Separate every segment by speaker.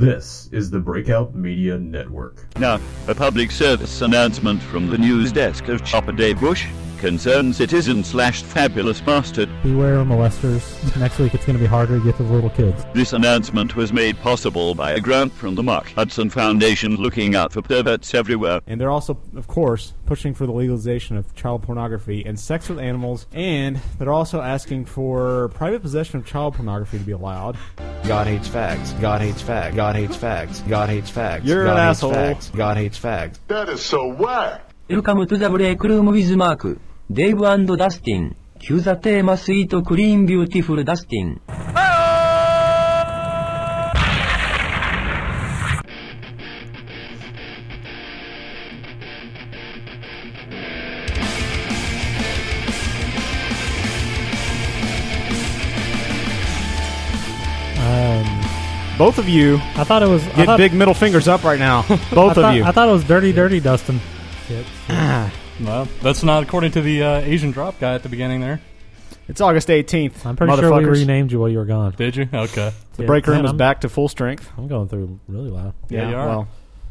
Speaker 1: This is the Breakout Media Network.
Speaker 2: Now, a public service announcement from the news desk of Chopper Dave Bush concerned citizen slash fabulous bastard.
Speaker 3: Beware of molesters. Next week it's going to be harder to get to the little kids.
Speaker 2: This announcement was made possible by a grant from the Mark Hudson Foundation looking out for perverts everywhere.
Speaker 4: And they're also, of course, pushing for the legalization of child pornography and sex with animals. And they're also asking for private possession of child pornography to be allowed.
Speaker 5: God hates facts. God hates facts. God hates facts. God hates facts.
Speaker 4: You're
Speaker 5: God
Speaker 4: an
Speaker 5: hates
Speaker 4: asshole.
Speaker 5: Facts. God hates facts.
Speaker 6: That is so whack.
Speaker 7: Welcome to the break room with Mark, Dave and Dustin. Cue the theme sweet, clean, beautiful Dustin.
Speaker 4: Both of you
Speaker 3: Um, I thought it was. I
Speaker 4: get
Speaker 3: thought,
Speaker 4: big middle fingers up right now.
Speaker 3: I
Speaker 4: Both
Speaker 3: thought,
Speaker 4: of you.
Speaker 3: I thought it was dirty, dirty Dustin.
Speaker 8: Well, that's not according to the uh, Asian drop guy at the beginning there.
Speaker 4: It's August 18th.
Speaker 3: I'm pretty sure we
Speaker 4: motherfuckers.
Speaker 3: renamed you while you were gone.
Speaker 8: Did you? Okay.
Speaker 4: The break room
Speaker 3: Man,
Speaker 4: is
Speaker 3: I'm-
Speaker 4: back to full strength.
Speaker 3: I'm going through really loud.
Speaker 8: Yeah, you are.
Speaker 4: well,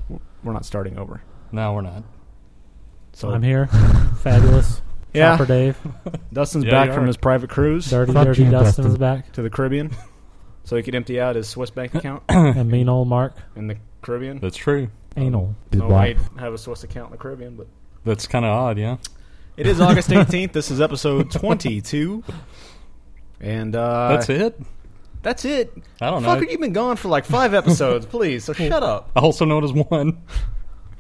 Speaker 4: w- we're not starting over.
Speaker 8: No, we're not.
Speaker 4: So
Speaker 3: I'm here. Fabulous.
Speaker 4: Yeah.
Speaker 3: Chopper Dave.
Speaker 4: Dustin's
Speaker 8: Yeah, you
Speaker 4: back
Speaker 8: are.
Speaker 4: from his private cruise
Speaker 3: Dirty,
Speaker 9: Fuck
Speaker 3: dirty
Speaker 9: you,
Speaker 3: Dustin is
Speaker 9: Dustin.
Speaker 3: back.
Speaker 4: to the Caribbean, so he could empty out his Swiss bank account
Speaker 3: and mean old Mark.
Speaker 4: in the Caribbean.
Speaker 8: That's true.
Speaker 3: Anal.
Speaker 9: Did
Speaker 4: No,
Speaker 9: what?
Speaker 4: I have a Swiss account in the Caribbean, but
Speaker 8: That's kind of odd, yeah.
Speaker 4: it is August 18th. This is episode 22, and uh,
Speaker 8: That's it.
Speaker 4: That's it.
Speaker 8: I don't know.
Speaker 4: Fucker, you've been gone for like five episodes. please, so shut up.
Speaker 8: Also known as one.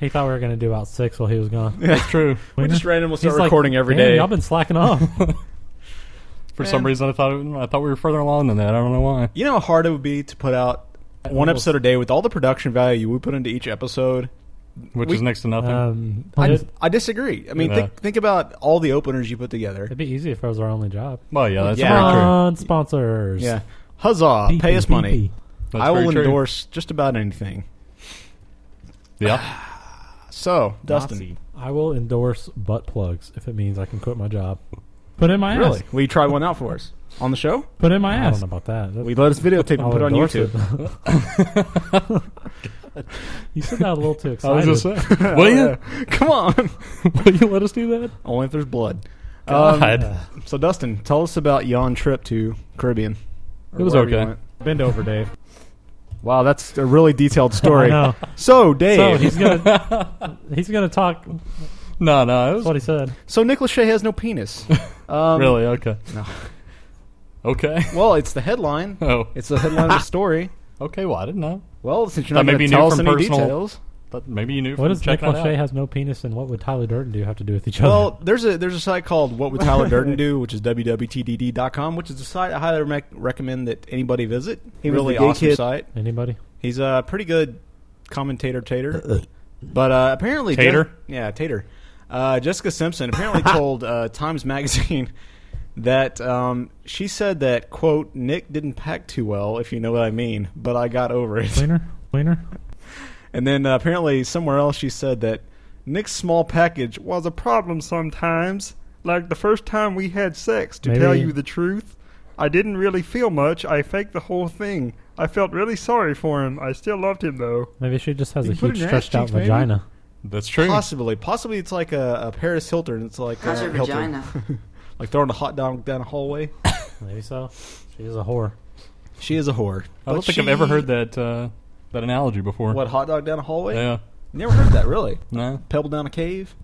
Speaker 3: He thought we were going to do about six while he was gone.
Speaker 8: That's true.
Speaker 4: We just randomly
Speaker 3: He's
Speaker 4: start recording
Speaker 3: like,
Speaker 4: every
Speaker 3: "Damn,
Speaker 4: day.
Speaker 3: Y'all been slacking off.
Speaker 8: For some reason, I thought I thought we were further along than that. I don't know why.
Speaker 4: You know how hard it would be to put out one episode a day with all the production value we put into each episode.
Speaker 8: Which
Speaker 4: We-
Speaker 8: is next to nothing.
Speaker 3: um,
Speaker 4: I,
Speaker 3: it'd,
Speaker 4: I disagree. I mean,
Speaker 8: Yeah.
Speaker 4: think, think about all the openers you put together.
Speaker 3: it'd be easy if it was our only job.
Speaker 8: well, yeah, that's
Speaker 4: Yeah.
Speaker 8: very true.
Speaker 3: On sponsors.
Speaker 4: Yeah, huzzah!
Speaker 3: Pee,
Speaker 4: pay
Speaker 3: pee,
Speaker 4: us
Speaker 3: pee,
Speaker 4: money.
Speaker 3: pee.
Speaker 8: That's
Speaker 4: I
Speaker 8: very
Speaker 4: will
Speaker 8: true.
Speaker 4: endorse just about anything.
Speaker 8: Yeah.
Speaker 4: So, Dustin,
Speaker 3: Nazi. I will endorse butt plugs if it means I can quit my job. Put in my
Speaker 4: really, will you try one out for us on the show?
Speaker 3: Put in my ass. I don't know about that. That-
Speaker 4: We let us videotape and
Speaker 3: I'll
Speaker 4: put it on
Speaker 3: endorse
Speaker 4: YouTube.
Speaker 3: it. you said that a little too
Speaker 8: I
Speaker 3: excited.
Speaker 8: was just saying. will you?
Speaker 4: Oh, Come on,
Speaker 8: Will you let us do that?
Speaker 4: only if there's blood. Um,
Speaker 8: God.
Speaker 4: So, Dustin, tell us about yon trip to Caribbean. Or
Speaker 8: It was
Speaker 4: wherever you
Speaker 8: okay.
Speaker 4: went.
Speaker 3: Bend over, Dave.
Speaker 4: Wow, that's a really detailed story.
Speaker 3: I know.
Speaker 4: So, Dave.
Speaker 3: So he's gonna he's gonna talk. That's
Speaker 8: no, no. It
Speaker 3: what
Speaker 8: was
Speaker 3: he said.
Speaker 4: So Nick Lachey has no penis. Um,
Speaker 8: really okay.
Speaker 4: No.
Speaker 8: Okay.
Speaker 4: Well, it's the headline.
Speaker 8: Oh.
Speaker 4: It's the headline of the story.
Speaker 8: Okay. Well, I didn't know.
Speaker 4: Well, since you're
Speaker 8: That
Speaker 4: not
Speaker 8: may
Speaker 4: going to
Speaker 8: be new
Speaker 4: tell us
Speaker 8: from
Speaker 4: any
Speaker 8: personal-
Speaker 4: details,
Speaker 8: But maybe you knew.
Speaker 3: What
Speaker 8: from
Speaker 3: does Nick
Speaker 8: checking it out.
Speaker 3: Lachey has no penis, and what would Tyler Durden do have to do with each other?
Speaker 4: well, there's a there's a site called What Would Tyler Durden Do, which is www.tdd.com, which is a site I highly rec- recommend that anybody visit.
Speaker 5: He was
Speaker 4: really
Speaker 5: the gay
Speaker 4: awesome
Speaker 5: kid.
Speaker 4: site.
Speaker 3: Anybody?
Speaker 4: He's a pretty good commentator,
Speaker 5: Uh-uh.
Speaker 4: tater. but uh, apparently, Jes-
Speaker 8: Tater?
Speaker 4: yeah, tater. Uh, Jessica Simpson apparently told uh, Times Magazine that um, she said that quote Nick didn't pack too well, if you know what I mean. But I got over it.
Speaker 3: Wiener? Wiener?
Speaker 4: And then uh, apparently somewhere else she said that Nick's small package was a problem sometimes. Like the first time we had sex, to
Speaker 3: Maybe- tell you
Speaker 4: the truth, I didn't really feel much. I faked the whole thing. I felt really sorry for him. I still loved him though.
Speaker 3: Maybe she just has
Speaker 4: You
Speaker 3: a
Speaker 4: put it in
Speaker 3: huge
Speaker 4: your ass
Speaker 3: stretched out
Speaker 4: cheeks, maybe?
Speaker 3: vagina.
Speaker 8: That's true.
Speaker 4: Hmm. Possibly, possibly it's like a, a Paris Hilton. It's like
Speaker 10: How's
Speaker 4: uh,
Speaker 10: your
Speaker 4: Hilton.
Speaker 10: vagina?
Speaker 4: like throwing a hot dog down a hallway.
Speaker 3: Maybe so. She is a whore.
Speaker 4: She is a whore.
Speaker 8: I don't
Speaker 4: But
Speaker 8: think I've ever
Speaker 4: she-
Speaker 8: heard that uh, that analogy before.
Speaker 4: What hot dog down a hallway?
Speaker 8: Yeah.
Speaker 4: Never heard that really.
Speaker 8: No,
Speaker 4: Pebble down a cave.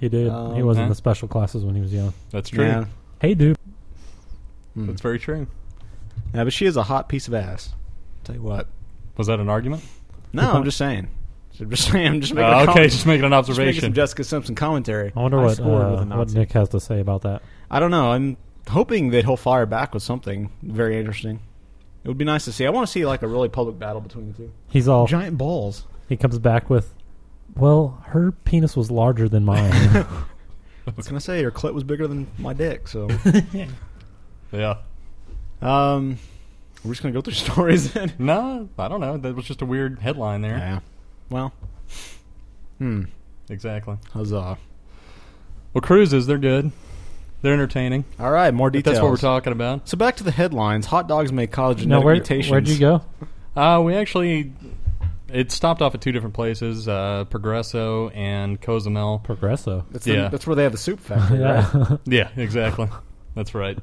Speaker 3: He did. he
Speaker 4: Um,
Speaker 3: was in
Speaker 8: huh?
Speaker 3: the special classes when he was young.
Speaker 8: that's true.
Speaker 4: Yeah.
Speaker 3: Hey, dude.
Speaker 8: That's very true.
Speaker 4: yeah, but she is a hot piece of ass. Tell you what.
Speaker 8: Was that an argument?
Speaker 4: No, Oh, I'm just saying. I'm just saying. I'm just making. a
Speaker 8: Uh, okay,
Speaker 4: comment.
Speaker 8: just making an
Speaker 4: Just making some
Speaker 8: observation.
Speaker 4: Jessica Simpson commentary.
Speaker 3: I wonder what
Speaker 4: scored
Speaker 3: uh,
Speaker 4: with a
Speaker 3: what
Speaker 4: Nazi.
Speaker 3: Nick has to say about that.
Speaker 4: I don't know. I'm hoping that he'll fire back with something very interesting. It would be nice to see. I want to see like a really public battle between the two.
Speaker 3: He's all.
Speaker 4: Giant balls.
Speaker 3: He comes back with, "Well, her penis was larger than mine."
Speaker 4: I was gonna say your clit was bigger than my dick. So,
Speaker 8: yeah.
Speaker 4: um, we're just gonna go through stories then.
Speaker 8: No, I don't know. That was just a weird headline there.
Speaker 4: Yeah. Well. Hmm.
Speaker 8: Exactly.
Speaker 4: Huzzah.
Speaker 8: Well, cruises, they're good. They're entertaining.
Speaker 4: All right. More
Speaker 8: If
Speaker 4: details.
Speaker 8: That's what we're talking about.
Speaker 4: So back to the headlines. Hot dogs may cause
Speaker 3: no,
Speaker 4: genetic
Speaker 3: where
Speaker 4: mutations.
Speaker 3: where'd you go?
Speaker 8: Uh, we actually It stopped off at two different places, uh, Progresso and Cozumel.
Speaker 3: Progresso.
Speaker 4: That's, the-
Speaker 8: Yeah.
Speaker 4: that's where they have the soup factory.
Speaker 3: Yeah.
Speaker 4: right?
Speaker 8: Yeah, exactly. That's right.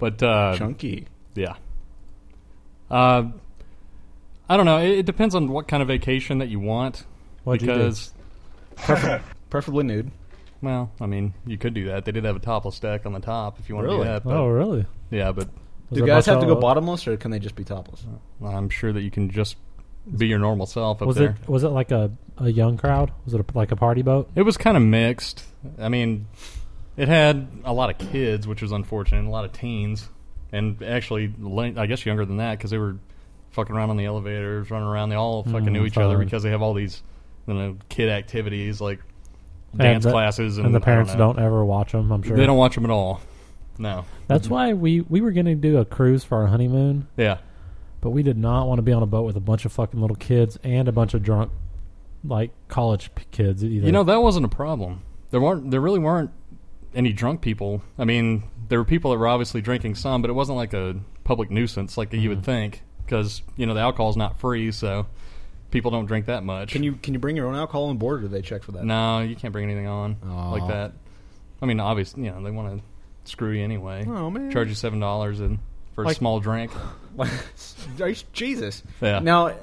Speaker 8: But uh,
Speaker 4: Chunky.
Speaker 8: Yeah. Uh, I don't know. It, it depends on what kind of vacation that you want.
Speaker 3: What'd you do?
Speaker 8: because,
Speaker 4: Preferably nude.
Speaker 8: well, I mean, you could do that. They did have a topless deck on the top if you want
Speaker 4: Really?
Speaker 8: to do that. But,
Speaker 3: Oh, really?
Speaker 8: Yeah, but
Speaker 3: Was
Speaker 4: Do
Speaker 3: there
Speaker 4: guys have to go
Speaker 3: Marcelo-
Speaker 4: bottomless, or can they just be topless?
Speaker 8: I'm sure that you can just be your normal self up
Speaker 3: Was
Speaker 8: there.
Speaker 3: it was it like a, a young crowd? Was it a, like a party boat?
Speaker 8: It was kind of mixed. I mean, it had a lot of kids, which was unfortunate, and a lot of teens, and actually, la- I guess younger than that because they were fucking around on the elevators, running around. They all fucking
Speaker 3: Mm,
Speaker 8: knew each other
Speaker 3: fun.
Speaker 8: because they have all these, you know, kid activities like dance
Speaker 3: the-
Speaker 8: classes, and,
Speaker 3: and the
Speaker 8: I
Speaker 3: parents
Speaker 8: don't, know.
Speaker 3: don't, ever watch them. I'm sure
Speaker 8: They don't watch them at all. No.
Speaker 3: That's why we we were going to do a cruise for our honeymoon,
Speaker 8: Yeah.
Speaker 3: but we did not want to be on a boat with a bunch of fucking little kids and a bunch of drunk, like college p- kids. Either.
Speaker 8: You know that wasn't a problem. There weren't. There really weren't any drunk people. I mean, there were people that were obviously drinking some, but it wasn't like a public nuisance like you
Speaker 4: Mm-hmm.
Speaker 8: would think, because you know the alcohol's not free, so people don't drink that much.
Speaker 4: Can you can you bring your own alcohol on board, or do they check for that?
Speaker 8: No, you can't bring anything on like that. I mean, obviously, you know they want to screw you anyway.
Speaker 4: Oh, man.
Speaker 8: Charge you seven dollars and for a
Speaker 4: Like-
Speaker 8: small drink.
Speaker 4: Jesus.
Speaker 8: Yeah.
Speaker 4: Now,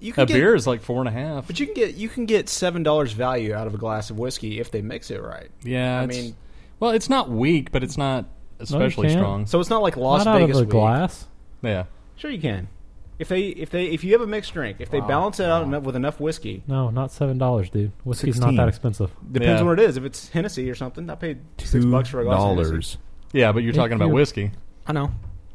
Speaker 4: you can
Speaker 8: A
Speaker 4: get,
Speaker 8: beer is like four and a half.
Speaker 4: but you can get you can get seven dollars value out of a glass of whiskey if they mix it right.
Speaker 8: yeah,
Speaker 4: I
Speaker 8: it's-
Speaker 4: mean-
Speaker 8: well, it's not weak, but it's not especially
Speaker 3: can't.
Speaker 8: strong.
Speaker 4: So it's not like Las
Speaker 3: not out
Speaker 4: Vegas
Speaker 3: of a
Speaker 4: week.
Speaker 3: glass.
Speaker 8: Yeah,
Speaker 4: Sure, you can. If they if they if you have a mixed drink, if they balance it out enough with enough whiskey,
Speaker 3: No, not seven dollars, dude. Whiskey's not
Speaker 5: 16.
Speaker 3: that expensive.
Speaker 4: depends
Speaker 8: Yeah.
Speaker 4: what it is. If it's Hennessy or something, I paid six bucks for a glass of Hennessy.
Speaker 5: dollars.
Speaker 8: yeah, but you're talking about
Speaker 3: you-
Speaker 8: whiskey.
Speaker 4: I know.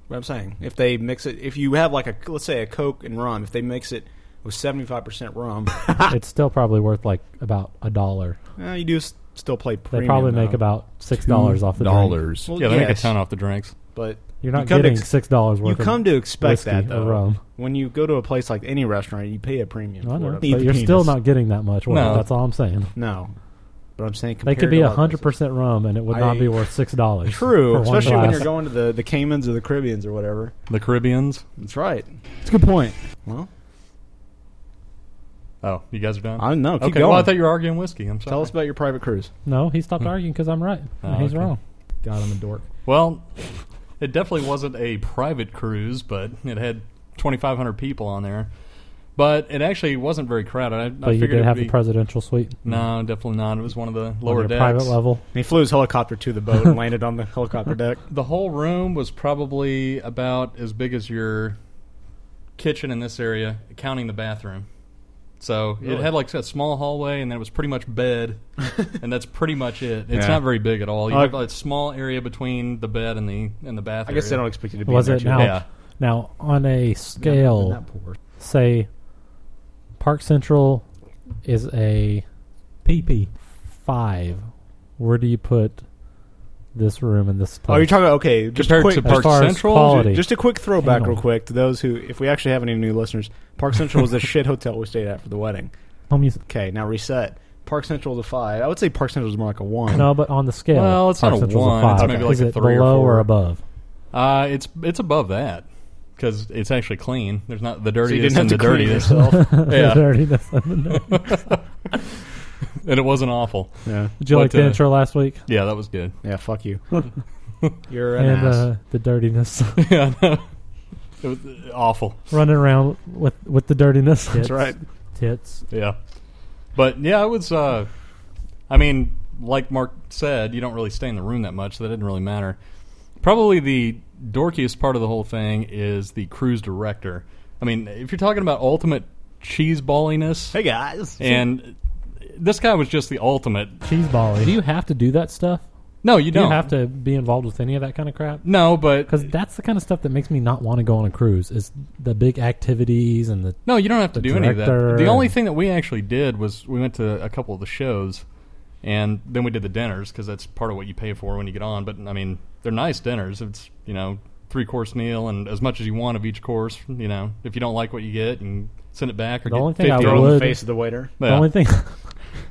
Speaker 4: What I'm saying, if they mix it, if you have like a let's say a Coke and rum, if they mix it with 75 percent rum,
Speaker 3: it's still probably worth like about a dollar.
Speaker 4: eh, you do s- still play
Speaker 3: They
Speaker 4: premium.
Speaker 3: probably make
Speaker 4: though.
Speaker 3: about six dollars off the drink.
Speaker 5: dollars.
Speaker 4: Well,
Speaker 8: Yeah, they make a
Speaker 4: yes,
Speaker 8: ton off the drinks.
Speaker 4: But you
Speaker 3: You're not
Speaker 4: come to
Speaker 3: getting
Speaker 4: ex-
Speaker 3: six dollars worth.
Speaker 4: you come to expect
Speaker 3: whiskey
Speaker 4: that
Speaker 3: or
Speaker 4: though.
Speaker 3: rum.
Speaker 4: When you go to a place like any restaurant, you pay a premium.
Speaker 3: of, I
Speaker 4: for
Speaker 3: know,
Speaker 4: it.
Speaker 3: but you're still not getting that much. worth.
Speaker 8: No.
Speaker 3: That's all I'm saying.
Speaker 4: No, but I'm saying
Speaker 3: They could
Speaker 4: compared
Speaker 3: be
Speaker 4: to
Speaker 3: a
Speaker 4: other
Speaker 3: hundred
Speaker 4: places.
Speaker 3: percent rum, and it would not
Speaker 4: I-
Speaker 3: be worth six dollars.
Speaker 4: True, especially when you're going to the the Caymans or the Caribbeans or whatever.
Speaker 8: The Caribbeans.
Speaker 4: That's right. It's a good point. Well,
Speaker 8: Oh, you guys are done.
Speaker 4: I don't know. Keep
Speaker 8: okay,
Speaker 4: going.
Speaker 8: well, I thought you were arguing whiskey. I'm sorry.
Speaker 4: Tell us about your private cruise.
Speaker 3: No, he stopped arguing because I'm right.
Speaker 8: Hmm. Oh,
Speaker 3: He's
Speaker 8: okay.
Speaker 3: wrong.
Speaker 6: God, I'm a dork.
Speaker 8: Well, it definitely wasn't a private cruise, but it had 2,500 people on there. But it actually wasn't very crowded. I,
Speaker 3: But
Speaker 8: I
Speaker 3: you did
Speaker 8: figured it'd
Speaker 3: have
Speaker 8: be,
Speaker 3: the presidential suite,
Speaker 8: No, definitely not. It was one of the
Speaker 3: on
Speaker 8: lower
Speaker 3: your
Speaker 8: decks.
Speaker 3: private level.
Speaker 4: And he flew his helicopter to the boat and landed on the helicopter deck.
Speaker 8: The whole room was probably about as big as your kitchen in this area, counting the bathroom. So it had like a small hallway, and then it was pretty much bed, and that's pretty much it. It's
Speaker 4: Yeah.
Speaker 8: not very big at all. You
Speaker 4: Uh,
Speaker 8: have a small area between the bed and the and the bath.
Speaker 4: I guess they
Speaker 8: area.
Speaker 4: don't expect you to be
Speaker 3: Was
Speaker 4: in
Speaker 3: it
Speaker 4: there,
Speaker 3: now?
Speaker 4: too.
Speaker 8: Yeah.
Speaker 3: Now on a scale,
Speaker 6: Not poor.
Speaker 3: say Park Central is a
Speaker 6: PP.
Speaker 3: five. Where do you put this room in this place?
Speaker 4: Oh, you're talking. Okay, just
Speaker 8: Compared
Speaker 4: quick,
Speaker 8: to
Speaker 3: as
Speaker 8: Park
Speaker 3: far
Speaker 8: Central?
Speaker 3: as quality.
Speaker 4: Just a quick throwback,
Speaker 3: Hang on.
Speaker 4: real quick, to those who, if we actually have any new listeners, Park Central was the shit hotel we stayed at for the wedding.
Speaker 3: Home use-
Speaker 4: Okay, now reset. Park Central is a five. I would say Park Central is more like a one.
Speaker 3: No, but on the scale,
Speaker 8: Well, it's
Speaker 3: Park
Speaker 8: not a
Speaker 3: Central's
Speaker 8: one,
Speaker 3: five.
Speaker 8: it's maybe like
Speaker 3: is
Speaker 8: a
Speaker 3: it
Speaker 8: three or
Speaker 3: below or,
Speaker 8: four.
Speaker 3: above?
Speaker 8: Uh, it's it's above that because it's actually clean. There's not the dirtiest
Speaker 4: didn't have
Speaker 8: and
Speaker 4: to
Speaker 8: the
Speaker 4: clean
Speaker 8: dirtiest,
Speaker 4: yourself.
Speaker 8: yeah.
Speaker 3: Dirtiness of the note.
Speaker 8: and it wasn't awful.
Speaker 4: yeah,
Speaker 3: Did you
Speaker 8: But,
Speaker 3: like the
Speaker 8: uh,
Speaker 3: intro last week?
Speaker 8: Yeah, that was good.
Speaker 4: yeah. Fuck you. You're an
Speaker 3: And
Speaker 4: ass.
Speaker 3: uh, the dirtiness,
Speaker 8: yeah, no. it was uh, awful.
Speaker 3: running around with with the dirtiness.
Speaker 4: That's right.
Speaker 3: Tits.
Speaker 8: Yeah, but yeah, it was. Uh, I mean, like Mark said, you don't really stay in the room that much, so that didn't really matter. Probably the dorkiest part of the whole thing is the cruise director. I mean, if you're talking about ultimate cheese balliness,
Speaker 4: Hey guys.
Speaker 8: and this guy was just the ultimate.
Speaker 3: Cheese ball. Do you have to do that stuff?
Speaker 8: No, you
Speaker 3: Do
Speaker 8: don't
Speaker 3: you have to be involved with any of that kind of crap?
Speaker 8: No, but
Speaker 3: Because that's the kind of stuff that makes me not want to go on a cruise. Is the big activities and the
Speaker 8: No, you don't have to
Speaker 3: the
Speaker 8: do any of that.
Speaker 3: director
Speaker 8: The only
Speaker 3: and-
Speaker 8: thing that we actually did was we went to a couple of the shows, and then we did the dinners because that's part of what you pay for when you get on. But I mean, they're nice dinners. It's you know three course meal and as much as you want of each course. You know, if you don't like what you get, and send it back or
Speaker 3: The
Speaker 8: get
Speaker 3: only thing I
Speaker 8: 50
Speaker 4: throw in the
Speaker 3: would-
Speaker 4: face of the waiter.
Speaker 8: Yeah.
Speaker 3: the only thing.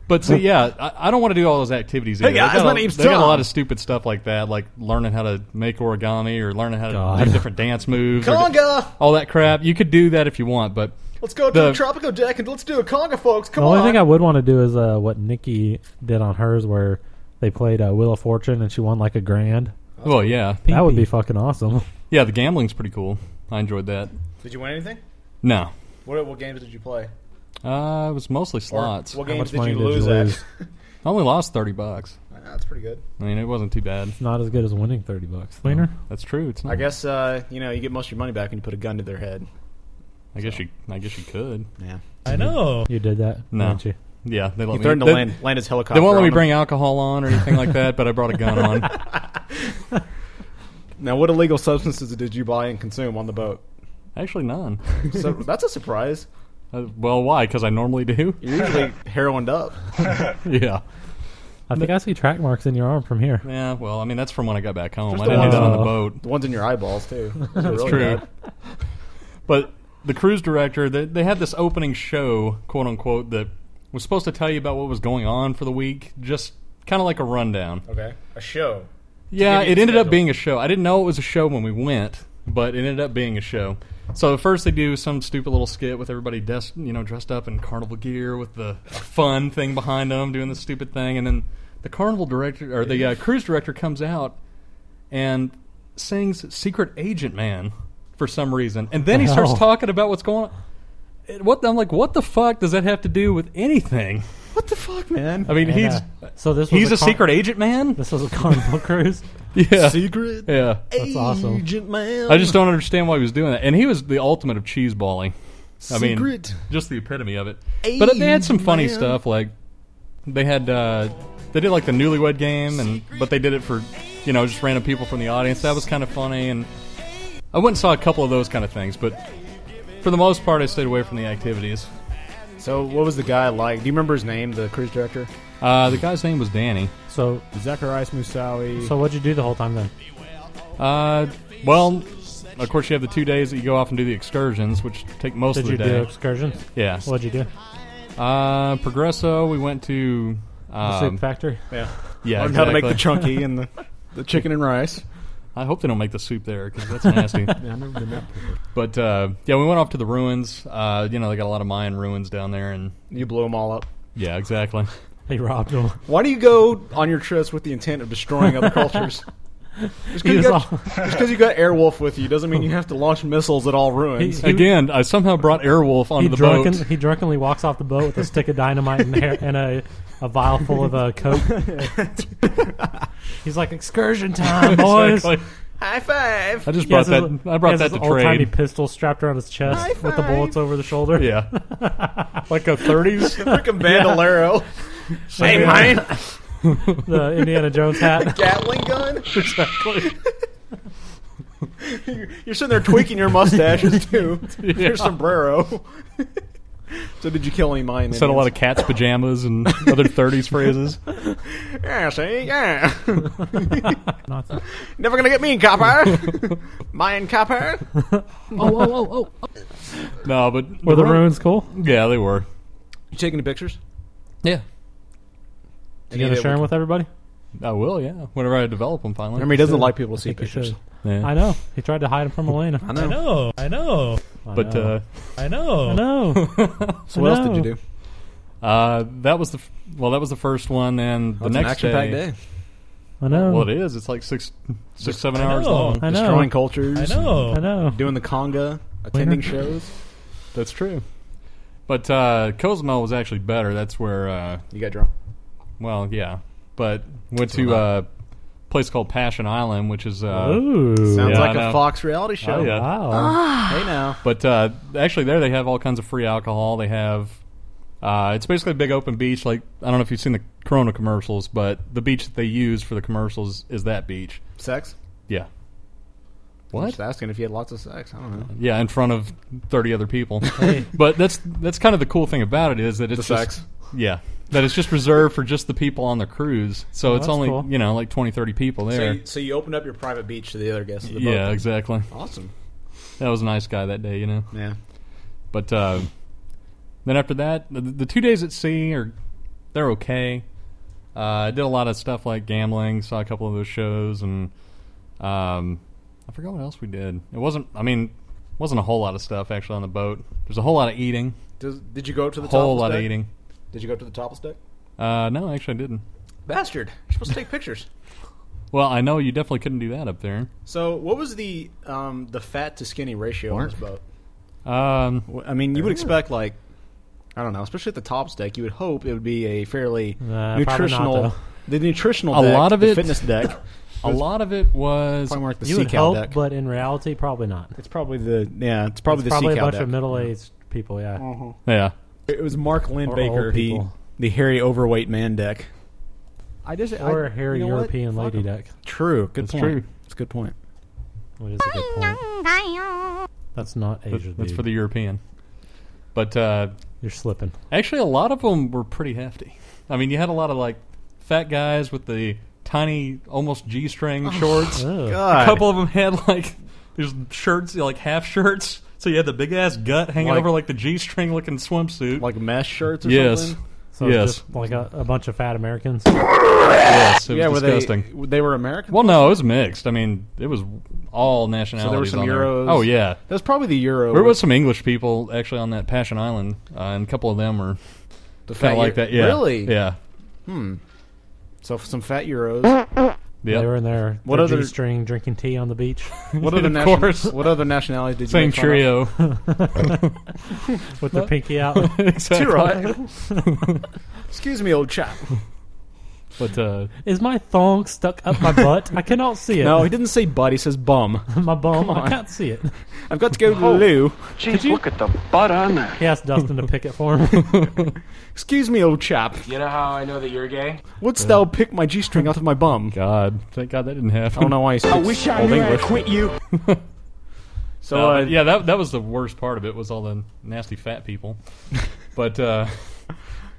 Speaker 8: But see, yeah, I, I don't want to do all those activities. Either.
Speaker 4: guys,
Speaker 8: they got,
Speaker 4: my
Speaker 8: a,
Speaker 4: name's
Speaker 8: they got a
Speaker 4: Tom.
Speaker 8: lot of stupid stuff like that, like learning how to make origami or learning how to
Speaker 3: God.
Speaker 8: do different dance moves. or
Speaker 4: Conga!
Speaker 8: all that crap. You could do that if you want, but
Speaker 4: Let's go
Speaker 8: The-
Speaker 4: to the Tropico Deck and let's do a conga, folks.
Speaker 3: The
Speaker 4: Come
Speaker 3: only
Speaker 4: on.
Speaker 3: thing I would want to do is uh, what Nikki did on hers, where they played uh, Wheel of Fortune and she won like a grand.
Speaker 8: Well, yeah,
Speaker 3: That would
Speaker 6: PP.
Speaker 3: be fucking awesome.
Speaker 8: yeah. The gambling's pretty cool. I enjoyed that.
Speaker 4: did you win anything?
Speaker 8: No,
Speaker 4: What, what games did you play?
Speaker 8: uh, it was mostly
Speaker 4: Or
Speaker 8: slots.
Speaker 4: What
Speaker 3: How
Speaker 4: games
Speaker 3: much
Speaker 4: did
Speaker 3: money
Speaker 4: you
Speaker 3: did you
Speaker 4: lose
Speaker 3: lose?
Speaker 4: at?
Speaker 8: I only lost thirty bucks.
Speaker 4: I know, That's pretty good.
Speaker 8: I mean, it wasn't too bad.
Speaker 3: Not as good as winning thirty bucks. Cleaner.
Speaker 8: That's true. It's not.
Speaker 4: I guess uh, you know you get most of your money back when you put a gun to their head.
Speaker 8: I guess you. I guess you could.
Speaker 4: Yeah,
Speaker 6: I know.
Speaker 3: You did that,
Speaker 8: Oh. No.
Speaker 3: didn't you?
Speaker 8: Yeah, they let
Speaker 4: he
Speaker 8: me.
Speaker 4: threatened to
Speaker 8: they,
Speaker 4: land land his helicopter.
Speaker 8: they won't let
Speaker 4: on
Speaker 8: me
Speaker 4: him.
Speaker 8: bring alcohol on or anything like that. But I brought a gun on.
Speaker 4: Now, what illegal substances did you buy and consume on the boat?
Speaker 8: Actually, none.
Speaker 4: So that's a surprise.
Speaker 8: Uh, well, why? Because I normally do.
Speaker 4: You're usually heroined up.
Speaker 8: yeah.
Speaker 3: I think I see track marks in your arm from here.
Speaker 8: Yeah. Well, I mean, that's from when I got back home.
Speaker 4: Just
Speaker 8: I
Speaker 4: the
Speaker 8: didn't
Speaker 4: ones-
Speaker 8: do that on the
Speaker 3: Oh.
Speaker 8: boat.
Speaker 4: The ones in your eyeballs too. That's
Speaker 8: That's true. but the cruise director, they, they had this opening show, quote unquote, that was supposed to tell you about what was going on for the week, just kind of like a rundown.
Speaker 4: Okay, a show.
Speaker 8: Yeah,
Speaker 4: give you
Speaker 8: it
Speaker 4: the
Speaker 8: ended up
Speaker 4: schedule.
Speaker 8: being a show. I didn't know it was a show when we went, but it ended up being a show. So at first they do some stupid little skit with everybody, des- you know, dressed up in carnival gear with the fun thing behind them doing the stupid thing, and then the carnival director or the uh, cruise director comes out and sings "Secret Agent Man" for some reason, and then he starts
Speaker 3: Wow.
Speaker 8: talking about what's going on. It- What I'm like, what the fuck does that have to do with anything?
Speaker 4: What the fuck, man?
Speaker 8: I mean,
Speaker 3: And,
Speaker 8: he's
Speaker 3: uh, so this was
Speaker 8: he's a,
Speaker 3: car-
Speaker 8: secret agent man.
Speaker 3: This was a carnival cruise.
Speaker 8: Yeah,
Speaker 4: Secret
Speaker 8: yeah.
Speaker 3: That's awesome.
Speaker 4: agent, man.
Speaker 8: I just don't understand why he was doing that. And he was the ultimate of cheese balling. I mean,
Speaker 4: Secret.
Speaker 8: just the epitome of it. But they had some funny
Speaker 4: man.
Speaker 8: stuff. Like they had uh, they did like the newlywed game, and but they did it for you know just random people from the audience. That was kind of funny. And I went and saw a couple of those kind of things, but for the most part, I stayed away from the activities.
Speaker 4: So, what was the guy like? Do you remember his name, the cruise director?
Speaker 8: Uh, the guy's name was Danny.
Speaker 3: So,
Speaker 4: Zacharias Musawi.
Speaker 3: so what'd you do the whole time then?
Speaker 8: Uh, well, of course, you have the two days that you go off and do the excursions, which take most
Speaker 3: Did
Speaker 8: of
Speaker 3: you
Speaker 8: the
Speaker 3: do
Speaker 8: day.
Speaker 3: excursions?
Speaker 8: Yeah.
Speaker 3: What'd you do?
Speaker 8: Uh, Progresso. We went to.
Speaker 3: The
Speaker 8: Um,
Speaker 3: soup factory.
Speaker 4: yeah.
Speaker 8: yeah,
Speaker 4: Learned how to make the
Speaker 8: exactly.
Speaker 4: chunky and the, the chicken and rice.
Speaker 8: I hope they don't make the soup there because that's nasty.
Speaker 6: I've never been there.
Speaker 8: but uh, yeah, we went off to the ruins. Uh, you know, they got a lot of Mayan ruins down there, and
Speaker 4: You blew them all up.
Speaker 8: yeah, exactly.
Speaker 3: He robbed him.
Speaker 4: Why do you go on your trips with the intent of destroying other cultures? Just
Speaker 3: He
Speaker 4: because you,
Speaker 3: was
Speaker 4: got-
Speaker 3: all-
Speaker 4: just 'cause you got Airwolf with you doesn't mean you have to launch missiles at all ruins.
Speaker 3: He-
Speaker 8: Again, I somehow brought Airwolf onto
Speaker 3: He
Speaker 8: the
Speaker 3: drunken,
Speaker 8: boat.
Speaker 3: he drunkenly walks off the boat with a stick of dynamite in there and a, a vial full of uh, coke. He's like excursion time, boys.
Speaker 8: Exactly.
Speaker 4: High five!
Speaker 8: I just
Speaker 3: He has
Speaker 8: brought
Speaker 3: his-
Speaker 8: that. I
Speaker 3: he
Speaker 8: brought
Speaker 3: has
Speaker 8: that to
Speaker 3: his old-timey
Speaker 8: trade.
Speaker 3: pistol strapped around his chest
Speaker 4: High
Speaker 3: with the bullets
Speaker 4: five.
Speaker 3: over the shoulder.
Speaker 8: yeah, like a thirties.
Speaker 4: Freaking Bandolero. hey, mine!
Speaker 3: The Indiana Jones hat.
Speaker 4: Gatling gun? You're sitting there tweaking your mustaches, too. Your sombrero. so, did you kill any mine?
Speaker 8: Said a lot of cat's pajamas and other thirties phrases.
Speaker 4: Yeah, see? Yeah.
Speaker 3: Not-
Speaker 4: Never gonna get me, copper! Mine, copper!
Speaker 6: Oh, oh, oh, oh.
Speaker 8: No, but
Speaker 3: Were the
Speaker 8: ru-
Speaker 3: ruins cool?
Speaker 8: Yeah, they were.
Speaker 4: You taking the pictures?
Speaker 8: Yeah,
Speaker 3: You gonna share them with everybody?
Speaker 8: I will. Yeah, whenever I develop them finally.
Speaker 4: Remember, he doesn't like people to see
Speaker 3: think you
Speaker 4: pictures.
Speaker 3: should.
Speaker 8: Yeah.
Speaker 3: I know. He tried to hide them from Elena. I
Speaker 6: I know. I know.
Speaker 8: But uh,
Speaker 6: I know.
Speaker 3: I know.
Speaker 4: So, what else did you do?
Speaker 8: uh, that was the f- well. That was the first one, and the
Speaker 4: Oh, It's
Speaker 8: next
Speaker 4: an action-packed day.
Speaker 3: I know.
Speaker 8: Well, it is. It's like six, six, seven
Speaker 6: I
Speaker 8: hours
Speaker 6: know.
Speaker 8: long.
Speaker 3: I know.
Speaker 4: Destroying cultures.
Speaker 6: I know.
Speaker 3: I know.
Speaker 4: Doing the conga. Attending shows.
Speaker 8: That's true. But uh, Cozumel was actually better. That's where, uh,
Speaker 4: You got drunk.
Speaker 8: well, yeah. But went to uh, a place called Passion Island, which is. Uh,
Speaker 3: Ooh.
Speaker 4: Sounds
Speaker 8: Yeah, I
Speaker 4: like
Speaker 8: know.
Speaker 4: a Fox reality show.
Speaker 8: Oh, yeah.
Speaker 3: Wow.
Speaker 4: Hey now.
Speaker 8: But uh, actually, there they have all kinds of free alcohol. They have. Uh, it's basically a big open beach. Like I don't know if you've seen the Corona commercials, but the beach that they use for the commercials is that beach.
Speaker 4: Sex?
Speaker 8: Yeah.
Speaker 4: I'm
Speaker 8: What?
Speaker 4: just asking if you had lots of sex. I don't know.
Speaker 8: Yeah, in front of thirty other people. but that's that's kind of the cool thing about it is that it's
Speaker 4: The
Speaker 8: just,
Speaker 4: sex.
Speaker 8: Yeah, that it's just reserved for just the people on the cruise.
Speaker 3: Oh,
Speaker 8: So it's
Speaker 3: that's
Speaker 8: only
Speaker 3: cool.
Speaker 8: you know like 20, 30 people there.
Speaker 4: so you opened up your private beach to the other guests of
Speaker 8: yeah, exactly.
Speaker 4: Awesome.
Speaker 8: That was a nice guy that day, you know.
Speaker 4: Yeah.
Speaker 8: But uh, then after that, the, the two days at sea are they're okay. Uh, I did a lot of stuff like gambling, saw a couple of those shows, and um, I forgot what else we did. It wasn't. I mean, Wasn't a whole lot of stuff actually on the boat. There's a whole lot of eating.
Speaker 4: Does, did you go up to the
Speaker 8: A whole
Speaker 4: topless
Speaker 8: lot of
Speaker 4: deck?
Speaker 8: eating.
Speaker 4: Did you go up to the topless deck?
Speaker 8: Uh, no, actually, I didn't.
Speaker 4: Bastard! You're supposed to take pictures.
Speaker 8: Well, I know you definitely couldn't do that up there.
Speaker 4: So, what was the um, the fat to skinny ratio on this boat?
Speaker 8: Um,
Speaker 4: Well, I mean, you would expect like I don't know, especially at the tops deck, you would hope it would be a fairly
Speaker 3: Nah, probably not,
Speaker 4: nutritional,
Speaker 3: though.
Speaker 4: the nutritional,
Speaker 8: A
Speaker 4: deck,
Speaker 8: lot of
Speaker 4: the
Speaker 8: it-
Speaker 4: fitness deck.
Speaker 8: a lot of it was
Speaker 4: Probably more like the
Speaker 3: you would
Speaker 4: sea cow
Speaker 3: hope,
Speaker 4: deck.
Speaker 3: but in reality, probably not.
Speaker 4: It's probably the yeah, it's probably
Speaker 3: It's
Speaker 4: the
Speaker 3: probably
Speaker 4: sea
Speaker 3: a
Speaker 4: cow
Speaker 3: bunch
Speaker 4: deck. Oh,
Speaker 3: of middle-aged people. Yeah,
Speaker 8: yeah.
Speaker 4: it was Mark Lynn
Speaker 3: Or
Speaker 4: Baker,
Speaker 3: old
Speaker 4: the
Speaker 3: people.
Speaker 4: the hairy overweight man deck.
Speaker 5: I just
Speaker 3: or a hairy European lady deck.
Speaker 4: True, good
Speaker 8: That's
Speaker 4: point.
Speaker 8: true.
Speaker 4: It's a good point.
Speaker 3: What is a good point? That's not Asia.
Speaker 8: That's
Speaker 3: dude.
Speaker 8: for the European. But uh,
Speaker 3: You're slipping.
Speaker 8: actually, a lot of them were pretty hefty. I mean, you had a lot of like fat guys with the tiny, almost
Speaker 4: Oh.
Speaker 8: g-string shorts.
Speaker 3: Ugh.
Speaker 8: A couple of them had like these shirts, like half shirts. So you had the big ass gut hanging
Speaker 4: Like-
Speaker 8: over like the g-string looking swimsuit.
Speaker 4: like mesh shirts or
Speaker 8: yes,
Speaker 4: something.
Speaker 3: So it's
Speaker 8: Yes.
Speaker 3: just like a, a bunch of fat Americans.
Speaker 8: yes, it
Speaker 4: yeah,
Speaker 8: was
Speaker 4: were
Speaker 8: disgusting.
Speaker 4: they they were American.
Speaker 8: Well, no, it was mixed. I mean, it was all nationalities.
Speaker 4: some
Speaker 8: on there.
Speaker 4: Euros.
Speaker 8: Oh yeah,
Speaker 4: That was probably the Euro.
Speaker 8: there was some English people actually on that Passion Island, uh, and a couple of them were
Speaker 4: the fat
Speaker 8: kind of like
Speaker 4: Eu-
Speaker 8: that. Yeah,
Speaker 4: Really?
Speaker 8: Yeah,
Speaker 4: So some fat Euros.
Speaker 8: yeah.
Speaker 3: They were in there.
Speaker 4: What
Speaker 3: What
Speaker 4: other-
Speaker 3: other string drinking tea on the beach
Speaker 4: What other
Speaker 8: Of
Speaker 4: nation-
Speaker 8: course.
Speaker 4: What other nationalities did you
Speaker 8: Same
Speaker 4: make fun of?
Speaker 8: trio.
Speaker 3: with the pinky out?
Speaker 8: exactly.
Speaker 4: Excuse me, old chap.
Speaker 8: But uh,
Speaker 3: Is my thong stuck up my butt? I cannot see it.
Speaker 4: No, he didn't say butt. He says bum.
Speaker 3: my bum. I can't see it.
Speaker 4: I've got to go to the loo.
Speaker 9: Jeez, Oh, look at the butt on there.
Speaker 3: He asked Dustin to pick it for him.
Speaker 4: Excuse me, old chap.
Speaker 9: You know how I know that you're gay?
Speaker 4: Wouldst thou pick my g-string out of my bum?
Speaker 8: God, thank God that didn't happen.
Speaker 4: I don't know why he speaks old English.
Speaker 9: you.
Speaker 4: So
Speaker 8: Uh,
Speaker 4: uh,
Speaker 8: yeah, that that was the worst part of it was all the nasty fat people. But uh,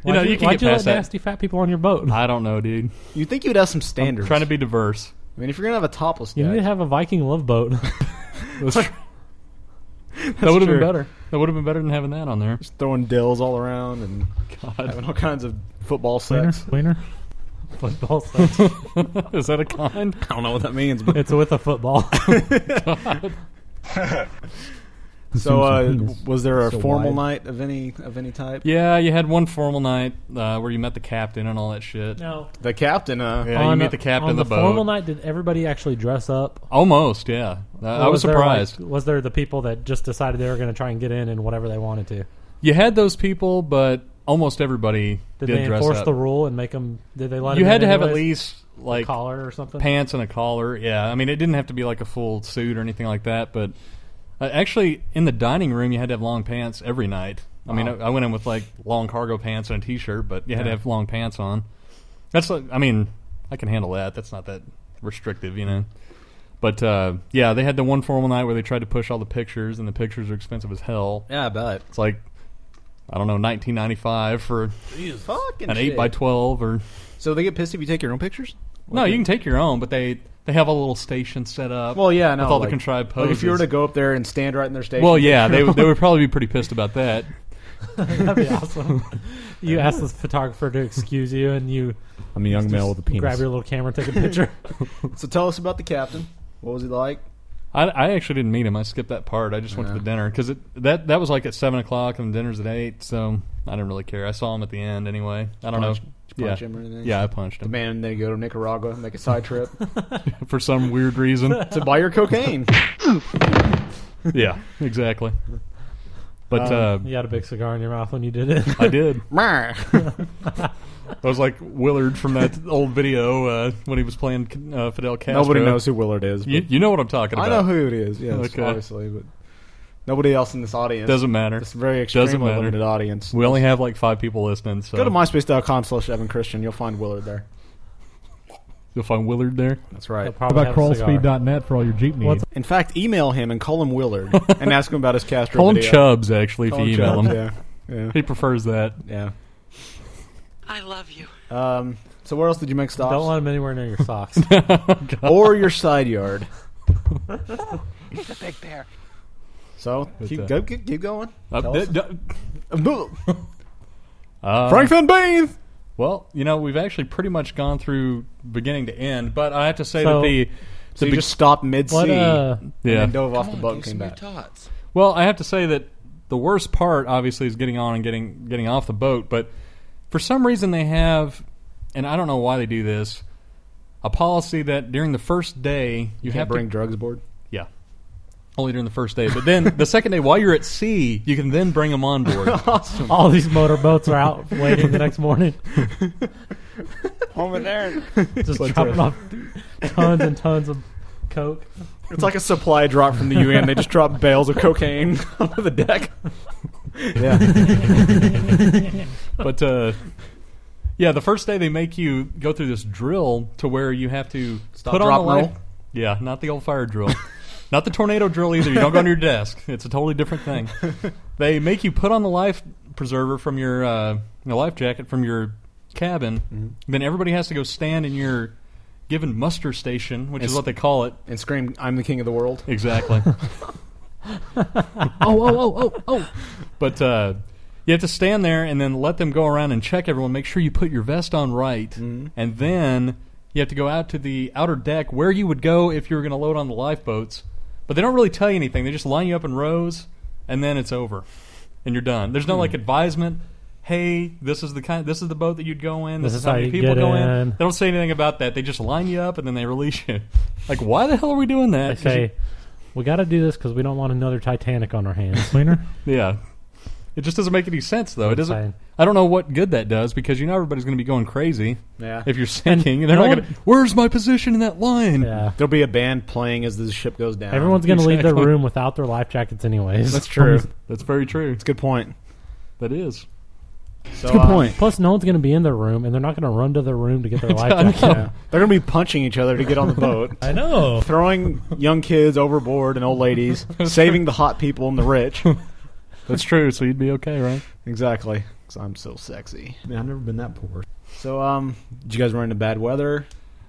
Speaker 8: you know,
Speaker 3: Why'd
Speaker 8: you, can
Speaker 3: why'd
Speaker 8: get past
Speaker 3: let
Speaker 8: that.
Speaker 3: nasty fat people on your boat?
Speaker 8: I don't know, dude.
Speaker 4: you think you'd have some standards?
Speaker 8: Trying to be diverse.
Speaker 4: I mean, if you're gonna have a topless
Speaker 3: You need to
Speaker 4: deck,
Speaker 3: have a Viking love boat.
Speaker 8: that would have
Speaker 4: true.
Speaker 8: been better. That would have been better than having that on there.
Speaker 4: just throwing dills all around and
Speaker 8: God,
Speaker 4: having all kinds of football
Speaker 3: Wiener,
Speaker 4: sex.
Speaker 3: wiener. Football sex.
Speaker 8: is that a kind?
Speaker 4: I don't know what that means, but
Speaker 3: It's with a football.
Speaker 4: so uh,
Speaker 1: Seems like penis.
Speaker 4: was there a
Speaker 1: So
Speaker 4: formal
Speaker 1: wide.
Speaker 4: night of any of any type?
Speaker 8: Yeah, you had one formal night uh, where you met the captain and all that shit.
Speaker 3: no.
Speaker 4: The captain, uh,
Speaker 8: Yeah, you meet the captain
Speaker 3: on
Speaker 8: of the, boat.
Speaker 3: formal night, did everybody actually dress up?
Speaker 8: Almost, yeah. Uh, I
Speaker 3: Or
Speaker 8: was
Speaker 3: there, like-
Speaker 8: surprised.
Speaker 3: was there the people that just decided they were going to try and get in and whatever they wanted to?
Speaker 8: You had those people, but almost everybody
Speaker 3: Did,
Speaker 8: did
Speaker 3: they
Speaker 8: dress
Speaker 3: enforce
Speaker 8: up.
Speaker 3: the rule and make them? Did they let
Speaker 8: you
Speaker 3: 'em
Speaker 8: had
Speaker 3: in
Speaker 8: to have at
Speaker 3: anyways?
Speaker 8: least like
Speaker 3: collar or something?
Speaker 8: pants and a collar. Yeah, I mean, it didn't have to be like a full suit or anything like that. But uh, actually, in the dining room, you had to have long pants every night. I mean, I, I went in with like long cargo pants and a t-shirt, but you had to have long pants on. That's, like, I mean, I can handle that. That's not that restrictive, you know. But uh, yeah, they had the one formal night where they tried to push all the pictures, and the pictures are expensive as hell.
Speaker 4: yeah, I bet.
Speaker 8: It's like I don't know, nineteen ninety five for
Speaker 4: Fucking
Speaker 8: an
Speaker 4: shit.
Speaker 8: eight by twelve or
Speaker 4: So they get pissed if you take your own pictures.
Speaker 8: no, you can take your own, but they they have a little station set up.
Speaker 4: Well, yeah, no.
Speaker 8: with all
Speaker 4: like-
Speaker 8: the contrived
Speaker 4: like
Speaker 8: poses.
Speaker 4: if you were to go up there and stand right in their station.
Speaker 8: well, yeah, they would- they would probably be pretty pissed about that.
Speaker 3: That'd be awesome. you ask the photographer to excuse you, and you
Speaker 5: I'm a young male with a penis.
Speaker 3: grab your little camera, and take a picture.
Speaker 4: So tell us about the captain. What was he like?
Speaker 8: I, I actually didn't meet him. I skipped that part. I just went to the dinner because that that was like at seven o'clock and the dinner's at eight, so I didn't really care. I saw him at the end anyway. I don't
Speaker 4: Punch-
Speaker 8: know.
Speaker 4: did you punch
Speaker 8: yeah.
Speaker 4: him or anything?
Speaker 8: Yeah, I punched him
Speaker 4: Man, then you go to Nicaragua, make a side trip
Speaker 8: for some weird reason.
Speaker 4: to buy your cocaine.
Speaker 8: yeah, exactly.
Speaker 4: Um,
Speaker 8: But uh,
Speaker 3: you had a big cigar in your mouth when you did it.
Speaker 8: I did.
Speaker 4: Meh.
Speaker 8: I was like Willard from that old video uh, when he was playing uh, Fidel Castro.
Speaker 4: Nobody knows who Willard is. but-
Speaker 8: You, you know what I'm talking
Speaker 4: I
Speaker 8: about.
Speaker 4: know who it is. Yes,
Speaker 8: Okay.
Speaker 4: obviously, but nobody else in this audience.
Speaker 8: Doesn't matter.
Speaker 4: It's a very
Speaker 8: Doesn't
Speaker 4: extremely
Speaker 8: matter.
Speaker 4: limited audience.
Speaker 8: We only have like five people listening, so
Speaker 4: Go to myspace.com slash Evan Christian. You'll find Willard there.
Speaker 8: you'll find Willard there.
Speaker 4: That's right.
Speaker 3: Probably have a cigar.
Speaker 6: for all your Jeep needs?
Speaker 3: What's-
Speaker 4: In fact, email him and call him Willard and ask him about his Castro
Speaker 8: Call him
Speaker 4: video.
Speaker 8: Chubbs, actually,
Speaker 4: Call
Speaker 8: if you
Speaker 4: him
Speaker 8: email
Speaker 4: Chubbs,
Speaker 8: him.
Speaker 4: Yeah.
Speaker 8: He prefers that.
Speaker 4: Yeah.
Speaker 9: I love you.
Speaker 4: yeah. Um, so where else did you make stops?
Speaker 3: Don't let them anywhere near your socks.
Speaker 4: or your side yard.
Speaker 9: Big bear.
Speaker 4: So keep,
Speaker 8: uh,
Speaker 4: go, keep, keep going.
Speaker 8: Uh,
Speaker 4: Tell
Speaker 8: th-
Speaker 4: us.
Speaker 8: th-
Speaker 4: Uh, Frank Van Bain.
Speaker 8: well, you know, we've actually pretty much gone through beginning to end, but I have to say
Speaker 3: So-
Speaker 8: that the, the
Speaker 4: So you
Speaker 8: be-
Speaker 4: just stopped mid sea
Speaker 3: what? Uh,
Speaker 4: and
Speaker 8: yeah.
Speaker 4: dove off the boat and came back.
Speaker 8: Well, I have to say that the worst part, obviously, is getting on and getting getting off the boat. But for some reason, they have, and I don't know why they do this, a policy that during the first day you,
Speaker 4: Can't
Speaker 8: have
Speaker 4: bring
Speaker 8: to
Speaker 4: drugs aboard.
Speaker 8: yeah. Only during the first day, but then the second day, while you're at sea, you can then bring them on board.
Speaker 3: All these motorboats are out waiting the next morning,
Speaker 10: Over there.
Speaker 3: just dropping off tons and tons of coke.
Speaker 4: It's like a supply drop from the UN. They just drop bales of cocaine onto the deck.
Speaker 8: But uh, yeah, the first day they make you go through this drill to where you have to
Speaker 4: Stop,
Speaker 8: put
Speaker 4: drop,
Speaker 8: on the life.
Speaker 4: roll?
Speaker 8: Yeah, not the old fire drill, not the tornado drill either. You don't go on your desk. It's a totally different thing. they make you put on the life preserver from your uh, your life jacket from your cabin.
Speaker 4: Mm-hmm.
Speaker 8: Then everybody has to go stand in your given muster station, which is
Speaker 4: It's-
Speaker 8: what they call it.
Speaker 4: And scream, I'm the king of the world.
Speaker 8: Exactly.
Speaker 3: Oh, oh, oh, oh, oh!
Speaker 8: But uh, you have to stand there and then let them go around and check everyone. Make sure you put your vest on right,
Speaker 3: Mm-hmm.
Speaker 8: and then you have to go out to the outer deck where you would go if you were going to load on the lifeboats. But they don't really tell you anything. They just line you up in rows, and then it's over, and you're done. There's no like
Speaker 3: Mm.
Speaker 8: advisement. Hey, this is the kind. This is the boat that you'd go in. This,
Speaker 3: This is
Speaker 8: how
Speaker 3: how
Speaker 8: many
Speaker 3: you
Speaker 8: people
Speaker 3: get
Speaker 8: go in.
Speaker 3: in.
Speaker 8: They don't say anything about that. They just line you up and then they release you. Like, why the hell are we doing that?
Speaker 3: They
Speaker 8: 'Cause you-
Speaker 3: say we got to do this because we don't want another Titanic on our hands. Cleaner.
Speaker 8: Yeah. It just doesn't make any sense, though. It doesn't.
Speaker 3: Fine.
Speaker 8: I don't know what good that does because you know everybody's going to be going crazy
Speaker 4: Yeah.
Speaker 8: if you're sinking, and they're
Speaker 3: no
Speaker 8: not
Speaker 3: one-
Speaker 8: going. to... Where's my position in that line?
Speaker 3: Yeah.
Speaker 4: There'll be a band playing as the ship goes down.
Speaker 3: Everyone's going to leave their
Speaker 8: Exactly.
Speaker 3: room without their life jackets, anyways.
Speaker 4: That's true.
Speaker 8: That's very true.
Speaker 4: It's a good point.
Speaker 8: That is.
Speaker 4: So, uh, good point.
Speaker 3: Plus, no one's going to be in their room, and they're not going to run to their room to get their life
Speaker 8: I
Speaker 3: jacket.
Speaker 8: know.
Speaker 4: They're going to be punching each other to get on the boat,
Speaker 6: I know.
Speaker 4: throwing young kids overboard and old ladies, saving the hot people and the rich.
Speaker 8: That's true. So you'd be okay, right?
Speaker 4: Exactly. Because I'm so sexy.
Speaker 5: Man, I've never been that poor.
Speaker 4: So, um, did you guys run into bad weather?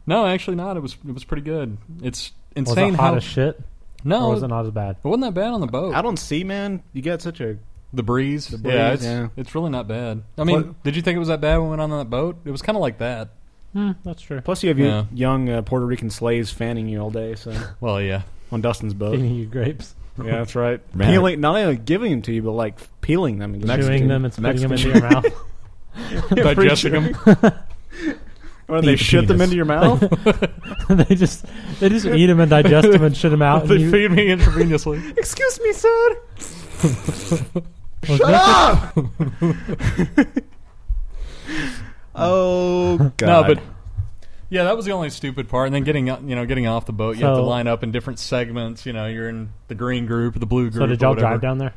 Speaker 8: No, actually not. It was. It was pretty good. It's
Speaker 3: Was
Speaker 8: insane
Speaker 3: it hot
Speaker 8: how.
Speaker 3: as shit?
Speaker 8: no,
Speaker 3: Or was it not as bad?
Speaker 8: it wasn't that bad on the boat.
Speaker 4: Out on sea, man, you got such a.
Speaker 8: The breeze.
Speaker 4: The breeze,
Speaker 8: yeah, it's,
Speaker 4: yeah.
Speaker 8: it's really not bad. I mean,
Speaker 4: What-
Speaker 8: did you think it was that bad when we went on that boat? It was kind of like that.
Speaker 3: Hmm, that's true.
Speaker 4: Plus, you have your
Speaker 8: Yeah.
Speaker 4: young uh, Puerto Rican slaves fanning you all day. So
Speaker 8: Well, yeah.
Speaker 4: on Dustin's boat.
Speaker 3: Eating you grapes,
Speaker 4: Yeah, that's right.
Speaker 5: Man.
Speaker 4: Peeling, not only giving them to you, but like peeling them and just
Speaker 3: chewing them and spitting them into your mouth.
Speaker 8: Digesting them.
Speaker 4: Or they
Speaker 3: Eat the
Speaker 4: shit them
Speaker 3: penis.
Speaker 4: into your mouth.
Speaker 3: they just they just eat them and digest them and shit them out.
Speaker 8: they
Speaker 3: and you-
Speaker 8: feed me intravenously.
Speaker 4: Excuse me, sir.
Speaker 3: Was this-
Speaker 4: Oh
Speaker 8: No,
Speaker 4: God.
Speaker 8: but yeah, that was the only stupid part. And then getting o- you know getting off the boat, you have to
Speaker 3: So-
Speaker 8: line up in different segments. You know, you're in the green group, the blue group.
Speaker 3: so did y'all
Speaker 8: or whatever.
Speaker 3: drive down there?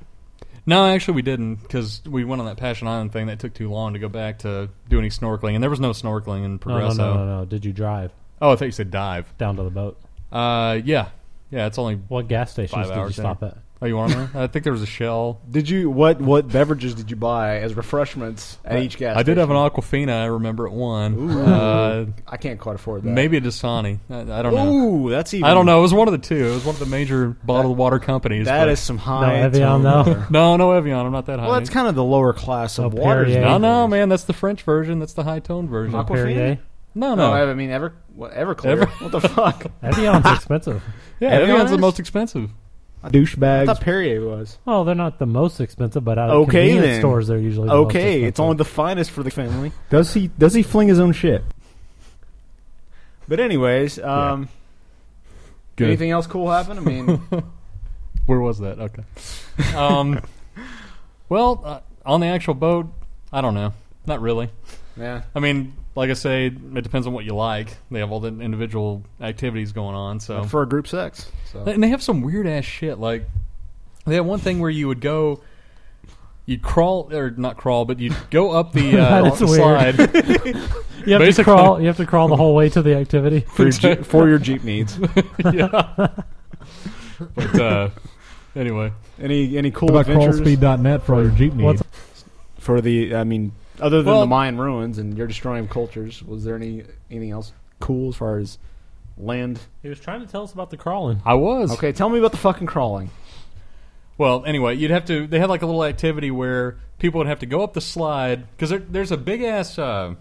Speaker 8: No, actually, we didn't because we went on that Passion Island thing. That took too long to go back to do any snorkeling, and there was no snorkeling
Speaker 3: No, no,
Speaker 8: in Progresso.
Speaker 3: no, no, no. Did you drive
Speaker 8: Oh, I thought you said dive.
Speaker 3: down to the boat?
Speaker 8: Uh, yeah, yeah. It's only.
Speaker 3: What gas stations
Speaker 8: Five
Speaker 3: did you
Speaker 8: hours
Speaker 3: stop at?
Speaker 8: Oh, you want to? I think there was a shell.
Speaker 4: did you what what beverages did you buy as refreshments at each gas?
Speaker 8: I did have an
Speaker 4: station?
Speaker 8: Aquafina. I remember at one. Uh,
Speaker 4: I can't quite afford that.
Speaker 8: maybe a Dasani. I, I don't know.
Speaker 4: Ooh, that's even.
Speaker 8: I don't know. It was one of the two. It was one of the major bottled water companies.
Speaker 4: That
Speaker 8: but-
Speaker 4: is some high.
Speaker 3: Evian,
Speaker 4: tone
Speaker 3: no.
Speaker 4: water.
Speaker 8: No, no Evian. I'm not that high.
Speaker 4: Well, that's kind of the lower class of
Speaker 3: Oh,
Speaker 4: waters.
Speaker 3: Perrier.
Speaker 8: no,
Speaker 4: now.
Speaker 8: no, man. That's the French version. That's the high tone version.
Speaker 5: Oh,
Speaker 4: Aquafina?
Speaker 3: Perrier.
Speaker 8: No,
Speaker 4: No,
Speaker 8: no.
Speaker 4: I mean ever what, Everclear.
Speaker 8: Ever-
Speaker 4: what the fuck?
Speaker 3: Evian's expensive.
Speaker 8: yeah,
Speaker 4: Evian
Speaker 8: Evian's the
Speaker 4: is?
Speaker 8: most expensive.
Speaker 4: I
Speaker 5: Douchebags.
Speaker 4: thought Perrier was.
Speaker 3: Oh, they're not the most expensive, but out of
Speaker 4: Okay,
Speaker 3: convenience
Speaker 4: then.
Speaker 3: stores, they're usually the most
Speaker 4: Okay, it's
Speaker 3: expensive.
Speaker 4: only the finest for the family.
Speaker 5: Does he? Does he fling his own shit?
Speaker 4: But anyways, um,
Speaker 8: Good.
Speaker 4: anything else cool happen? I mean,
Speaker 8: Where was that? Okay. Um, well, uh, on the actual boat, I don't know. Not really.
Speaker 4: yeah.
Speaker 8: I mean, like I say, it depends on what you like. They have all the individual activities going on. So
Speaker 4: for a group sex. So.
Speaker 8: And they have some weird ass shit. Like they had one thing where you would go, you'd crawl or not crawl, but you'd go up the
Speaker 3: That
Speaker 8: uh,
Speaker 3: is weird.
Speaker 8: slide.
Speaker 3: You have
Speaker 8: Basically-
Speaker 3: to crawl. You have to crawl the whole way to the activity.
Speaker 4: For your, Jeep, for your Jeep needs.
Speaker 8: yeah. But uh, anyway,
Speaker 4: Any any cool
Speaker 6: What about
Speaker 4: adventures
Speaker 6: crawlspeed.net for all your Jeep needs?
Speaker 3: What's-
Speaker 4: for the? I mean, other than
Speaker 8: Well-
Speaker 4: the Mayan ruins and you're destroying cultures, was there any anything else cool as far as land?
Speaker 3: He was trying to tell us about the crawling.
Speaker 8: I was
Speaker 4: Okay, tell me about the fucking crawling.
Speaker 8: Well, anyway, you'd have to. They had like a little activity where people would have to go up the slide because there, there's a big ass uh,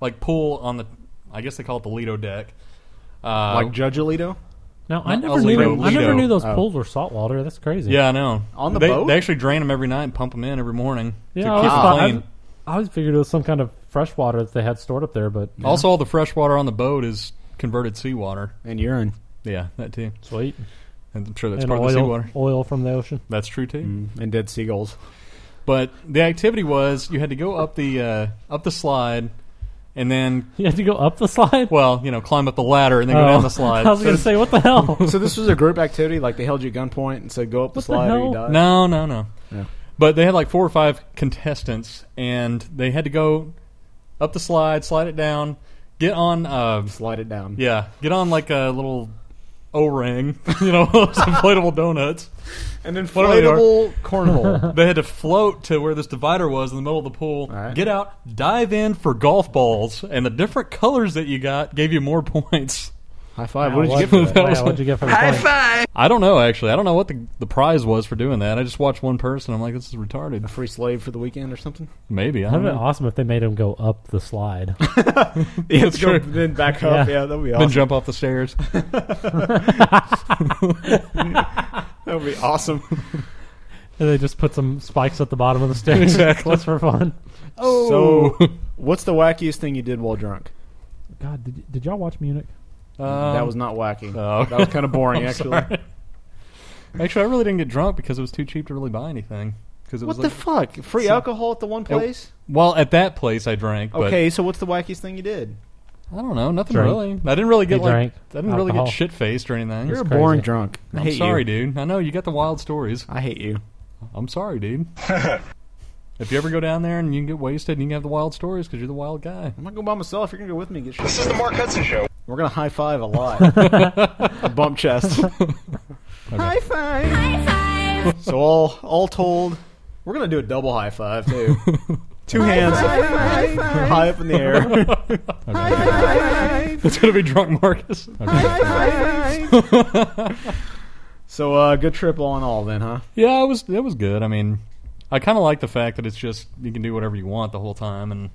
Speaker 8: like pool on the. I guess they call it the Lido deck. Uh,
Speaker 4: Like Judge Alito.
Speaker 3: Now I
Speaker 8: Not
Speaker 3: never knew
Speaker 8: Alito,
Speaker 3: I never
Speaker 8: Lido.
Speaker 3: knew those
Speaker 4: Oh.
Speaker 3: pools were salt water. That's crazy.
Speaker 8: Yeah, I know.
Speaker 4: On the
Speaker 8: they,
Speaker 4: boat?
Speaker 8: they actually drain them every night and pump them in every morning
Speaker 3: Yeah,
Speaker 8: to
Speaker 3: I,
Speaker 8: keep
Speaker 3: always
Speaker 8: them
Speaker 3: thought-
Speaker 8: clean.
Speaker 3: I, I always figured it was some kind of fresh water that they had stored up there, but
Speaker 8: Also, all the fresh water on the boat is converted seawater.
Speaker 4: and urine.
Speaker 8: Yeah, that too.
Speaker 3: sweet
Speaker 8: And I'm sure that's
Speaker 3: and
Speaker 8: part of the
Speaker 3: oil, Mm.
Speaker 8: seawater.
Speaker 3: oil from the ocean.
Speaker 8: That's true too.
Speaker 4: And dead seagulls.
Speaker 8: But the activity was you had to go up the uh, up the slide, and then
Speaker 3: You had to go up the slide.
Speaker 8: well, you know, climb up the ladder and then go
Speaker 3: Oh.
Speaker 8: down the slide.
Speaker 3: I was gonna say what the hell.
Speaker 4: So this was a group activity, like they held you at gunpoint and said, "Go up the
Speaker 3: What the
Speaker 4: slide or
Speaker 3: hell?
Speaker 4: you die."
Speaker 8: No, no, no.
Speaker 4: Yeah.
Speaker 8: But they had like four or five contestants, and they had to go up the slide, slide it down, get on. Uh,
Speaker 4: Slide it down.
Speaker 8: yeah, get on like a little O ring, you know, those inflatable donuts.
Speaker 4: An
Speaker 8: What are they,
Speaker 4: inflatable cornhole.
Speaker 8: They had to float to where this divider was in the middle of the pool,
Speaker 4: right.
Speaker 8: get out, dive in for golf balls, and the different colors that you got gave you more points.
Speaker 4: High five. What did you get
Speaker 8: for
Speaker 4: for
Speaker 8: that?
Speaker 4: that?
Speaker 3: Yeah, what'd you get for the point?
Speaker 8: I don't know actually. I don't know what the the prize was for doing that. I just watched one person. I'm like, this is retarded.
Speaker 4: Free slave for the weekend or something?
Speaker 8: Maybe I
Speaker 3: That'd
Speaker 8: don't
Speaker 3: have been
Speaker 8: know.
Speaker 3: awesome if they made him go up the slide.
Speaker 4: Yeah, let's
Speaker 8: go
Speaker 4: then back
Speaker 3: up.
Speaker 4: up.
Speaker 3: Yeah.
Speaker 4: Yeah, that'd be
Speaker 8: Then
Speaker 4: awesome.
Speaker 8: jump off the stairs.
Speaker 4: That'd be awesome.
Speaker 3: And they just put some spikes at the bottom of the stairs. Exactly. Just for fun.
Speaker 4: Oh. So, what's the wackiest thing you did while drunk?
Speaker 3: God, did, y- did y'all watch Munich?
Speaker 8: Um,
Speaker 4: that was not wacky.
Speaker 8: oh.
Speaker 4: That was kind of boring, actually.
Speaker 8: Actually, I really didn't get drunk because it was too cheap to really buy anything. Because it
Speaker 4: What
Speaker 8: was
Speaker 4: the
Speaker 8: like,
Speaker 4: fuck? Free alcohol at the one place?
Speaker 8: well, at that place I drank. But
Speaker 4: okay, so what's the wackiest thing you did?
Speaker 8: I don't know, nothing
Speaker 3: Drank.
Speaker 8: really. I didn't really get
Speaker 3: He
Speaker 8: like
Speaker 3: drank
Speaker 8: I didn't really get
Speaker 3: alcohol.
Speaker 8: shit faced or anything.
Speaker 4: You're a
Speaker 3: crazy.
Speaker 4: boring drunk. I
Speaker 8: I'm
Speaker 4: hate
Speaker 8: sorry,
Speaker 4: you.
Speaker 8: dude. I know you got the wild stories.
Speaker 4: I hate you.
Speaker 8: I'm sorry, dude. if you ever go down there and you can get wasted and you can have the wild stories because you're the wild guy.
Speaker 4: I'm not going by myself. You're going to go with me and get shit. This is the Mark Hudson Show. We're going to high five a lot. a bump chest. High five. High five. So, all, all told, we're going to do a double high five, too. Two hands high up in the air.
Speaker 8: It's gonna be drunk Marcus.
Speaker 4: So, uh, good trip all in all, then, huh?
Speaker 8: Yeah, it was it was good. I mean, I kind of like the fact that it's just you can do whatever you want the whole time, and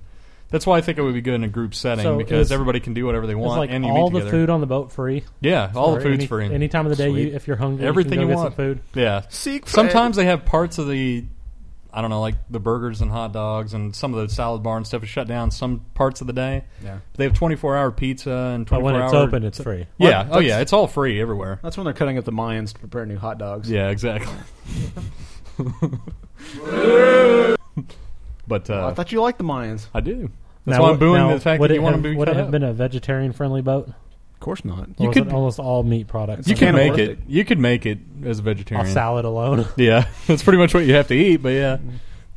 Speaker 8: that's why I think it would be good in a group setting
Speaker 3: So
Speaker 8: because
Speaker 3: is-
Speaker 8: everybody can do whatever they
Speaker 3: It's
Speaker 8: want
Speaker 3: like
Speaker 8: and you
Speaker 3: all
Speaker 8: meet
Speaker 3: the
Speaker 8: together.
Speaker 3: food on the boat free.
Speaker 8: yeah, all the
Speaker 3: Or
Speaker 8: food's
Speaker 3: any,
Speaker 8: free.
Speaker 3: Any time of the day, you,
Speaker 8: Sweet.
Speaker 3: if you're hungry,
Speaker 8: Everything
Speaker 3: you,
Speaker 8: you
Speaker 3: can go
Speaker 8: want.
Speaker 3: get some food.
Speaker 8: yeah.
Speaker 4: Seek
Speaker 8: Sometimes they have parts of the, I don't know, like the burgers and hot dogs and some of the salad bar and stuff is shut down some parts of the day.
Speaker 4: Yeah.
Speaker 8: They have 24 hour pizza and 24
Speaker 3: But when it's
Speaker 8: hour-
Speaker 3: open, it's free.
Speaker 8: Yeah.
Speaker 4: Well,
Speaker 8: Oh, yeah. It's all free everywhere.
Speaker 4: That's when they're cutting up the Mayans to prepare new hot dogs.
Speaker 8: Yeah, exactly. but
Speaker 4: Oh, I
Speaker 8: uh,
Speaker 4: thought you liked the Mayans.
Speaker 8: I do. That's
Speaker 3: Now,
Speaker 8: why I'm booing
Speaker 3: now,
Speaker 8: the fact
Speaker 3: would
Speaker 8: that
Speaker 3: it
Speaker 8: you want
Speaker 3: have-
Speaker 8: to be
Speaker 3: Would it
Speaker 8: cut
Speaker 3: have
Speaker 8: up.
Speaker 3: been a vegetarian-friendly boat?
Speaker 4: Of course not.
Speaker 3: You
Speaker 8: could-
Speaker 3: almost all meat products.
Speaker 8: You
Speaker 4: It's a
Speaker 8: can
Speaker 4: can of
Speaker 8: make
Speaker 4: worms.
Speaker 8: it. You could make it as a
Speaker 3: a
Speaker 8: vegetarian.
Speaker 3: salad alone.
Speaker 8: Yeah, that's pretty much what you have to eat. But yeah,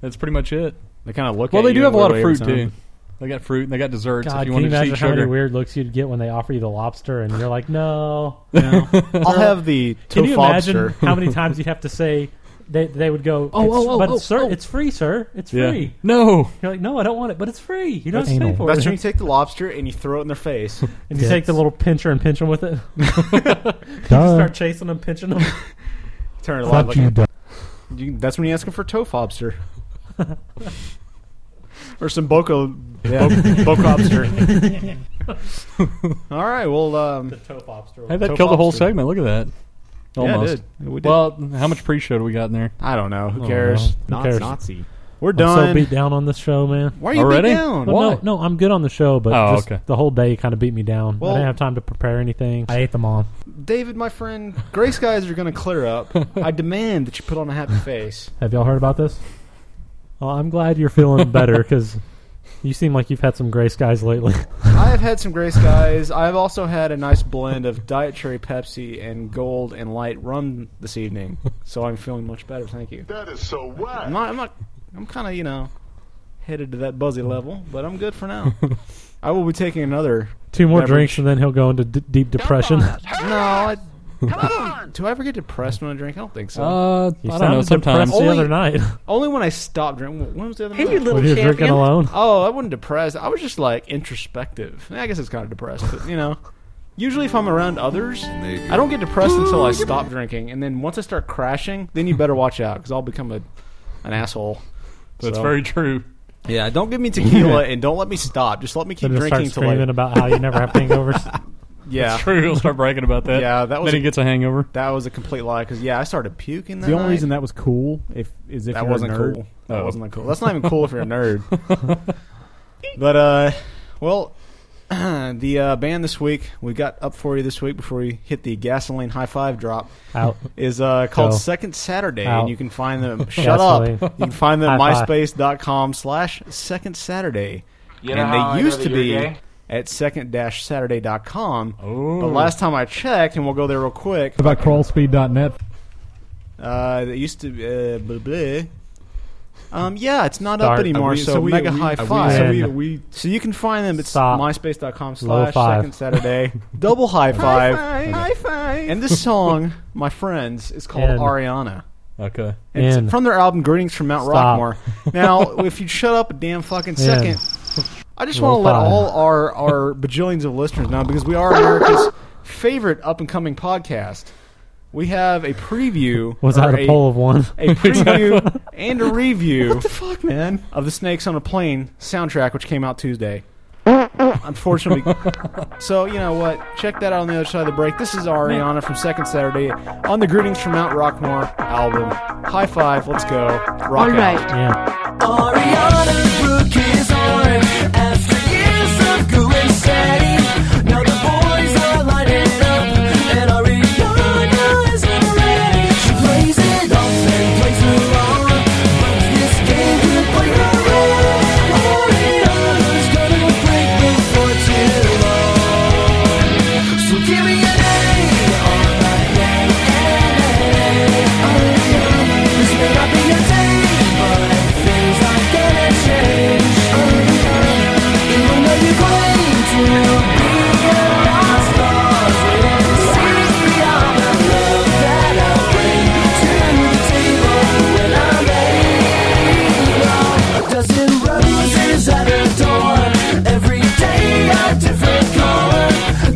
Speaker 8: that's pretty much it.
Speaker 4: They kind of look.
Speaker 8: Well,
Speaker 4: at
Speaker 8: they do
Speaker 4: you
Speaker 8: have a lot of
Speaker 4: every
Speaker 8: fruit
Speaker 4: time.
Speaker 8: too. They got fruit and they got desserts
Speaker 3: God,
Speaker 8: if
Speaker 3: can
Speaker 8: you want
Speaker 3: you
Speaker 8: to just
Speaker 3: imagine
Speaker 8: eat
Speaker 3: how many
Speaker 8: sugar.
Speaker 3: weird looks you'd get when they offer you the lobster and you're like, no.
Speaker 4: I'll have the
Speaker 3: Can you imagine
Speaker 4: tofobster.
Speaker 3: how many times you'd have to say they they would go? Oh, oh, oh, but sir, it's free, sir. It's
Speaker 8: Yeah.
Speaker 3: free.
Speaker 8: No.
Speaker 3: You're like, no, I don't want it, but it's free. You don't have to pay
Speaker 6: anal.
Speaker 3: for
Speaker 4: That's
Speaker 3: it.
Speaker 4: when you take the lobster and you throw it in their face.
Speaker 3: and you take the little pincher and pinch them with it.
Speaker 6: Duh.
Speaker 3: Start chasing them, pinching them.
Speaker 4: Turn it
Speaker 6: Fuck
Speaker 4: alive.
Speaker 6: you,
Speaker 4: Like,
Speaker 6: duh.
Speaker 4: you, that's when you ask them for tofobster. or some boco, yeah. bocobster. All right, well, um,
Speaker 8: Hey, that
Speaker 4: Toe
Speaker 8: killed the whole
Speaker 4: lobster.
Speaker 8: segment. Look at that.
Speaker 4: yeah, I
Speaker 8: Almost.
Speaker 4: did. We did.
Speaker 8: Well, how much pre-show do we got in there?
Speaker 4: I don't know. Who
Speaker 3: don't
Speaker 4: cares?
Speaker 3: know. Who cares?
Speaker 5: Nazi.
Speaker 4: We're
Speaker 3: I'm
Speaker 4: done.
Speaker 3: so beat down on this show, man.
Speaker 4: Why are you
Speaker 8: Already?
Speaker 4: beat down?
Speaker 8: Well,
Speaker 3: But
Speaker 8: Why?
Speaker 3: No, no, I'm good on the show, but
Speaker 8: Oh,
Speaker 3: just
Speaker 8: okay.
Speaker 3: the whole day kind of beat me down. I
Speaker 4: Well-
Speaker 3: didn't have time to prepare anything. I ate them all.
Speaker 4: David, my friend, gray skies are going to clear up. I demand that you put on a happy face.
Speaker 3: Have y'all heard about this? Well, I'm glad you're feeling better because you seem like you've had some gray skies lately.
Speaker 4: I have had some gray skies. I have also had a nice blend of Diet Cherry Pepsi and Gold and Light Rum this evening, so I'm feeling much better. Thank you. That is so wet. I'm not. I'm, not, I'm kind of you know headed to that buzzy level, but I'm good for now. I will be taking another.
Speaker 3: Two more
Speaker 4: Beverage.
Speaker 3: drinks and then he'll go into d- deep depression.
Speaker 4: No, I, I don't, do I ever get depressed when I drink? I don't think so.
Speaker 8: Uh,
Speaker 3: You
Speaker 8: I don't know.
Speaker 3: sounded depressed
Speaker 8: Sometimes.
Speaker 3: the
Speaker 4: Only-
Speaker 3: other night
Speaker 4: Only when I stop drinking. When was the other night?
Speaker 3: when you're drinking alone.
Speaker 4: Oh, I wasn't depressed. I was just like introspective. I guess it's kind of depressed, but you know. Usually, if I'm around others, I don't get depressed until I stop drinking, and then once I start crashing, then you better watch out because I'll become a an asshole.
Speaker 8: That's
Speaker 4: So-
Speaker 8: very true.
Speaker 4: Yeah, don't give me tequila and don't let me stop. Just let me keep
Speaker 3: Then just
Speaker 4: drinking
Speaker 3: start
Speaker 4: till I.
Speaker 3: screaming about how you never have hangovers.
Speaker 4: Yeah.
Speaker 8: It's true. He'll start bragging about that.
Speaker 4: Yeah, that was-
Speaker 8: Then he gets a hangover.
Speaker 4: That was a complete lie because yeah, I started puking. That
Speaker 10: The only
Speaker 4: night.
Speaker 10: reason that was cool if is if
Speaker 4: that
Speaker 10: you're
Speaker 4: wasn't
Speaker 10: a nerd.
Speaker 4: cool. That
Speaker 8: Oh.
Speaker 4: wasn't that cool. That's not even cool if you're a nerd. but uh, well, the uh, band this week we got up for you this week before we hit the gasoline high five drop
Speaker 3: Out.
Speaker 4: is uh, called
Speaker 3: Go.
Speaker 4: Second Saturday,
Speaker 3: Out.
Speaker 4: and you can find them. shut up.
Speaker 3: Gasoline.
Speaker 4: You can find them at
Speaker 3: High five.
Speaker 4: myspace.com slash Second Saturday,
Speaker 9: You know
Speaker 4: and
Speaker 9: how I
Speaker 4: they
Speaker 9: know
Speaker 4: used
Speaker 9: that
Speaker 4: to
Speaker 9: you're
Speaker 4: be.
Speaker 9: gay?
Speaker 4: At second-saturday.com,
Speaker 8: Oh.
Speaker 4: but last time I checked, and we'll go there real quick.
Speaker 10: What about crawlspeed.net?
Speaker 4: Uh, it used to uh, blah, blah. Um, yeah, it's not up
Speaker 3: Start.
Speaker 4: anymore.
Speaker 10: Are we-
Speaker 4: so,
Speaker 10: so we-
Speaker 4: mega
Speaker 10: are we-
Speaker 4: high
Speaker 10: are we-
Speaker 4: five.
Speaker 10: so
Speaker 3: we- are
Speaker 4: we, so you can find them. It's
Speaker 3: Stop.
Speaker 4: myspace.com
Speaker 3: Low
Speaker 4: slash
Speaker 3: five.
Speaker 4: second Saturday. Double high five. High five. And this song, my friends, is called
Speaker 3: End.
Speaker 4: Ariana.
Speaker 8: Okay.
Speaker 4: And it's
Speaker 3: End.
Speaker 4: from their album Greetings from Mount
Speaker 3: Stop.
Speaker 4: Rockmore. Now, if you'd shut up a damn fucking second,
Speaker 3: End.
Speaker 4: I just
Speaker 3: Low
Speaker 4: want to let
Speaker 3: five.
Speaker 4: all our, our bajillions of listeners know because we are America's favorite up and coming podcast. We have a preview.
Speaker 3: Was
Speaker 4: or
Speaker 3: that a poll of one?
Speaker 4: a preview and a review. What the fuck, man? Of the Snakes on a Plane soundtrack, which came out Tuesday. Unfortunately, so you know what? Check that out on the other side of the break. This is Ariana from Second Saturday on the Greetings from Mount Rockmore album. High five! Let's go! Rock
Speaker 11: All
Speaker 4: out.
Speaker 11: right.
Speaker 3: Yeah.
Speaker 9: Ariana's rookies on after years of going steady. Now the boys are lighting up, and Ariana isn't ready. She plays it off and plays it wrong, but this game could play her wrong. Ariana's gonna break before too long. So give me an A. alright, yeah, Ariana, this may not be your day, but things are gonna change. Even though you claim to be a lost cause, wait and see all the love that I bring to the table when I'm ready. A dozen roses at her door, every day a different color.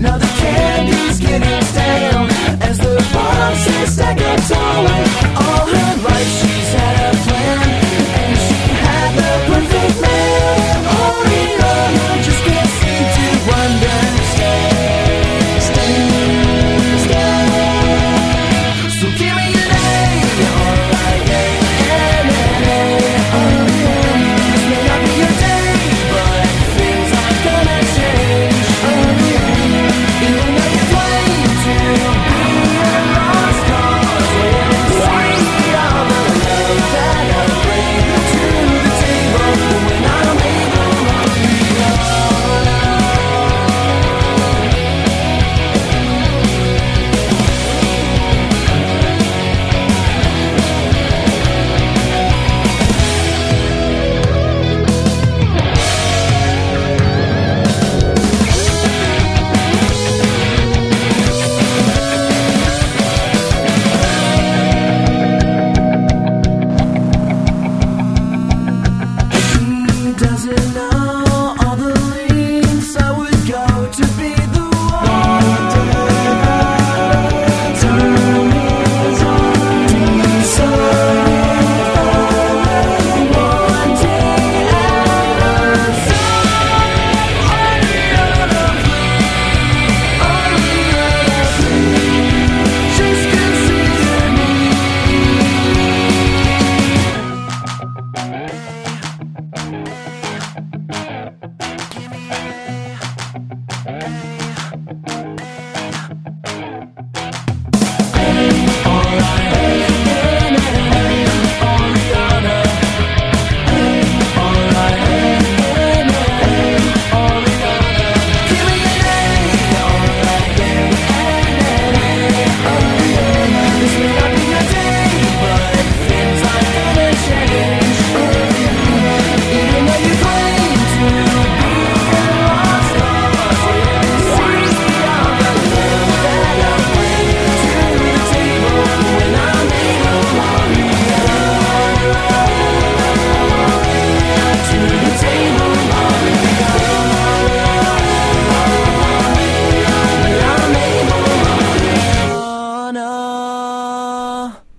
Speaker 9: Now the candy's getting stale as the boxes stack up taller. All her life she's had a plan, and she had the perfect man. Oriana just can't seem to understand. Stand, stand. So give me an A, alright, A, N, N, A, N. This may not be your day, but things are gonna change. Even though you claim to be a lost cause, when you see all the love that I bring to the table when I'm able to doesn't know all the links I would go to be the one. Turn it on, deserve one day at a time. Just consider me.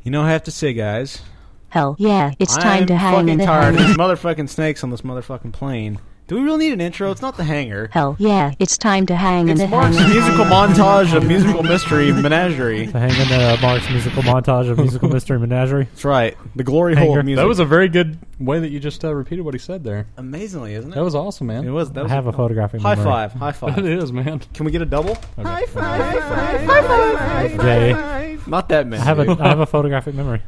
Speaker 4: You know, I have to say, guys,
Speaker 11: Hell yeah, it's
Speaker 4: I'm
Speaker 11: time to hang
Speaker 4: fucking
Speaker 11: in the
Speaker 4: tired of
Speaker 11: hang.
Speaker 4: these motherfucking snakes on this motherfucking plane, Do we really need an intro? It's not the hanger.
Speaker 11: Hell yeah, it's time to hang in
Speaker 4: It's
Speaker 11: the
Speaker 4: Mark's
Speaker 11: hangar.
Speaker 4: musical montage of musical mystery menagerie.
Speaker 3: To hang in the Mark's musical montage of musical mystery menagerie.
Speaker 4: That's right. The glory hole of music.
Speaker 8: That was a very good way that you just uh, repeated what he said there.
Speaker 4: Amazingly, isn't it?
Speaker 8: That was awesome, man.
Speaker 4: It was. That
Speaker 8: I
Speaker 4: was
Speaker 8: have a photographic
Speaker 4: High
Speaker 8: memory.
Speaker 4: five. High five.
Speaker 8: It is, man.
Speaker 4: Can we get a double?
Speaker 8: High
Speaker 4: five.
Speaker 3: Jay.
Speaker 4: Not that
Speaker 3: I
Speaker 4: many.
Speaker 3: have a I have a photographic memory.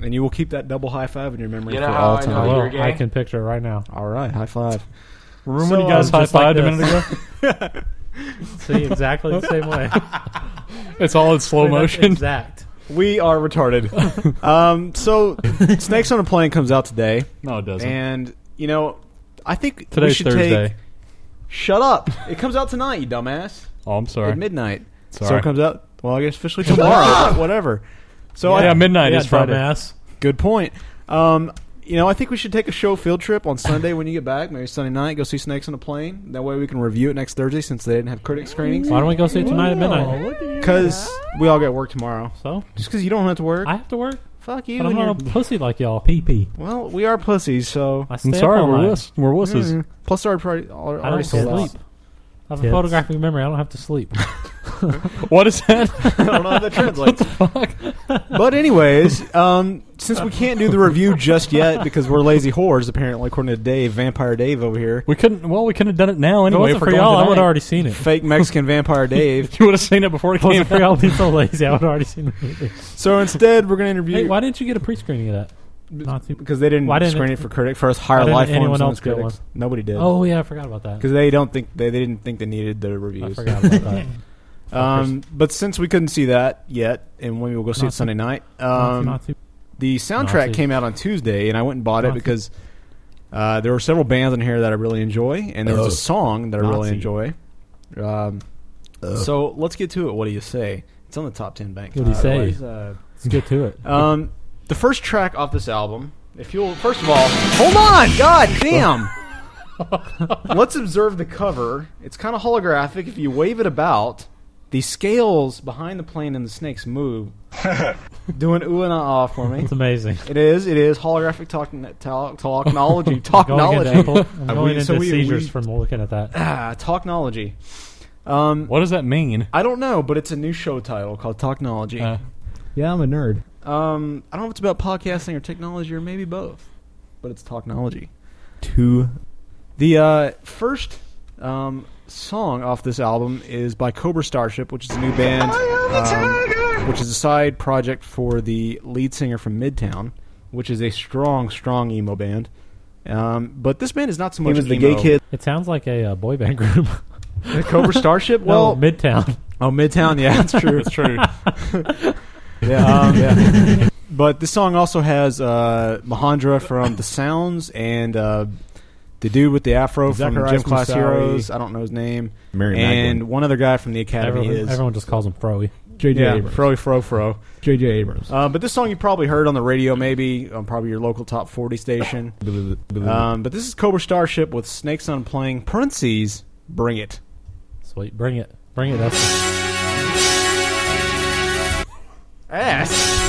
Speaker 4: and you will keep that double high five in your memory
Speaker 3: You know
Speaker 4: for
Speaker 3: how
Speaker 4: all
Speaker 3: I know
Speaker 4: time.
Speaker 3: Oh, you're Well, gay? I can picture it right now.
Speaker 4: All right, high five.
Speaker 3: Remember when
Speaker 8: uh,
Speaker 3: you guys
Speaker 4: just
Speaker 3: high-fived a
Speaker 4: this.
Speaker 3: minute ago? See, exactly the same way.
Speaker 8: It's all in slow
Speaker 3: Pretty much
Speaker 8: motion.
Speaker 3: Exact.
Speaker 4: We are retarded. um, so, Snakes on a Plane comes out today.
Speaker 8: No, it doesn't.
Speaker 4: And you know, I think we
Speaker 8: Today's
Speaker 4: should
Speaker 8: Thursday.
Speaker 4: Take, shut up! It comes out tonight, you dumbass.
Speaker 8: Oh, I'm sorry.
Speaker 4: At midnight. So
Speaker 8: Sorry.
Speaker 4: it comes out. Well, I guess officially tomorrow. but whatever. So
Speaker 8: Yeah,
Speaker 4: I,
Speaker 8: yeah, midnight Yeah, is Friday. dumbass.
Speaker 4: Good point. Um, you know, I think we should take a show field trip on Sunday when you get back, maybe Sunday night. Go see Snakes on a Plane. That way we can review it next Thursday since they didn't have critic screenings.
Speaker 3: Why don't we go see it tonight at midnight?
Speaker 4: Because we all get work tomorrow.
Speaker 3: So
Speaker 4: just because you don't have to work,
Speaker 3: I have to work.
Speaker 4: Fuck you
Speaker 3: But I'm
Speaker 4: and
Speaker 3: not a
Speaker 4: your-
Speaker 3: pussy like y'all. Pee pee.
Speaker 4: Well, we are pussies, so I
Speaker 3: stay up sorry, all we're night. wuss-
Speaker 8: we're wusses.
Speaker 4: Mm. Plus, our priority already
Speaker 3: I don't
Speaker 4: sold out.
Speaker 3: sleep. I have a
Speaker 4: Tits.
Speaker 3: photographic memory. I don't have to sleep.
Speaker 8: what is that?
Speaker 4: I don't know how that translates. But anyways, um, since we can't do the review just yet because we're lazy whores, apparently, according to Dave, Vampire Dave over here.
Speaker 8: We couldn't. Well, we couldn't have done it now
Speaker 4: If it
Speaker 8: anyway.
Speaker 4: wasn't
Speaker 8: if we're
Speaker 4: for
Speaker 8: going
Speaker 4: y'all, I
Speaker 8: tonight.
Speaker 4: would've already seen it. Fake Mexican Vampire Dave.
Speaker 8: you would have seen it before it
Speaker 3: If it
Speaker 8: came
Speaker 3: wasn't for y'all
Speaker 8: out.
Speaker 3: being so lazy, I would have already seen the movie.
Speaker 4: So instead, we're going to interview.
Speaker 3: Hey, why didn't you get a pre-screening of that? Nazi-
Speaker 4: because they didn't,
Speaker 3: Why didn't
Speaker 4: screen
Speaker 3: it-
Speaker 4: it for critic for us
Speaker 3: why
Speaker 4: higher
Speaker 3: didn't
Speaker 4: life forms
Speaker 3: anyone
Speaker 4: than
Speaker 3: else
Speaker 4: us
Speaker 3: get
Speaker 4: critics.
Speaker 3: one?
Speaker 4: Nobody did.
Speaker 3: Oh yeah, I forgot about that.
Speaker 4: because they don't think they, they didn't think they needed the reviews.
Speaker 3: I forgot about that.
Speaker 4: um, but since we couldn't see that yet, and when we will go see it
Speaker 3: Nazi.
Speaker 4: Sunday night, um,
Speaker 3: Nazi, Nazi.
Speaker 4: the soundtrack
Speaker 3: Nazi.
Speaker 4: came out on Tuesday, and I went and bought it
Speaker 3: Nazi.
Speaker 4: because uh, there were several bands in here that I really enjoy, and there was
Speaker 3: Ugh.
Speaker 4: a song that I really
Speaker 3: Nazi.
Speaker 4: enjoy. Um, so let's get to it. What do you say? It's on the top ten bank.
Speaker 3: What do you
Speaker 4: Uh,
Speaker 3: say?
Speaker 4: is, uh,
Speaker 3: Let's get to it.
Speaker 4: um, the first track off this album, if you'll, first of all, hold on, god damn. Let's observe the cover. It's kind of holographic. If you wave it about, the scales behind the plane and the snakes move, doing ooh and ah ah for me.
Speaker 3: It's amazing.
Speaker 4: It is. It is holographic talk, talk, talknology. Talknology.
Speaker 3: I'm going into, I'm
Speaker 4: Uh, we-
Speaker 3: going into
Speaker 4: so we-
Speaker 3: seizures
Speaker 4: we-
Speaker 3: from looking at that.
Speaker 4: Ah, Talknology. Um,
Speaker 8: what does that mean? Uh,
Speaker 4: I don't know, but it's a new show title called
Speaker 12: Uh,
Speaker 4: Talknology.
Speaker 3: Uh,
Speaker 10: Yeah, I'm a nerd.
Speaker 4: Um, I don't know if it's about podcasting or technology or maybe both, but it's Talknology.
Speaker 10: Two.
Speaker 4: The uh, first um, song off this album is by Cobra Starship, which is a new band, um, which is a side project for the lead singer from Midtown, which is a strong, strong emo band. Um, but this band is not so much. emo.
Speaker 3: It sounds like a uh, boy band group.
Speaker 4: The Cobra Starship?
Speaker 3: No,
Speaker 4: Well,
Speaker 3: Midtown.
Speaker 4: Oh, Midtown. Yeah, that's true.
Speaker 3: That's true.
Speaker 4: yeah, um, yeah. But this song also has uh, Mahendra from The Sounds and uh, the dude with the afro from
Speaker 10: Zacharias
Speaker 4: Gym Class
Speaker 10: Moussaoui.
Speaker 4: Heroes. I don't know his name.
Speaker 10: Mary
Speaker 4: and
Speaker 10: Magdalene.
Speaker 4: one other guy from the Academy
Speaker 3: Everyone,
Speaker 4: is
Speaker 3: everyone just calls him Froey.
Speaker 10: J.J.
Speaker 4: Yeah,
Speaker 10: Abrams.
Speaker 4: Fro Fro Fro.
Speaker 10: J.J. Abrams.
Speaker 4: Uh, but this song you probably heard on the radio, maybe on probably your local top forty station.
Speaker 8: uh,
Speaker 4: um, but this is Cobra Starship with Snakes on playing Prince's "Bring It."
Speaker 3: Sweet, bring it, bring it. That's
Speaker 4: Ass.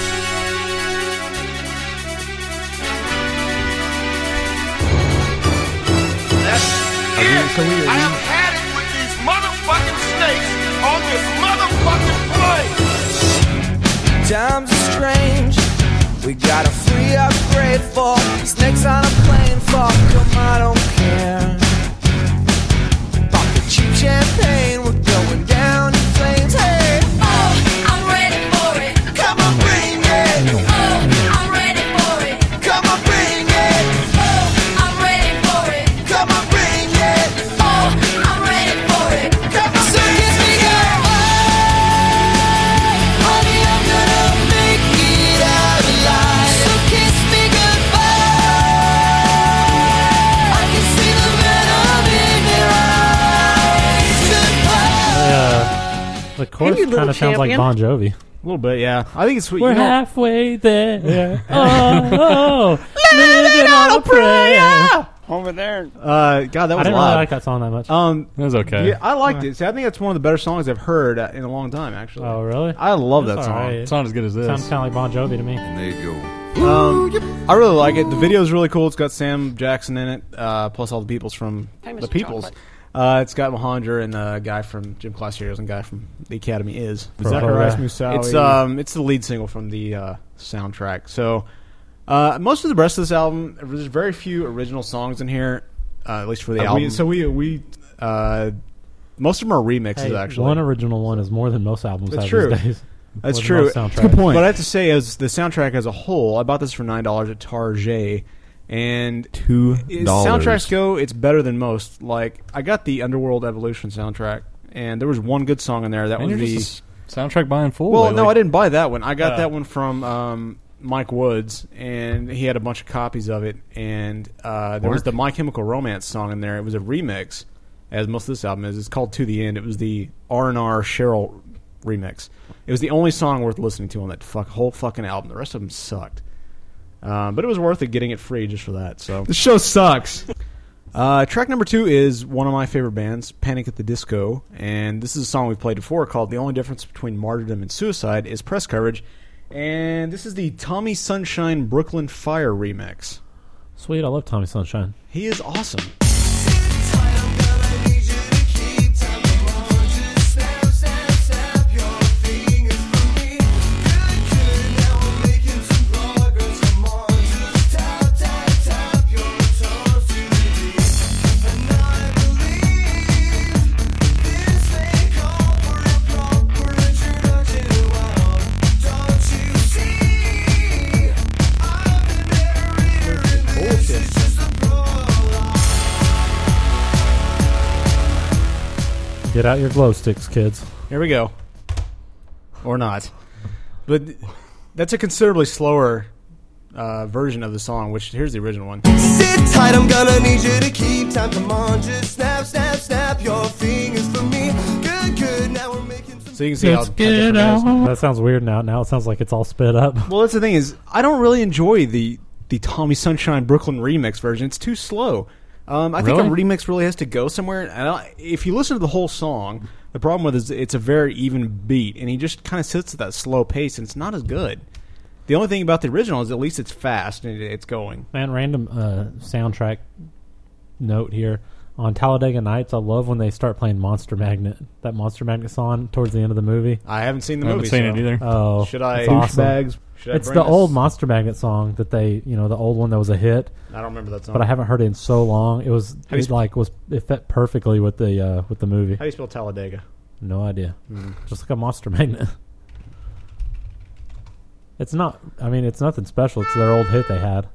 Speaker 9: so weird. I have had it with these motherfucking snakes on this motherfucking plane.
Speaker 12: Times are strange. We gotta free up grade for snakes on a plane. Fuck 'em, I don't care. Fuck the cheap champagne. We're going down in flames. Hey, oh, I'm ready for it. Come on, bring it. Oh, I'm ready for it. Come on, bring it. Oh, I'm ready for it. Come on, bring it. Oh, I'm ready for it. Come on, so kiss me, girl. Honey, I'm gonna make it out alive. So kiss me goodbye. I can see the venom in your eyes. Goodbye.
Speaker 3: uh, the chorus
Speaker 12: Hey, you
Speaker 3: kind
Speaker 12: little
Speaker 3: of sounds like
Speaker 12: champion.
Speaker 3: Bon Jovi.
Speaker 4: A little bit, yeah. I think it's sweet.
Speaker 3: We're
Speaker 4: You know-
Speaker 3: halfway there. Oh, oh living on a prayer.
Speaker 4: Over there. Uh, God, that
Speaker 3: I
Speaker 4: was
Speaker 3: didn't
Speaker 4: loud.
Speaker 3: really like that song that much.
Speaker 4: Um,
Speaker 8: That was okay.
Speaker 4: Yeah, I liked it. See, I think that's one of the better songs I've heard uh, in a long time, actually. Oh,
Speaker 3: really?
Speaker 4: I love that
Speaker 3: That's
Speaker 4: song.
Speaker 3: alright. It's not as good as this. Sounds kinda like Bon Jovi to me. And
Speaker 4: Um, I really like it. The video's really cool. It's got Sam Jackson in it, uh, plus all the peoples from
Speaker 13: Hey,
Speaker 4: the
Speaker 13: Mr.
Speaker 4: peoples.
Speaker 13: Chocolate.
Speaker 4: Uh, it's got Mahendra and a guy from Gym Class Heroes and guy from the Academy is
Speaker 10: Zacharias Moussaoui.
Speaker 4: It's um, it's the lead single from the uh, soundtrack. So uh, most of the rest of this album, there's very few original songs in here, uh, at least for the
Speaker 10: Uh, we-
Speaker 4: album.
Speaker 10: so
Speaker 4: we we uh, most of them are remixes
Speaker 3: Hey,
Speaker 4: actually.
Speaker 3: One original one is more than most albums
Speaker 4: That's
Speaker 3: have
Speaker 4: true.
Speaker 3: these days.
Speaker 4: That's
Speaker 3: Or the
Speaker 4: true.
Speaker 3: most soundtracks.
Speaker 4: But I have to say, as the soundtrack as a whole, I bought this for nine dollars at Target, and
Speaker 10: Two
Speaker 4: as
Speaker 10: dollars.
Speaker 4: Soundtracks go, it's better than most. Like I got the Underworld Evolution soundtrack, and there was one good song in there. That
Speaker 8: Man,
Speaker 4: was
Speaker 8: you're
Speaker 4: the
Speaker 8: just a s- soundtrack buying fool.
Speaker 4: Well,
Speaker 8: lately.
Speaker 4: no, I didn't buy that one. I got
Speaker 8: Uh.
Speaker 4: that one from um, Mike Woods, and he had a bunch of copies of it. And uh, there was
Speaker 8: Work.
Speaker 4: the My Chemical Romance song in there. It was a remix, as most of this album is. It's called "To the End." It was the R and R Cheryl remix. It was the only song worth listening to on that fuck whole fucking album. The rest of them sucked, um, but it was worth it getting it free just for that. So
Speaker 10: The show sucks.
Speaker 4: uh, track number two is one of my favorite bands, Panic at the Disco, and this is a song we've played before called "The Only Difference Between Martyrdom and Suicide Is Press Coverage," and this is the Tommy Sunshine Brooklyn Fire remix.
Speaker 3: Sweet, I love Tommy Sunshine.
Speaker 4: He is awesome.
Speaker 3: Get out your glow sticks, kids.
Speaker 4: Here we go, or not, but that's a considerably slower uh, version of the song. Which here's the original one.
Speaker 9: Sit tight, I'm gonna need you to keep time. Come on, just snap, snap, snap your fingers for me. Good, good, now we're making.
Speaker 4: So you can see how, how different it is.
Speaker 3: That sounds weird now. Now it sounds like it's all sped up.
Speaker 4: Well, that's the thing is, I don't really enjoy the the Tommy Sunshine Brooklyn remix version. It's too slow. Um, I think a
Speaker 3: Really?
Speaker 4: remix really has to go somewhere. And I, if you listen to the whole song, the problem with it is it's a very even beat, and he just kind of sits at that slow pace, and it's not as good. The only thing about the original is at least it's fast and it, it's going.
Speaker 3: Man, random uh, soundtrack note here. On Talladega Nights, I love when they start playing Monster Magnet. That Monster Magnet song towards the end of the movie.
Speaker 4: I haven't seen the I haven't movie,
Speaker 8: seen so- it either.
Speaker 12: Uh,
Speaker 3: Oh,
Speaker 4: Should I-
Speaker 3: It's awesome.
Speaker 4: Douchebags. Should I
Speaker 3: it's
Speaker 4: bring
Speaker 3: the
Speaker 4: this?
Speaker 3: old Monster Magnet song that they, you know, the old one that was a hit.
Speaker 4: I don't remember that song.
Speaker 3: but I haven't heard it in so long. It was
Speaker 4: Have you
Speaker 3: it
Speaker 4: sp-
Speaker 3: like was it fit perfectly with the uh, with the movie.
Speaker 4: How do you spell Talladega?
Speaker 3: No idea.
Speaker 4: Hmm.
Speaker 3: Just like a Monster Magnet. It's not. I mean, it's nothing special. It's their old hit they had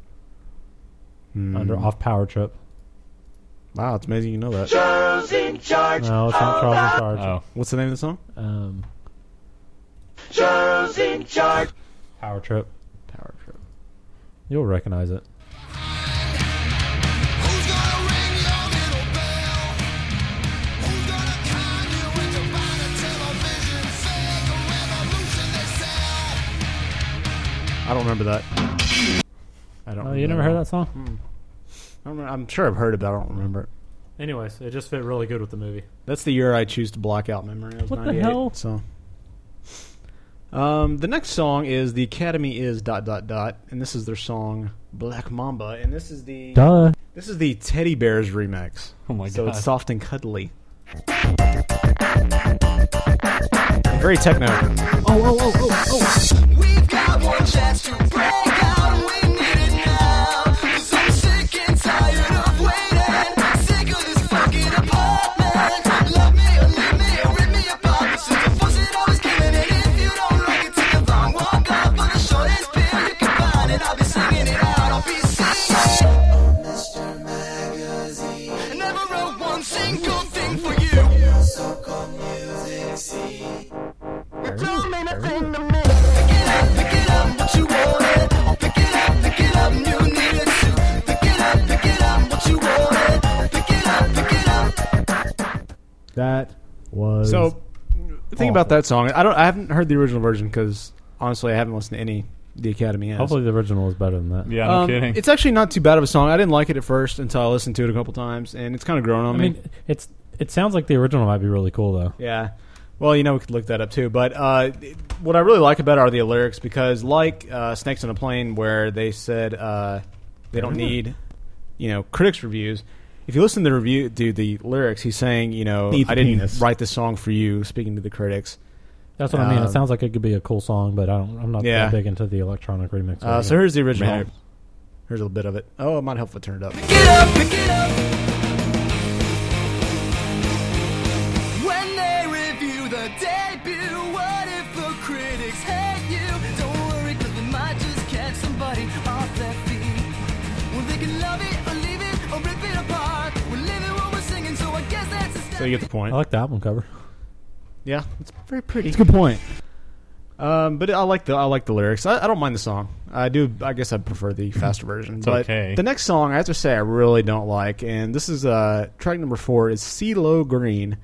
Speaker 3: under off Power Trip.
Speaker 4: Wow, it's amazing you know that.
Speaker 9: Charles in charge.
Speaker 3: No, it's not Charles in Charge.
Speaker 4: What's the name of the song?
Speaker 3: Um,
Speaker 9: Charles in charge.
Speaker 3: Power Trip.
Speaker 4: Power Trip.
Speaker 3: You'll recognize it.
Speaker 4: I don't remember that. I don't.
Speaker 3: Oh, you never heard that song?
Speaker 4: I don't remember, I'm sure I've heard it, but I don't remember it.
Speaker 3: Anyways, it just fit really good with the movie.
Speaker 4: That's the year I choose to block out memory. I was
Speaker 3: What the
Speaker 4: 98,
Speaker 3: hell?
Speaker 4: So, um, the next song is the Academy is dot dot dot, and this is their song Black Mamba, and this is the
Speaker 3: Duh.
Speaker 4: this is the Teddy Bears remix.
Speaker 8: Oh my
Speaker 4: So
Speaker 8: God.
Speaker 4: it's soft and cuddly. Very techno.
Speaker 9: Oh, oh, oh, oh, oh. We've got one chance to break out. We need it now. 'Cause I'm sick and tired of waiting. Sick of this fucking apartment. Love me or leave me or rip me apart. This is the force that always giving it. If you don't like it, take a long walk up on the shortest pill you can find. And I'll be singing it out. I'll be singing. I never wrote one single thing for you. So-called music scene. Tell me nothing to me. Pick it up, pick it up, what you wanted. I'll pick it up, pick it up, you need it too. Pick it up, pick it up, what you wanted. Pick it up, pick it up.
Speaker 10: That was
Speaker 4: So, the thing about that song, I don't, I haven't heard the original version because honestly, I haven't listened to any the Academy. Has.
Speaker 3: Hopefully, the original is better than that.
Speaker 8: Yeah, no
Speaker 4: Um,
Speaker 8: kidding.
Speaker 4: It's actually not too bad of a song. I didn't like it at first until I listened to it a couple times, and it's kind of grown on
Speaker 3: I
Speaker 4: me.
Speaker 3: mean, it's it sounds like the original might be really cool though.
Speaker 4: Yeah. Well, you know, we could look that up too. But uh, what I really like about it are the lyrics because, like uh, Snakes on a Plane, where they said uh, they don't need, you know, critics' reviews. If you listen to the review, do the lyrics, he's saying, you know,
Speaker 3: Eat the
Speaker 4: I didn't
Speaker 3: penis.
Speaker 4: write this song for you, speaking to the critics.
Speaker 3: That's what I mean.
Speaker 4: Um,
Speaker 3: It sounds like it could be a cool song, but I don't, I'm not
Speaker 4: Yeah.
Speaker 3: that big into the electronic remix.
Speaker 4: Uh, so here's the original. Here's a little bit of it. Oh, it might help if I turn it up.
Speaker 9: When they review the debut, what if the critics hate you? Don't worry, cause they might just catch somebody off their feet. Well, they can love it or leave it or rip it apart. We're living what we're singing, so I guess that's a step.
Speaker 4: So you get the point.
Speaker 3: I like the album cover.
Speaker 4: Yeah, it's very pretty.
Speaker 10: Oh. It's a good point.
Speaker 4: Um, but I like the I like the lyrics. I, I don't mind the song. I do. I guess I prefer the faster version.
Speaker 8: It's
Speaker 4: but
Speaker 8: okay.
Speaker 4: The next song I have to say I really don't like, and this is uh track number four is CeeLo Green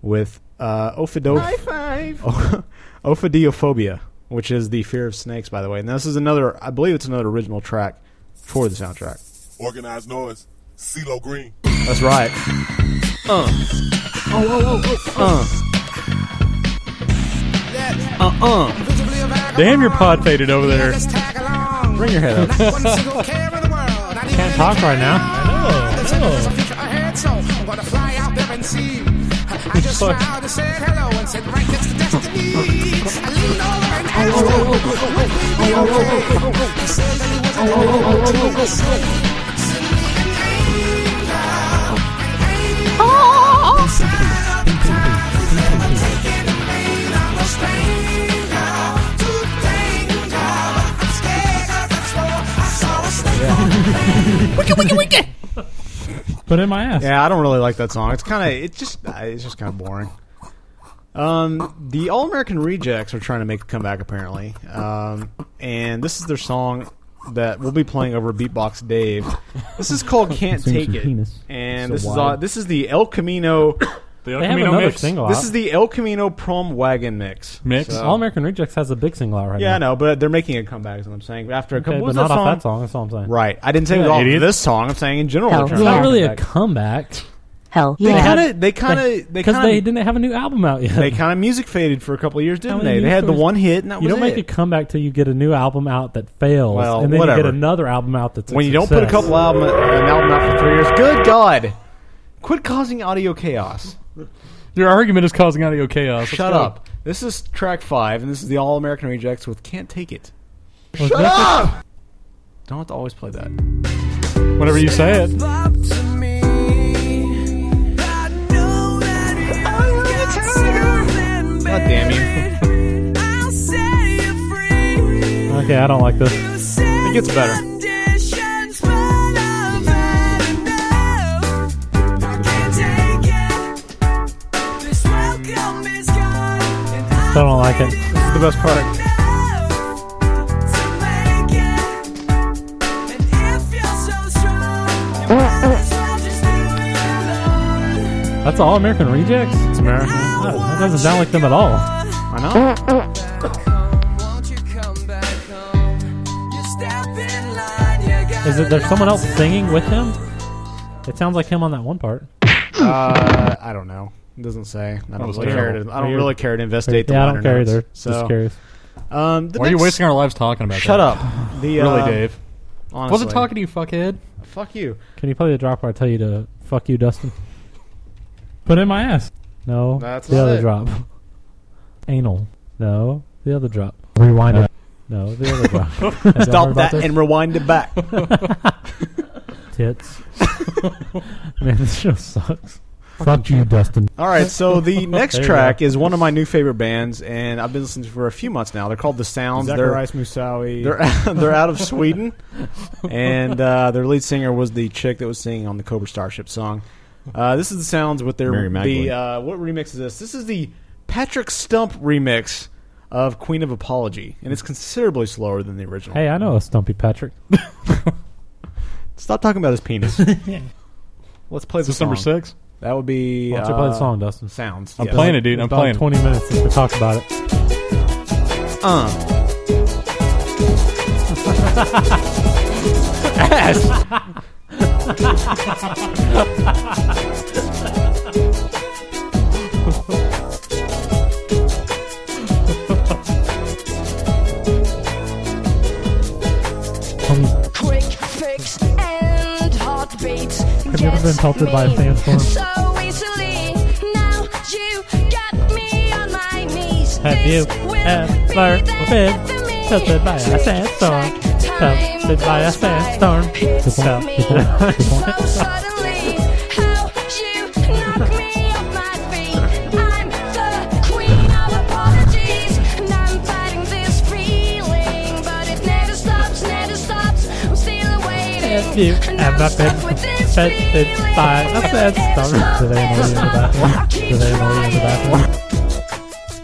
Speaker 4: with uh Ophido-
Speaker 9: High five.
Speaker 4: O- Ophidiophobia, which is the fear of snakes, by the way. And this is another. I believe it's another original track for the soundtrack.
Speaker 13: Organized noise. CeeLo Green.
Speaker 4: That's right. Uh.
Speaker 9: Oh, oh, oh, oh.
Speaker 4: Uh. Uh uh.
Speaker 8: Damn, your pod faded over there.
Speaker 4: Bring your head
Speaker 9: up.
Speaker 3: Can't talk right now.
Speaker 9: I just smiled and said hello and said, right, that's the destiny. I leaned over and asked him, would we be okay? He said that he wasn't going to. He said, send me an angel, an angel inside of the time is never taken to me. I'm a stranger to danger. I'm scared 'cause I swore I saw a snake on the plane. Wiki, wiki, wiki.
Speaker 4: Put in my ass. Yeah, I don't really like that song. It's kind of it's just uh, it's just kind of boring. Um, the All American Rejects are trying to make a comeback apparently, um, and this is their song that we'll be playing over Beatbox Dave. This is called "Can't
Speaker 3: Sing
Speaker 4: Take
Speaker 3: some
Speaker 4: It,"
Speaker 3: penis.
Speaker 4: and
Speaker 3: So
Speaker 4: this is
Speaker 3: wide.
Speaker 4: uh, this is the El Camino.
Speaker 8: The
Speaker 3: El They have Camino another mix. single
Speaker 4: This
Speaker 3: out.
Speaker 4: is the El Camino Prom Wagon mix. So-
Speaker 3: All American Rejects has a big single out right
Speaker 4: Oh. yeah, I
Speaker 3: now.
Speaker 4: know, but they're making a comeback. Is what I'm saying. After a couple,
Speaker 3: Okay,
Speaker 4: what was
Speaker 3: but not
Speaker 4: that
Speaker 3: off
Speaker 4: song?
Speaker 3: that song. That's all I'm saying.
Speaker 4: Right, I didn't say it was
Speaker 3: Yeah,
Speaker 4: off
Speaker 3: idiot.
Speaker 4: this song. I'm saying in general.
Speaker 3: Hell
Speaker 4: they're trying
Speaker 3: It's
Speaker 4: to
Speaker 3: not
Speaker 4: make
Speaker 3: really a
Speaker 4: comeback.
Speaker 3: comeback. Hell,
Speaker 4: They yeah. kinda- they kinda- they
Speaker 3: because
Speaker 4: kinda-
Speaker 3: they didn't have a new album out yet.
Speaker 4: They kind of music faded for a couple of years,
Speaker 3: How
Speaker 4: didn't
Speaker 3: many
Speaker 4: they? They
Speaker 3: years
Speaker 4: had the
Speaker 3: was-
Speaker 4: one hit, and that
Speaker 3: you
Speaker 4: was
Speaker 3: don't
Speaker 4: it.
Speaker 3: make a comeback till you get a new album out that fails,
Speaker 4: Well,
Speaker 3: and then you
Speaker 4: whatever.
Speaker 3: get another album out that's a
Speaker 4: when you don't put a
Speaker 3: success.
Speaker 4: couple album uh, an album out for three years. Good God, quit causing audio chaos.
Speaker 8: Your argument is causing audio chaos. Let's
Speaker 4: Shut
Speaker 8: go.
Speaker 4: up. This is track five, and this is the All American Rejects with "Can't Take It."
Speaker 9: Shut up!
Speaker 4: Don't have to always play that.
Speaker 8: Whenever you say it.
Speaker 9: Up to me. I know that you've got something
Speaker 4: God damn you.
Speaker 9: buried. I'll set you free.
Speaker 3: Okay, I don't like this.
Speaker 4: It gets better.
Speaker 9: Conditions for love and love. I can't take it. This welcome is gone. And I
Speaker 3: I don't like it. This
Speaker 4: is the best part.
Speaker 9: feel so strong.
Speaker 3: That's all American Rejects. It's American. That doesn't sound like them at all.
Speaker 4: I
Speaker 3: Is it? There's someone else singing with him. It sounds like him on that one part.
Speaker 4: Uh, I don't know. It doesn't say. I
Speaker 3: That
Speaker 4: don't
Speaker 3: was
Speaker 4: really care.
Speaker 3: terrible.
Speaker 4: To, I don't
Speaker 3: Weird.
Speaker 4: really care to investigate the
Speaker 3: Yeah, I
Speaker 4: minor
Speaker 3: don't care
Speaker 4: notes.
Speaker 3: either.
Speaker 4: So,
Speaker 3: Just curious.
Speaker 4: Um, the
Speaker 8: Why are you
Speaker 4: next-
Speaker 8: wasting our lives talking about
Speaker 4: Shut
Speaker 8: that?
Speaker 4: up. The,
Speaker 8: really,
Speaker 4: uh,
Speaker 8: Dave.
Speaker 4: honestly.
Speaker 8: Wasn't talking to you, fuckhead.
Speaker 4: Fuck you.
Speaker 3: Can you play the drop where I tell you to fuck you, Dustin? Put in my ass. No.
Speaker 4: That's
Speaker 3: the
Speaker 4: not
Speaker 3: other
Speaker 4: it.
Speaker 3: drop. Anal. No. The other drop. Rewind
Speaker 4: Uh,
Speaker 3: it. No, the other drop. Have y'all heard
Speaker 4: Stop
Speaker 3: about
Speaker 4: that
Speaker 3: this?
Speaker 4: and rewind it back.
Speaker 3: Tits. Man, this show sucks. Fuck you, Dustin.
Speaker 4: All right, so the next
Speaker 3: There you
Speaker 4: track
Speaker 3: go.
Speaker 4: is one of my new favorite bands, and I've been listening to for a few months now. They're called The Sounds.
Speaker 10: Zacharias
Speaker 4: they're,
Speaker 10: Moussaoui.
Speaker 4: They're, they're out of Sweden, and uh, their lead singer was the chick that was singing on the Cobra Starship song. Uh, this is The Sounds with their
Speaker 10: Mary Magdalene.
Speaker 4: the uh, what remix is this? This is the Patrick Stump remix of Queen of Apology, and it's considerably slower than the original.
Speaker 3: Hey, I know a Stumpy Patrick.
Speaker 4: Stop talking about his penis. Let's play the
Speaker 8: this number
Speaker 4: song.
Speaker 8: six?
Speaker 4: That would be.
Speaker 3: Why don't you play the
Speaker 4: uh,
Speaker 3: song, Dustin?
Speaker 4: Sounds.
Speaker 8: I'm
Speaker 4: yes.
Speaker 8: playing it, dude. I'm
Speaker 3: About
Speaker 8: playing it.
Speaker 3: 20 minutes since we talked about it.
Speaker 4: Uh. Ass.
Speaker 3: I've been pelted by a sandstorm.
Speaker 14: so easily. Now you got me on my knees.
Speaker 3: Have you ever been pelted by a sandstorm? Pelted by a sandstorm. Have you ever been pelted by a sandstorm? Do they annoy you in the bathroom? Do they annoy you in the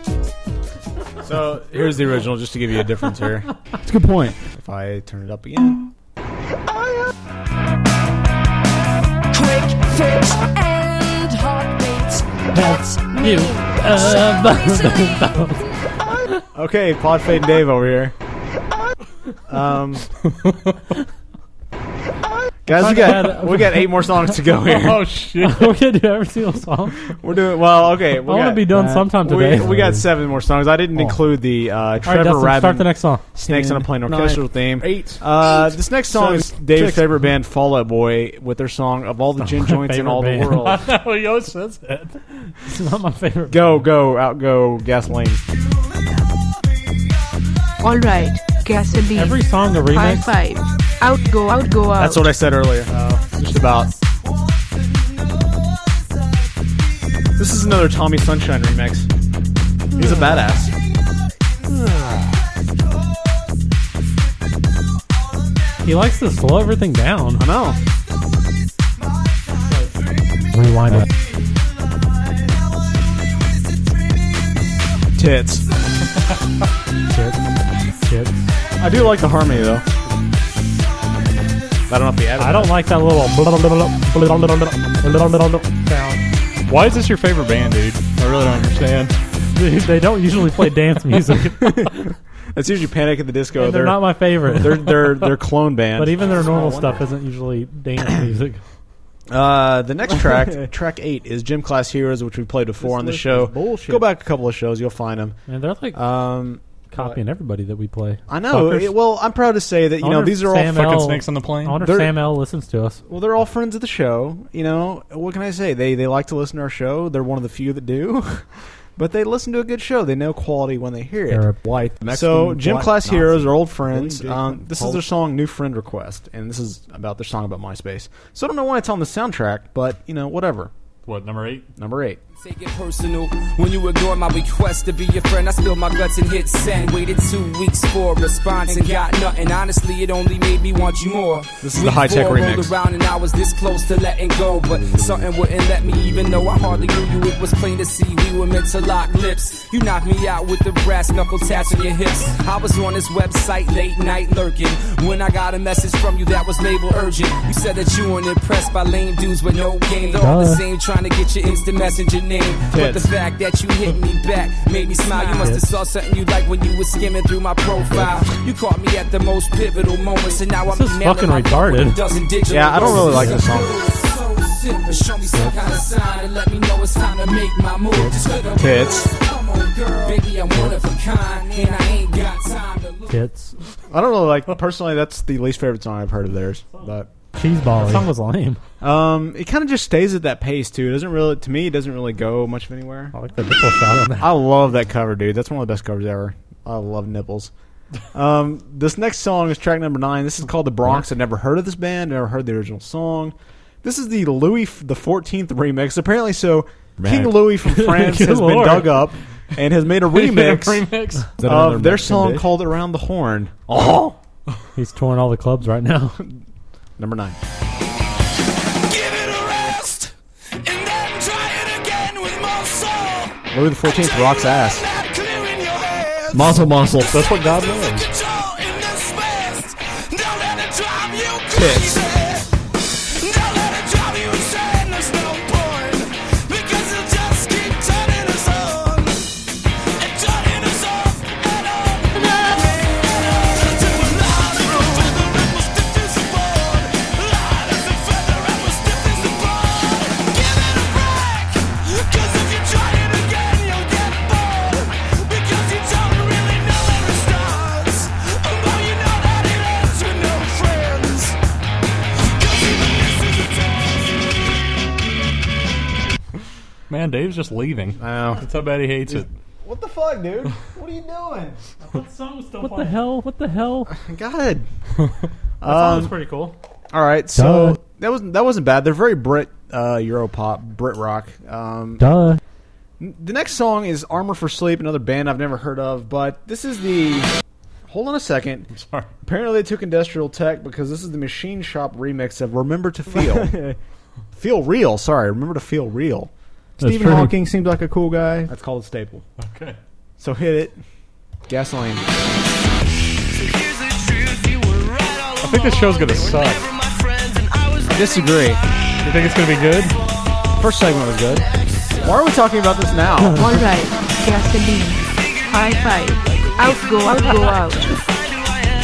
Speaker 3: bathroom?
Speaker 4: So here's the original, just to give you a difference here.
Speaker 15: It's a good point.
Speaker 4: If I turn it up again,
Speaker 14: Quick fix and heartbeats. That's
Speaker 3: you.
Speaker 4: okay, Pod Fade Dave over here. Um, guys, we got we got eight more songs to go here.
Speaker 3: Oh, shit. we can do every single song.
Speaker 4: We're doing well. Okay, we
Speaker 3: I wanna
Speaker 4: got-
Speaker 3: be done sometime
Speaker 4: we-
Speaker 3: today.
Speaker 4: We, got seven more songs. I didn't
Speaker 3: Oh.
Speaker 4: include the uh, Trevor
Speaker 3: Dustin,
Speaker 4: Rabin
Speaker 3: start the next song.
Speaker 4: "Snakes on a
Speaker 3: Ten,
Speaker 4: Plane"
Speaker 3: nine,
Speaker 4: orchestral theme.
Speaker 3: eight,
Speaker 4: Uh, this next song is
Speaker 3: seven,
Speaker 4: Dave's
Speaker 3: six.
Speaker 4: favorite band, Fall Out Boy, with their song "Of All the Gin Joints in
Speaker 3: Favorite
Speaker 4: All
Speaker 3: band.
Speaker 4: the World."
Speaker 16: I know he always says that.
Speaker 3: It's not my favorite.
Speaker 4: Go, go, out, go, gasoline.
Speaker 17: All right, gasoline.
Speaker 3: Every song a
Speaker 17: High
Speaker 3: remix.
Speaker 17: five. Out go out go out.
Speaker 4: That's what I said earlier. Oh, just about. This is another Tommy Sunshine remix. He's a badass.
Speaker 3: He likes to slow everything down. I
Speaker 4: know.
Speaker 3: Rewind it.
Speaker 4: Tits.
Speaker 3: Tits. Tits.
Speaker 4: I do like the harmony though. I don't know if he added.
Speaker 3: I don't like that little sound.
Speaker 18: Why is this your favorite band, dude? I really don't understand.
Speaker 3: Dude, they don't usually play dance music,
Speaker 4: That's usually Panic at the Disco.
Speaker 3: And they're not my favorite.
Speaker 4: They're they're they're clone band.
Speaker 3: but even their normal stuff isn't usually dance music.
Speaker 4: Uh, the next track, track eight, is Gym Class Heroes, which we played before on the
Speaker 3: list
Speaker 4: show.
Speaker 3: is bullshit.
Speaker 4: Go back a couple of shows, you'll find them.
Speaker 3: And they're like
Speaker 8: Uh,
Speaker 4: um,
Speaker 3: copying everybody that we play.
Speaker 4: I know.
Speaker 3: Fuckers.
Speaker 4: it- well, I'm proud to say that
Speaker 3: I
Speaker 4: you know
Speaker 3: wonder
Speaker 4: these
Speaker 3: if
Speaker 4: are all
Speaker 3: Sam
Speaker 4: fucking
Speaker 3: L-
Speaker 4: snakes on the plane.
Speaker 3: I wonder
Speaker 4: They're-
Speaker 3: if Sam L listens to us.
Speaker 4: well, they're all friends of the show. You know what can I say? They they like to listen to our show. They're one of the few that do. But they listen to a good show. They know quality when they hear it.
Speaker 3: They're a white
Speaker 4: so,
Speaker 3: Mexican,
Speaker 4: Gym
Speaker 3: black
Speaker 4: Class
Speaker 3: Nazi.
Speaker 4: Heroes are old friends.
Speaker 3: Billy
Speaker 4: Um,
Speaker 3: Jacob
Speaker 4: this is
Speaker 3: Polk.
Speaker 4: their song "New Friend Request," and this is about their song about MySpace. So I don't know why it's on the soundtrack, but you know, whatever.
Speaker 18: What number eight?
Speaker 4: Number eight.
Speaker 8: Take it personal when you ignore my request to be your friend. I spilled my guts and hit send. Waited two weeks for a response and got nothing. Honestly, it only made me want you more.
Speaker 4: This is the high-tech
Speaker 8: four
Speaker 4: remix.
Speaker 8: rolled around and I was this close to letting go, but something wouldn't let me. Even though I hardly knew you, it was plain to see we were meant to lock lips. You knocked me out with the brass knuckle tats on your hips. I was on this website late night lurking when I got a message from you that was labeled urgent. You said that you weren't impressed by lame dudes with no game. They're all the
Speaker 14: Duh.
Speaker 8: same trying to get your instant messenger name. But the
Speaker 14: Tits.
Speaker 8: fact that you hit me back made me smile. You must have
Speaker 14: Tits.
Speaker 8: saw something you like when you were skimming through my profile. You caught me at the most pivotal moments, and now I'm
Speaker 3: This is
Speaker 8: emailing
Speaker 3: fucking
Speaker 8: my phone with a
Speaker 3: retarded.
Speaker 8: dozen digital
Speaker 4: Yeah, I don't really
Speaker 8: roses.
Speaker 4: like this song.
Speaker 8: So simple, Show me some kind of sign and let me know it's time to make my move. Just look up,
Speaker 4: Tits.
Speaker 8: come on, girl. Baby, I'm one of a kind, and I ain't got time to look.
Speaker 3: Tits.
Speaker 4: I don't know. Like personally, that's the least favorite song I've heard of theirs. But
Speaker 3: cheese ball. That song was lame.
Speaker 4: Um, it kind of just stays at that pace too. It doesn't really, to me, it doesn't really go much of anywhere. I
Speaker 3: like the nipple shot on that.
Speaker 4: I love that cover, dude. That's one of the best covers ever. I love nipples. Um, this next song is track number nine. This is called "The Bronx." I've never heard of this band. Never heard the original song. This is the Louis f- the Fourteenth remix. Apparently, so King
Speaker 15: Man.
Speaker 4: Louis from France
Speaker 15: Good
Speaker 4: has been
Speaker 15: lord.
Speaker 4: dug up and has made a
Speaker 15: They did a
Speaker 4: remix,
Speaker 15: remix? Is that another
Speaker 4: of their
Speaker 15: Mexican
Speaker 4: song
Speaker 15: dish?
Speaker 4: called "Around the Horn." Oh,
Speaker 3: He's touring all the clubs right now.
Speaker 4: number nine. Louis the Fourteenth rocks ass.
Speaker 15: Muscle, muscle.
Speaker 4: That's what God loves.
Speaker 14: Tits.
Speaker 8: Oh,
Speaker 14: Friends.
Speaker 8: man. Dave's just leaving.
Speaker 4: I know.
Speaker 8: That's how bad he hates it.
Speaker 4: What the fuck, dude? What are you doing?
Speaker 6: That song was still
Speaker 3: What the hell? What the hell?
Speaker 4: God.
Speaker 6: That song was
Speaker 4: Um,
Speaker 6: pretty cool.
Speaker 4: All right, so
Speaker 3: Duh.
Speaker 4: that wasn't that wasn't bad. They're very Brit uh, Europop, Brit rock. Um,
Speaker 3: Duh.
Speaker 4: n- The next song is Armor for Sleep, another band I've never heard of, but this is the. Hold on a 2nd
Speaker 8: sorry.
Speaker 4: Apparently, they took Industrial Tech because this is the Machine Shop remix of "Remember to Feel." feel real. Sorry, remember to feel real.
Speaker 3: That's
Speaker 4: Stephen
Speaker 3: pretty-
Speaker 4: Hawking seems like a cool guy. That's called a staple.
Speaker 8: Okay.
Speaker 4: So hit it. Gasoline.
Speaker 8: I think this show's gonna suck.
Speaker 4: I disagree.
Speaker 8: You think it's gonna be good?
Speaker 4: First segment was good. Why are we talking about this now?
Speaker 19: All right, gasoline. High five. Out go out go out.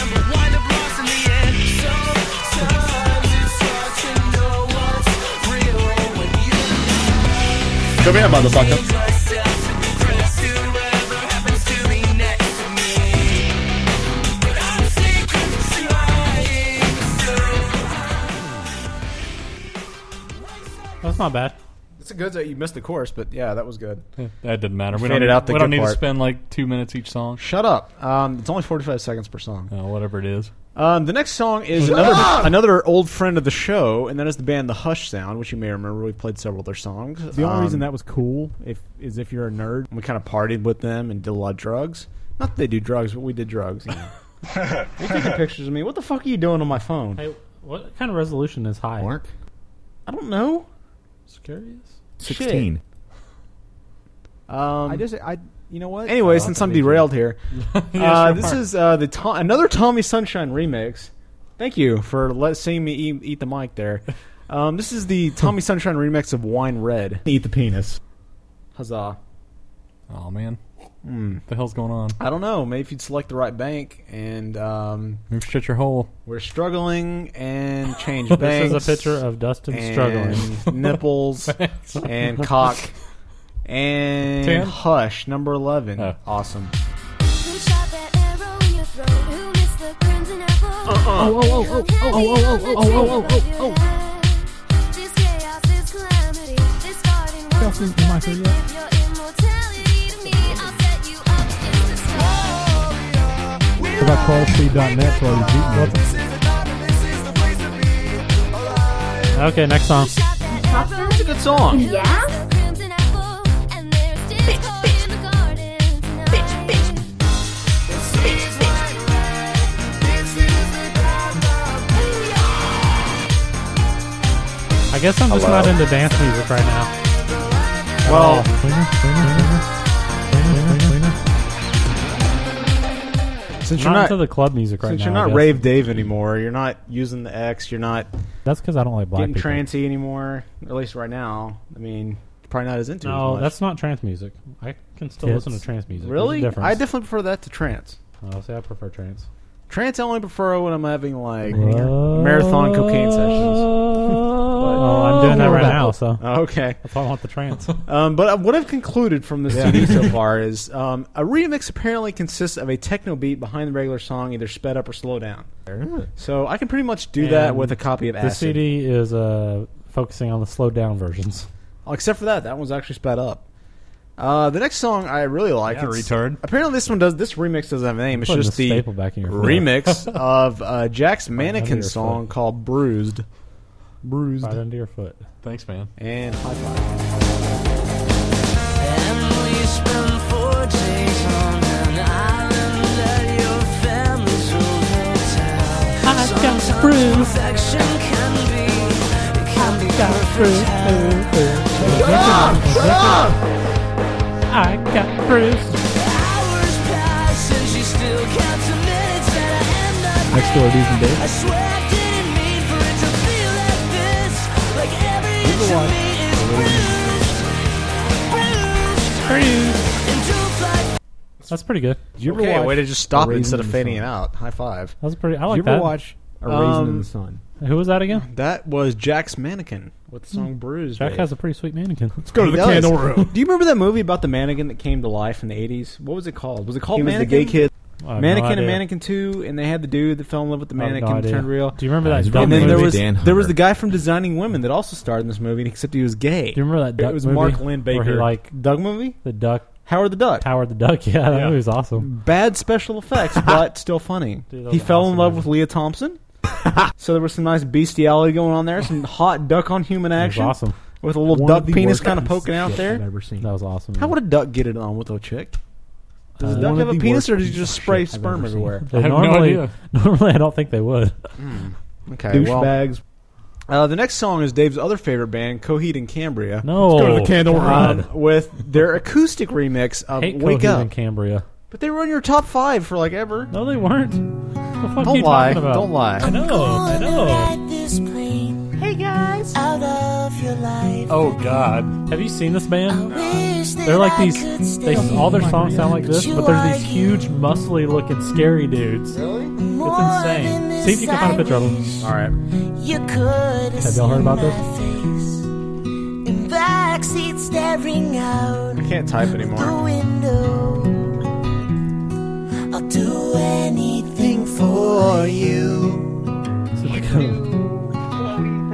Speaker 10: Come here, motherfucker.
Speaker 3: That's not bad.
Speaker 4: It's a good that you missed the course, but yeah, that was good.
Speaker 8: That didn't matter. We
Speaker 4: Faded
Speaker 8: don't, need,
Speaker 4: out the
Speaker 8: we don't
Speaker 4: good
Speaker 8: need to
Speaker 4: part.
Speaker 8: spend like two minutes each song.
Speaker 4: Shut up. Um, it's only 45 seconds per song.
Speaker 8: Uh, whatever it is.
Speaker 4: Um, the next song is
Speaker 8: Shut
Speaker 4: another
Speaker 8: up!
Speaker 4: another old friend of the show, and that is the band The Hush Sound, which you may remember. We played several of their songs.
Speaker 10: The only
Speaker 3: Um,
Speaker 10: reason
Speaker 4: that was cool if, is if you're a nerd. We kind of partied with them and did a lot of drugs. Not that they do drugs, but we did drugs. You know. You're taking pictures of me. What the fuck are you doing on my phone?
Speaker 3: Hey, what kind of resolution is high? Mark?
Speaker 4: I don't know.
Speaker 3: Scariest?
Speaker 10: 16.
Speaker 4: Um,
Speaker 10: I just, I, you know what?
Speaker 4: Anyway, since I'm derailed here, uh,
Speaker 10: sure
Speaker 4: this
Speaker 10: are.
Speaker 4: is uh, the Tom- another Tommy Sunshine remix. Thank you for let- seeing me eat, eat the mic there. Um, this is the Tommy Sunshine remix of Wine Red. Eat the penis. Huzzah!
Speaker 8: Oh man,
Speaker 4: Hmm.
Speaker 8: what the hell's going on?
Speaker 4: I don't know. Maybe if you'd select the right bank, and um,
Speaker 8: Move shit your hole.
Speaker 4: we're struggling and change
Speaker 3: This
Speaker 4: banks.
Speaker 3: is a picture of Dustin
Speaker 4: and
Speaker 3: struggling.
Speaker 4: nipples
Speaker 3: Thanks.
Speaker 4: and cock and
Speaker 3: Tan?
Speaker 4: hush number eleven. Awesome.
Speaker 9: Oh, oh, oh, oh, oh, oh, oh, oh, oh, oh, oh,
Speaker 20: How about CarlSteve.net for all your Jeep nuts?
Speaker 3: Okay, next song.
Speaker 4: That's a good song.
Speaker 9: Yeah.
Speaker 3: I guess I'm just
Speaker 9: Hello.
Speaker 3: not into dance music right now.
Speaker 4: Well, since you're
Speaker 3: Not
Speaker 4: not
Speaker 3: into the club music right
Speaker 4: since
Speaker 3: now,
Speaker 4: you're
Speaker 3: I
Speaker 4: not
Speaker 3: guess.
Speaker 4: rave Dave anymore, you're not using the X, you're not
Speaker 3: That's because I don't like black
Speaker 4: getting
Speaker 3: people.
Speaker 4: trancy anymore. At least right now. I mean, probably not as into. as
Speaker 3: no,
Speaker 4: much.
Speaker 3: that's not trance music. I can still listen to trance music. There's a
Speaker 4: Really?
Speaker 3: difference.
Speaker 4: I definitely prefer that to trance.
Speaker 3: Oh, see, I prefer trance.
Speaker 4: Trance I only prefer when I'm having like marathon cocaine sessions.
Speaker 3: Oh, I'm doing that right
Speaker 4: Well,
Speaker 3: now, so.
Speaker 4: Okay.
Speaker 3: That's why I want the trance.
Speaker 4: Um, but uh, what I've concluded from this CD so far is um, a remix apparently consists of a techno beat behind the regular song, either sped up or slow down. So I can pretty much do that
Speaker 3: And
Speaker 4: with a copy of
Speaker 3: This
Speaker 4: Acid.
Speaker 3: CD is uh, focusing on the slowed down versions.
Speaker 4: Oh, except for that, that one's actually sped up. Uh, the next song I really like.
Speaker 8: Yeah,
Speaker 4: it's-
Speaker 8: retard.
Speaker 4: Apparently, this one does. This remix doesn't have a name. It's
Speaker 3: Putting
Speaker 4: just
Speaker 3: a
Speaker 4: the
Speaker 3: staple back in your foot.
Speaker 4: remix of uh, Jack's mannequin
Speaker 3: your
Speaker 4: song called "Bruised." Bruised.
Speaker 3: Right under your foot.
Speaker 8: Thanks, man.
Speaker 4: And high five.
Speaker 9: I got
Speaker 20: Next door, dudes and
Speaker 9: I
Speaker 20: Dave.
Speaker 9: swear I didn't mean for it to feel like this. Like every inch of me is bruised, bruised, and don't fly
Speaker 3: That's pretty good.
Speaker 4: You
Speaker 3: ever
Speaker 4: okay,
Speaker 3: watch
Speaker 4: way to just stop it
Speaker 3: A Raisin
Speaker 4: instead
Speaker 3: in
Speaker 4: of
Speaker 3: the
Speaker 4: fading it
Speaker 3: Sun?
Speaker 4: out. High five.
Speaker 3: That was pretty. I
Speaker 4: You
Speaker 3: like
Speaker 4: ever
Speaker 3: that.
Speaker 4: watch Oh, A Raisin in the Um, Sun?
Speaker 3: Who was that again?
Speaker 4: That was Jack's mannequin with the song "Bruised."
Speaker 3: Jack
Speaker 4: babe.
Speaker 3: has a pretty sweet mannequin. Let's
Speaker 4: He does. Do you remember that movie about the mannequin that came to life in the eighties? What was it called? Was it called
Speaker 10: He was the
Speaker 4: Mannequin?
Speaker 10: gay kid.
Speaker 3: I have no
Speaker 4: Mannequin
Speaker 3: idea.
Speaker 4: and Mannequin Two, and they had the dude that fell in love with the
Speaker 3: I have no
Speaker 4: mannequin
Speaker 3: idea.
Speaker 4: turned real.
Speaker 3: Do you remember that dumb
Speaker 4: And then there
Speaker 3: movie?
Speaker 4: was
Speaker 3: Dan
Speaker 4: there was the guy from Designing Women that also starred in this movie, except he was gay. Do
Speaker 3: you remember that duck
Speaker 4: It was
Speaker 3: movie
Speaker 4: Mark Lynn Baker.
Speaker 3: where he, like
Speaker 4: Doug movie,
Speaker 3: the duck
Speaker 4: Howard the Duck,
Speaker 3: Howard the Duck. Yeah, that
Speaker 4: Yeah.
Speaker 3: movie was awesome.
Speaker 4: bad special effects, but still funny.
Speaker 3: Dude, that
Speaker 4: he
Speaker 3: was
Speaker 4: fell in love with Leah Thompson. so there was some nice bestiality going on there, some hot duck on human action.
Speaker 3: awesome.
Speaker 4: With a little
Speaker 3: One of
Speaker 4: duck
Speaker 3: the
Speaker 4: penis
Speaker 3: worst
Speaker 4: kind of
Speaker 3: pieces
Speaker 4: poking
Speaker 3: of
Speaker 4: out
Speaker 3: shit
Speaker 4: there.
Speaker 3: I've ever seen. That was awesome.
Speaker 4: Mm-hmm. How would a duck get it on with a chick? Does
Speaker 3: Uh,
Speaker 4: a duck
Speaker 3: one
Speaker 4: have
Speaker 3: of
Speaker 4: a
Speaker 3: the
Speaker 4: penis,
Speaker 3: worst
Speaker 4: or does
Speaker 3: pieces
Speaker 4: you just
Speaker 3: of
Speaker 4: spray
Speaker 3: shit I've
Speaker 4: sperm
Speaker 3: ever seen.
Speaker 4: everywhere?
Speaker 3: They normally, Normally, I don't think they would.
Speaker 4: Okay, douchebags. uh, the next song is Dave's other favorite band, Coheed and Cambria.
Speaker 3: No.
Speaker 4: Let's go to the
Speaker 3: Candle
Speaker 4: Um,
Speaker 3: God.
Speaker 4: with their acoustic remix of
Speaker 3: Hate
Speaker 4: "Wake
Speaker 3: Coheed
Speaker 4: Up."
Speaker 3: and Cambria.
Speaker 4: But they were in your top five for like ever.
Speaker 3: No, they weren't.
Speaker 4: don't
Speaker 3: you
Speaker 4: lie.
Speaker 3: talking about?
Speaker 4: Don't lie.
Speaker 3: I know. I know.
Speaker 9: Hey guys. Out of your life.
Speaker 3: Oh God! Have you seen this band? They're like these. They,
Speaker 9: stay.
Speaker 3: all their
Speaker 9: Oh my
Speaker 3: songs sound
Speaker 9: God.
Speaker 3: like this,
Speaker 9: But
Speaker 3: but
Speaker 9: you
Speaker 3: they're
Speaker 9: are
Speaker 3: these huge, muscly-looking, scary dudes. Really? It's insane. See if you can find a picture of them. All right.
Speaker 9: You could
Speaker 3: Have y'all heard about this?
Speaker 9: in backseat staring out
Speaker 4: I can't type
Speaker 9: the
Speaker 4: anymore.
Speaker 9: window. I'll do anything for you.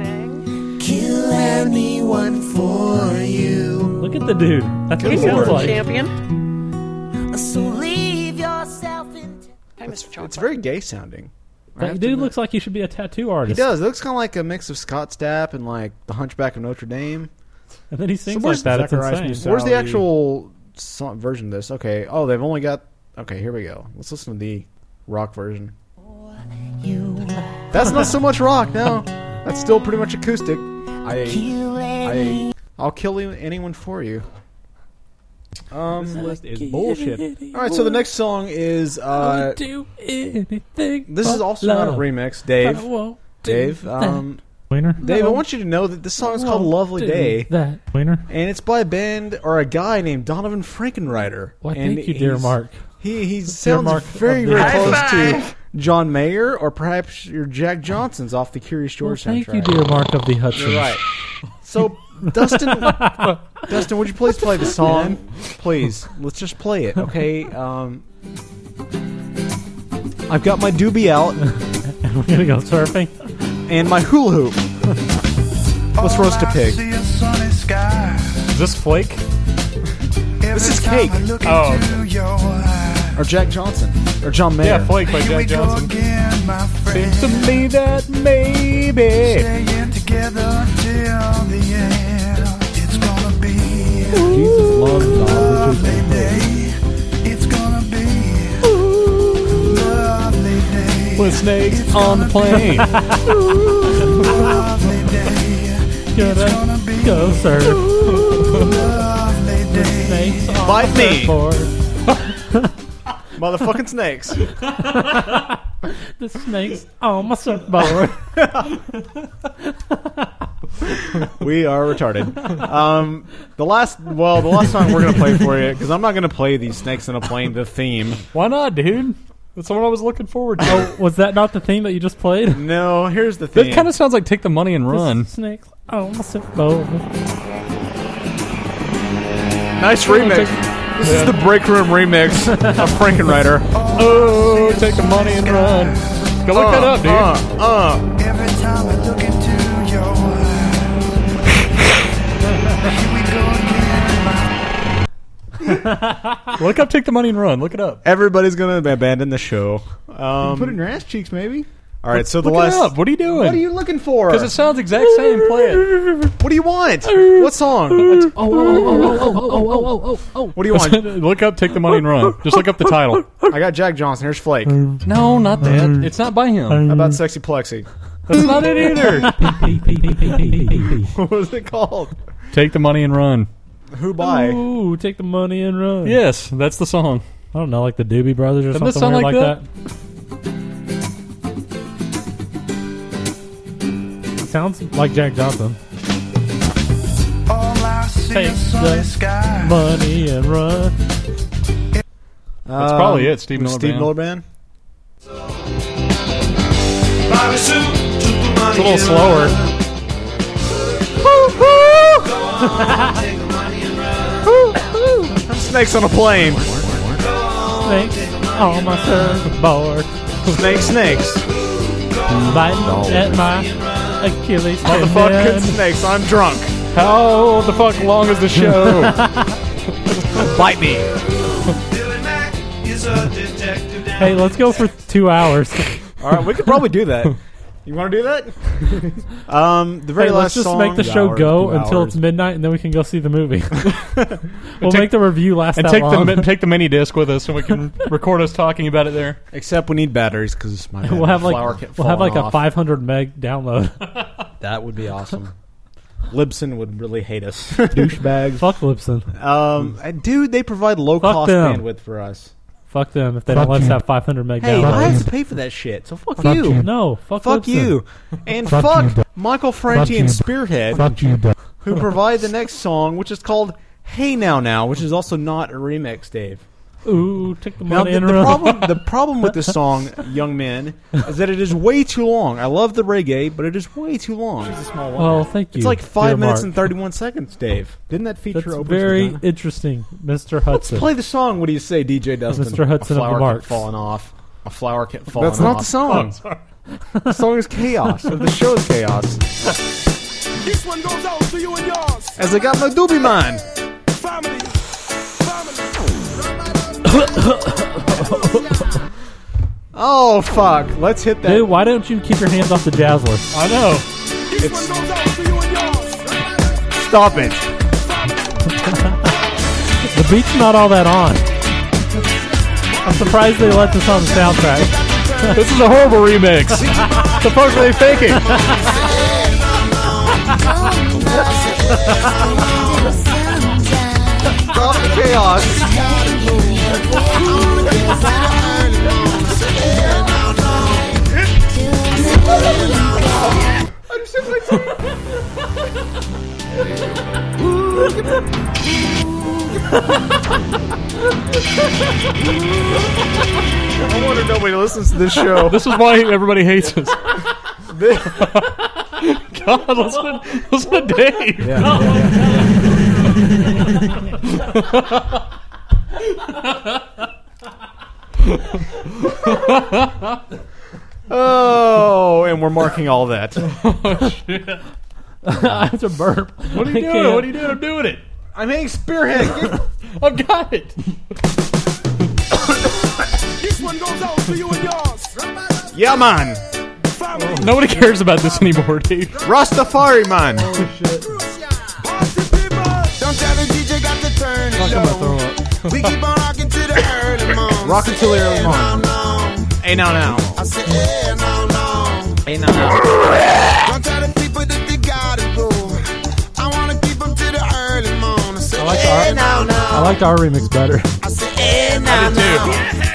Speaker 9: Kill anyone for you.
Speaker 3: Look at the dude. That's what he sounds like.
Speaker 9: champion. So leave yourself in.
Speaker 4: It's very gay sounding. I have
Speaker 3: That
Speaker 4: to
Speaker 3: dude
Speaker 4: admit.
Speaker 3: looks like he should be a tattoo
Speaker 4: He
Speaker 3: artist.
Speaker 4: does. It looks kind of like a mix of Scott Stapp and like the Hunchback of Notre Dame.
Speaker 3: And then he sings
Speaker 4: where's-
Speaker 3: like that. It's
Speaker 4: Zacharias
Speaker 3: insane.
Speaker 4: Where's the actual song, version of this? Okay. Oh, they've only got. Okay, here we go. Let's listen to the rock version. That's not so much rock. No, that's still pretty much acoustic. I, I, I'll kill you- anyone for you. Um,
Speaker 9: This list is
Speaker 4: bullshit. All right, so the next song is uh,
Speaker 9: do anything.
Speaker 4: this is also not a remix, Dave.
Speaker 9: I won't do
Speaker 4: Dave, um, Dave, I want you to know that this song is called
Speaker 9: won't
Speaker 4: "Lovely
Speaker 9: do
Speaker 4: Day."
Speaker 3: That wiener.
Speaker 4: and it's by a band or a guy named Donovan Frankenreiter.
Speaker 3: Well,
Speaker 4: and
Speaker 3: thank you, dear
Speaker 4: he's-
Speaker 3: Mark.
Speaker 4: He he sounds
Speaker 3: Mark
Speaker 4: very
Speaker 3: of the-
Speaker 4: very
Speaker 3: High
Speaker 4: close
Speaker 3: five!
Speaker 4: to John Mayer or perhaps your Jack Johnson's off the Curious
Speaker 3: Well,
Speaker 4: George
Speaker 3: thank
Speaker 4: soundtrack.
Speaker 3: you, dear Mark of the Hudson.
Speaker 4: You're right. So Dustin, Dustin, would you please play the song? Please, let's just play it, okay? Um, I've got my doobie out. and
Speaker 3: we're gonna go surfing.
Speaker 4: And my hula hoop. let's roast a pig.
Speaker 8: Is this Flake?
Speaker 4: This is Cake.
Speaker 8: Oh.
Speaker 4: Or Jack Johnson. Or John Mayer.
Speaker 8: Yeah, Flake by Jack Johnson.
Speaker 4: Seems to me that maybe.
Speaker 9: together till the end. It's gonna be
Speaker 3: Jesus loves all the
Speaker 9: a day. It's gonna be a lovely day.
Speaker 8: With snakes on the plane.
Speaker 9: lovely day. It's gonna be
Speaker 3: Go surf.
Speaker 9: lovely day.
Speaker 4: Bite me.
Speaker 3: Surfboard.
Speaker 4: Motherfucking snakes.
Speaker 3: the snakes on my surfboard.
Speaker 4: we are retarded. Um, the last, well, the last song we're gonna play for you because I'm not gonna play these snakes in a plane. The theme.
Speaker 8: Why not, dude? That's the one I was looking forward to.
Speaker 3: oh, was that not the theme that you just played?
Speaker 4: No, here's the
Speaker 8: That
Speaker 4: theme.
Speaker 8: kind of sounds like Take the Money and Run.
Speaker 3: The snakes on my surfboard.
Speaker 4: nice remix. This is the break room remix of Frankenrider.
Speaker 8: Oh, take the money and run. Go look that up, dude.
Speaker 4: Uh,
Speaker 9: Every time I look into your eyes, here we go again.
Speaker 8: Look up Take the Money and Run. Look it up.
Speaker 4: Everybody's gonna abandon the show. Um,
Speaker 10: put it
Speaker 4: in your ass cheeks, maybe. all
Speaker 8: Look-
Speaker 4: right, so the
Speaker 8: look
Speaker 4: last.
Speaker 8: it up. What are you doing?
Speaker 4: What are you looking for?
Speaker 8: Because it sounds exact same. Play it.
Speaker 4: What do you want? What song? Oh, oh, oh, oh, oh, oh, oh, oh, oh. What do you want?
Speaker 8: look up Take the Money and Run. Just look up the title.
Speaker 4: I got Jack Johnson. Here's Flake.
Speaker 8: No, not
Speaker 3: Mm.
Speaker 8: that. It's not by him.
Speaker 4: How about Sexy Plexi?
Speaker 8: That's not it either.
Speaker 4: what was it called?
Speaker 8: Take the Money and Run.
Speaker 4: Who by?
Speaker 3: Ooh, take the money and run.
Speaker 8: Yes, that's the song.
Speaker 3: I don't know, like the Doobie Brothers or
Speaker 8: Doesn't
Speaker 3: something weird
Speaker 8: this sound like
Speaker 3: like that? Sounds like Jack Johnson.
Speaker 9: All I see
Speaker 3: Take
Speaker 9: is sunny
Speaker 3: the
Speaker 9: skies.
Speaker 3: money and run.
Speaker 8: That's probably it, Steve Miller
Speaker 4: Uh, Steve
Speaker 8: Band.
Speaker 4: Miller Band.
Speaker 8: It's a little slower.
Speaker 4: Snakes on a plane.
Speaker 3: Snakes on my surfboard.
Speaker 4: Snake, snakes.
Speaker 3: Biting at my Achilles tendon.
Speaker 4: Motherfucking snakes, I'm drunk. How the fuck long is the show? Bite me.
Speaker 3: Hey, let's go for two hours.
Speaker 4: All right, we could probably do that. You want to do that? um, the very
Speaker 3: hey,
Speaker 4: last
Speaker 3: let's just
Speaker 4: song-
Speaker 3: make the
Speaker 4: Two
Speaker 3: show
Speaker 4: hours,
Speaker 3: go
Speaker 4: two
Speaker 3: until
Speaker 4: hours.
Speaker 3: it's midnight, and then we can go see the movie. we'll
Speaker 8: Take-
Speaker 3: make the review last
Speaker 8: and
Speaker 3: that
Speaker 8: take
Speaker 3: long.
Speaker 8: the mi- take the mini disc with us, and we can record us talking about it there.
Speaker 4: Except we need batteries because my
Speaker 3: we'll have
Speaker 4: flower
Speaker 3: like
Speaker 4: kept
Speaker 3: we'll have
Speaker 4: falling
Speaker 3: like a
Speaker 4: off.
Speaker 3: 500 meg download.
Speaker 4: That would be awesome. Libsyn would really hate us.
Speaker 3: Douchebags. Fuck Lipson.
Speaker 4: Um, and dude, they provide low
Speaker 3: Fuck
Speaker 4: cost
Speaker 3: them.
Speaker 4: bandwidth for us.
Speaker 3: Fuck them if they
Speaker 4: Fuck
Speaker 3: don't let us
Speaker 4: you.
Speaker 3: have 500 meg
Speaker 4: Hey,
Speaker 3: download.
Speaker 4: I have to pay for that shit, so fuck,
Speaker 3: Fuck
Speaker 4: you.
Speaker 3: you. No, fuck Libsyn.
Speaker 4: you. And fuck,
Speaker 3: Fuck you, bro.
Speaker 4: Michael
Speaker 3: Fuck
Speaker 4: Franti
Speaker 3: you,
Speaker 4: and
Speaker 3: bro.
Speaker 4: Spearhead,
Speaker 3: Fuck you, bro.
Speaker 4: who provide the next song, which is called "Hey Now Now," which is also not a remix, Dave.
Speaker 3: Ooh, take the
Speaker 4: Now,
Speaker 3: money
Speaker 4: the,
Speaker 3: and
Speaker 4: the
Speaker 3: run.
Speaker 4: problem, the problem with this song, young men, is that it is way too long. I love the reggae, but it is way too long.
Speaker 3: Well, Oh, thank you,
Speaker 4: It's like five
Speaker 3: dear
Speaker 4: minutes
Speaker 3: Mark.
Speaker 4: and thirty-one seconds, Dave. Didn't that feature
Speaker 3: That's very interesting, Mr. Hudson.
Speaker 4: Let's play the song. What do you say, DJ Dustin?
Speaker 3: Mr. Hudson
Speaker 4: a
Speaker 3: of
Speaker 4: flower
Speaker 3: the
Speaker 4: kept
Speaker 3: Marks.
Speaker 4: falling off. A flower kept falling.
Speaker 3: That's not
Speaker 4: off.
Speaker 3: the song.
Speaker 4: Oh, sorry. the song is chaos. and the show is chaos.
Speaker 13: This one goes out to you and yours.
Speaker 4: As I got my doobie mine. oh fuck! Let's hit that.
Speaker 3: Dude, why don't you keep your hands off the Jazzler?
Speaker 4: I know. It's... Stop it.
Speaker 3: The beat's not all that on. I'm surprised they let this on the soundtrack.
Speaker 8: this is a horrible remix.
Speaker 4: Supposedly faking. Stop the chaos. I wonder if nobody listens to this show.
Speaker 8: This is why everybody hates us. God, listen, listen to Dave.
Speaker 4: oh, and we're marking all that.
Speaker 3: I have to burp.
Speaker 8: What are you
Speaker 3: I
Speaker 8: doing?
Speaker 3: can't.
Speaker 8: What are you doing? I'm doing it.
Speaker 4: I'm hitting spearhead.
Speaker 8: I've got it.
Speaker 13: This one goes out to you and yours.
Speaker 4: yeah, man.
Speaker 8: Nobody cares about this anymore, Dave.
Speaker 4: Rastafari, man.
Speaker 9: Don't tell the DJ got to turn it low. We keep on rocking to the early morning.
Speaker 4: Rock until the early morning. Hey, now, now.
Speaker 9: I said, hey, no, no.
Speaker 4: Hey, now, now.
Speaker 9: Don't tell the people that they gotta go. I wanna keep 'em to the early morning. I said,
Speaker 3: like the
Speaker 9: hey,
Speaker 3: R-
Speaker 9: now, now.
Speaker 3: I liked our remix better.
Speaker 9: I said, hey, now, now.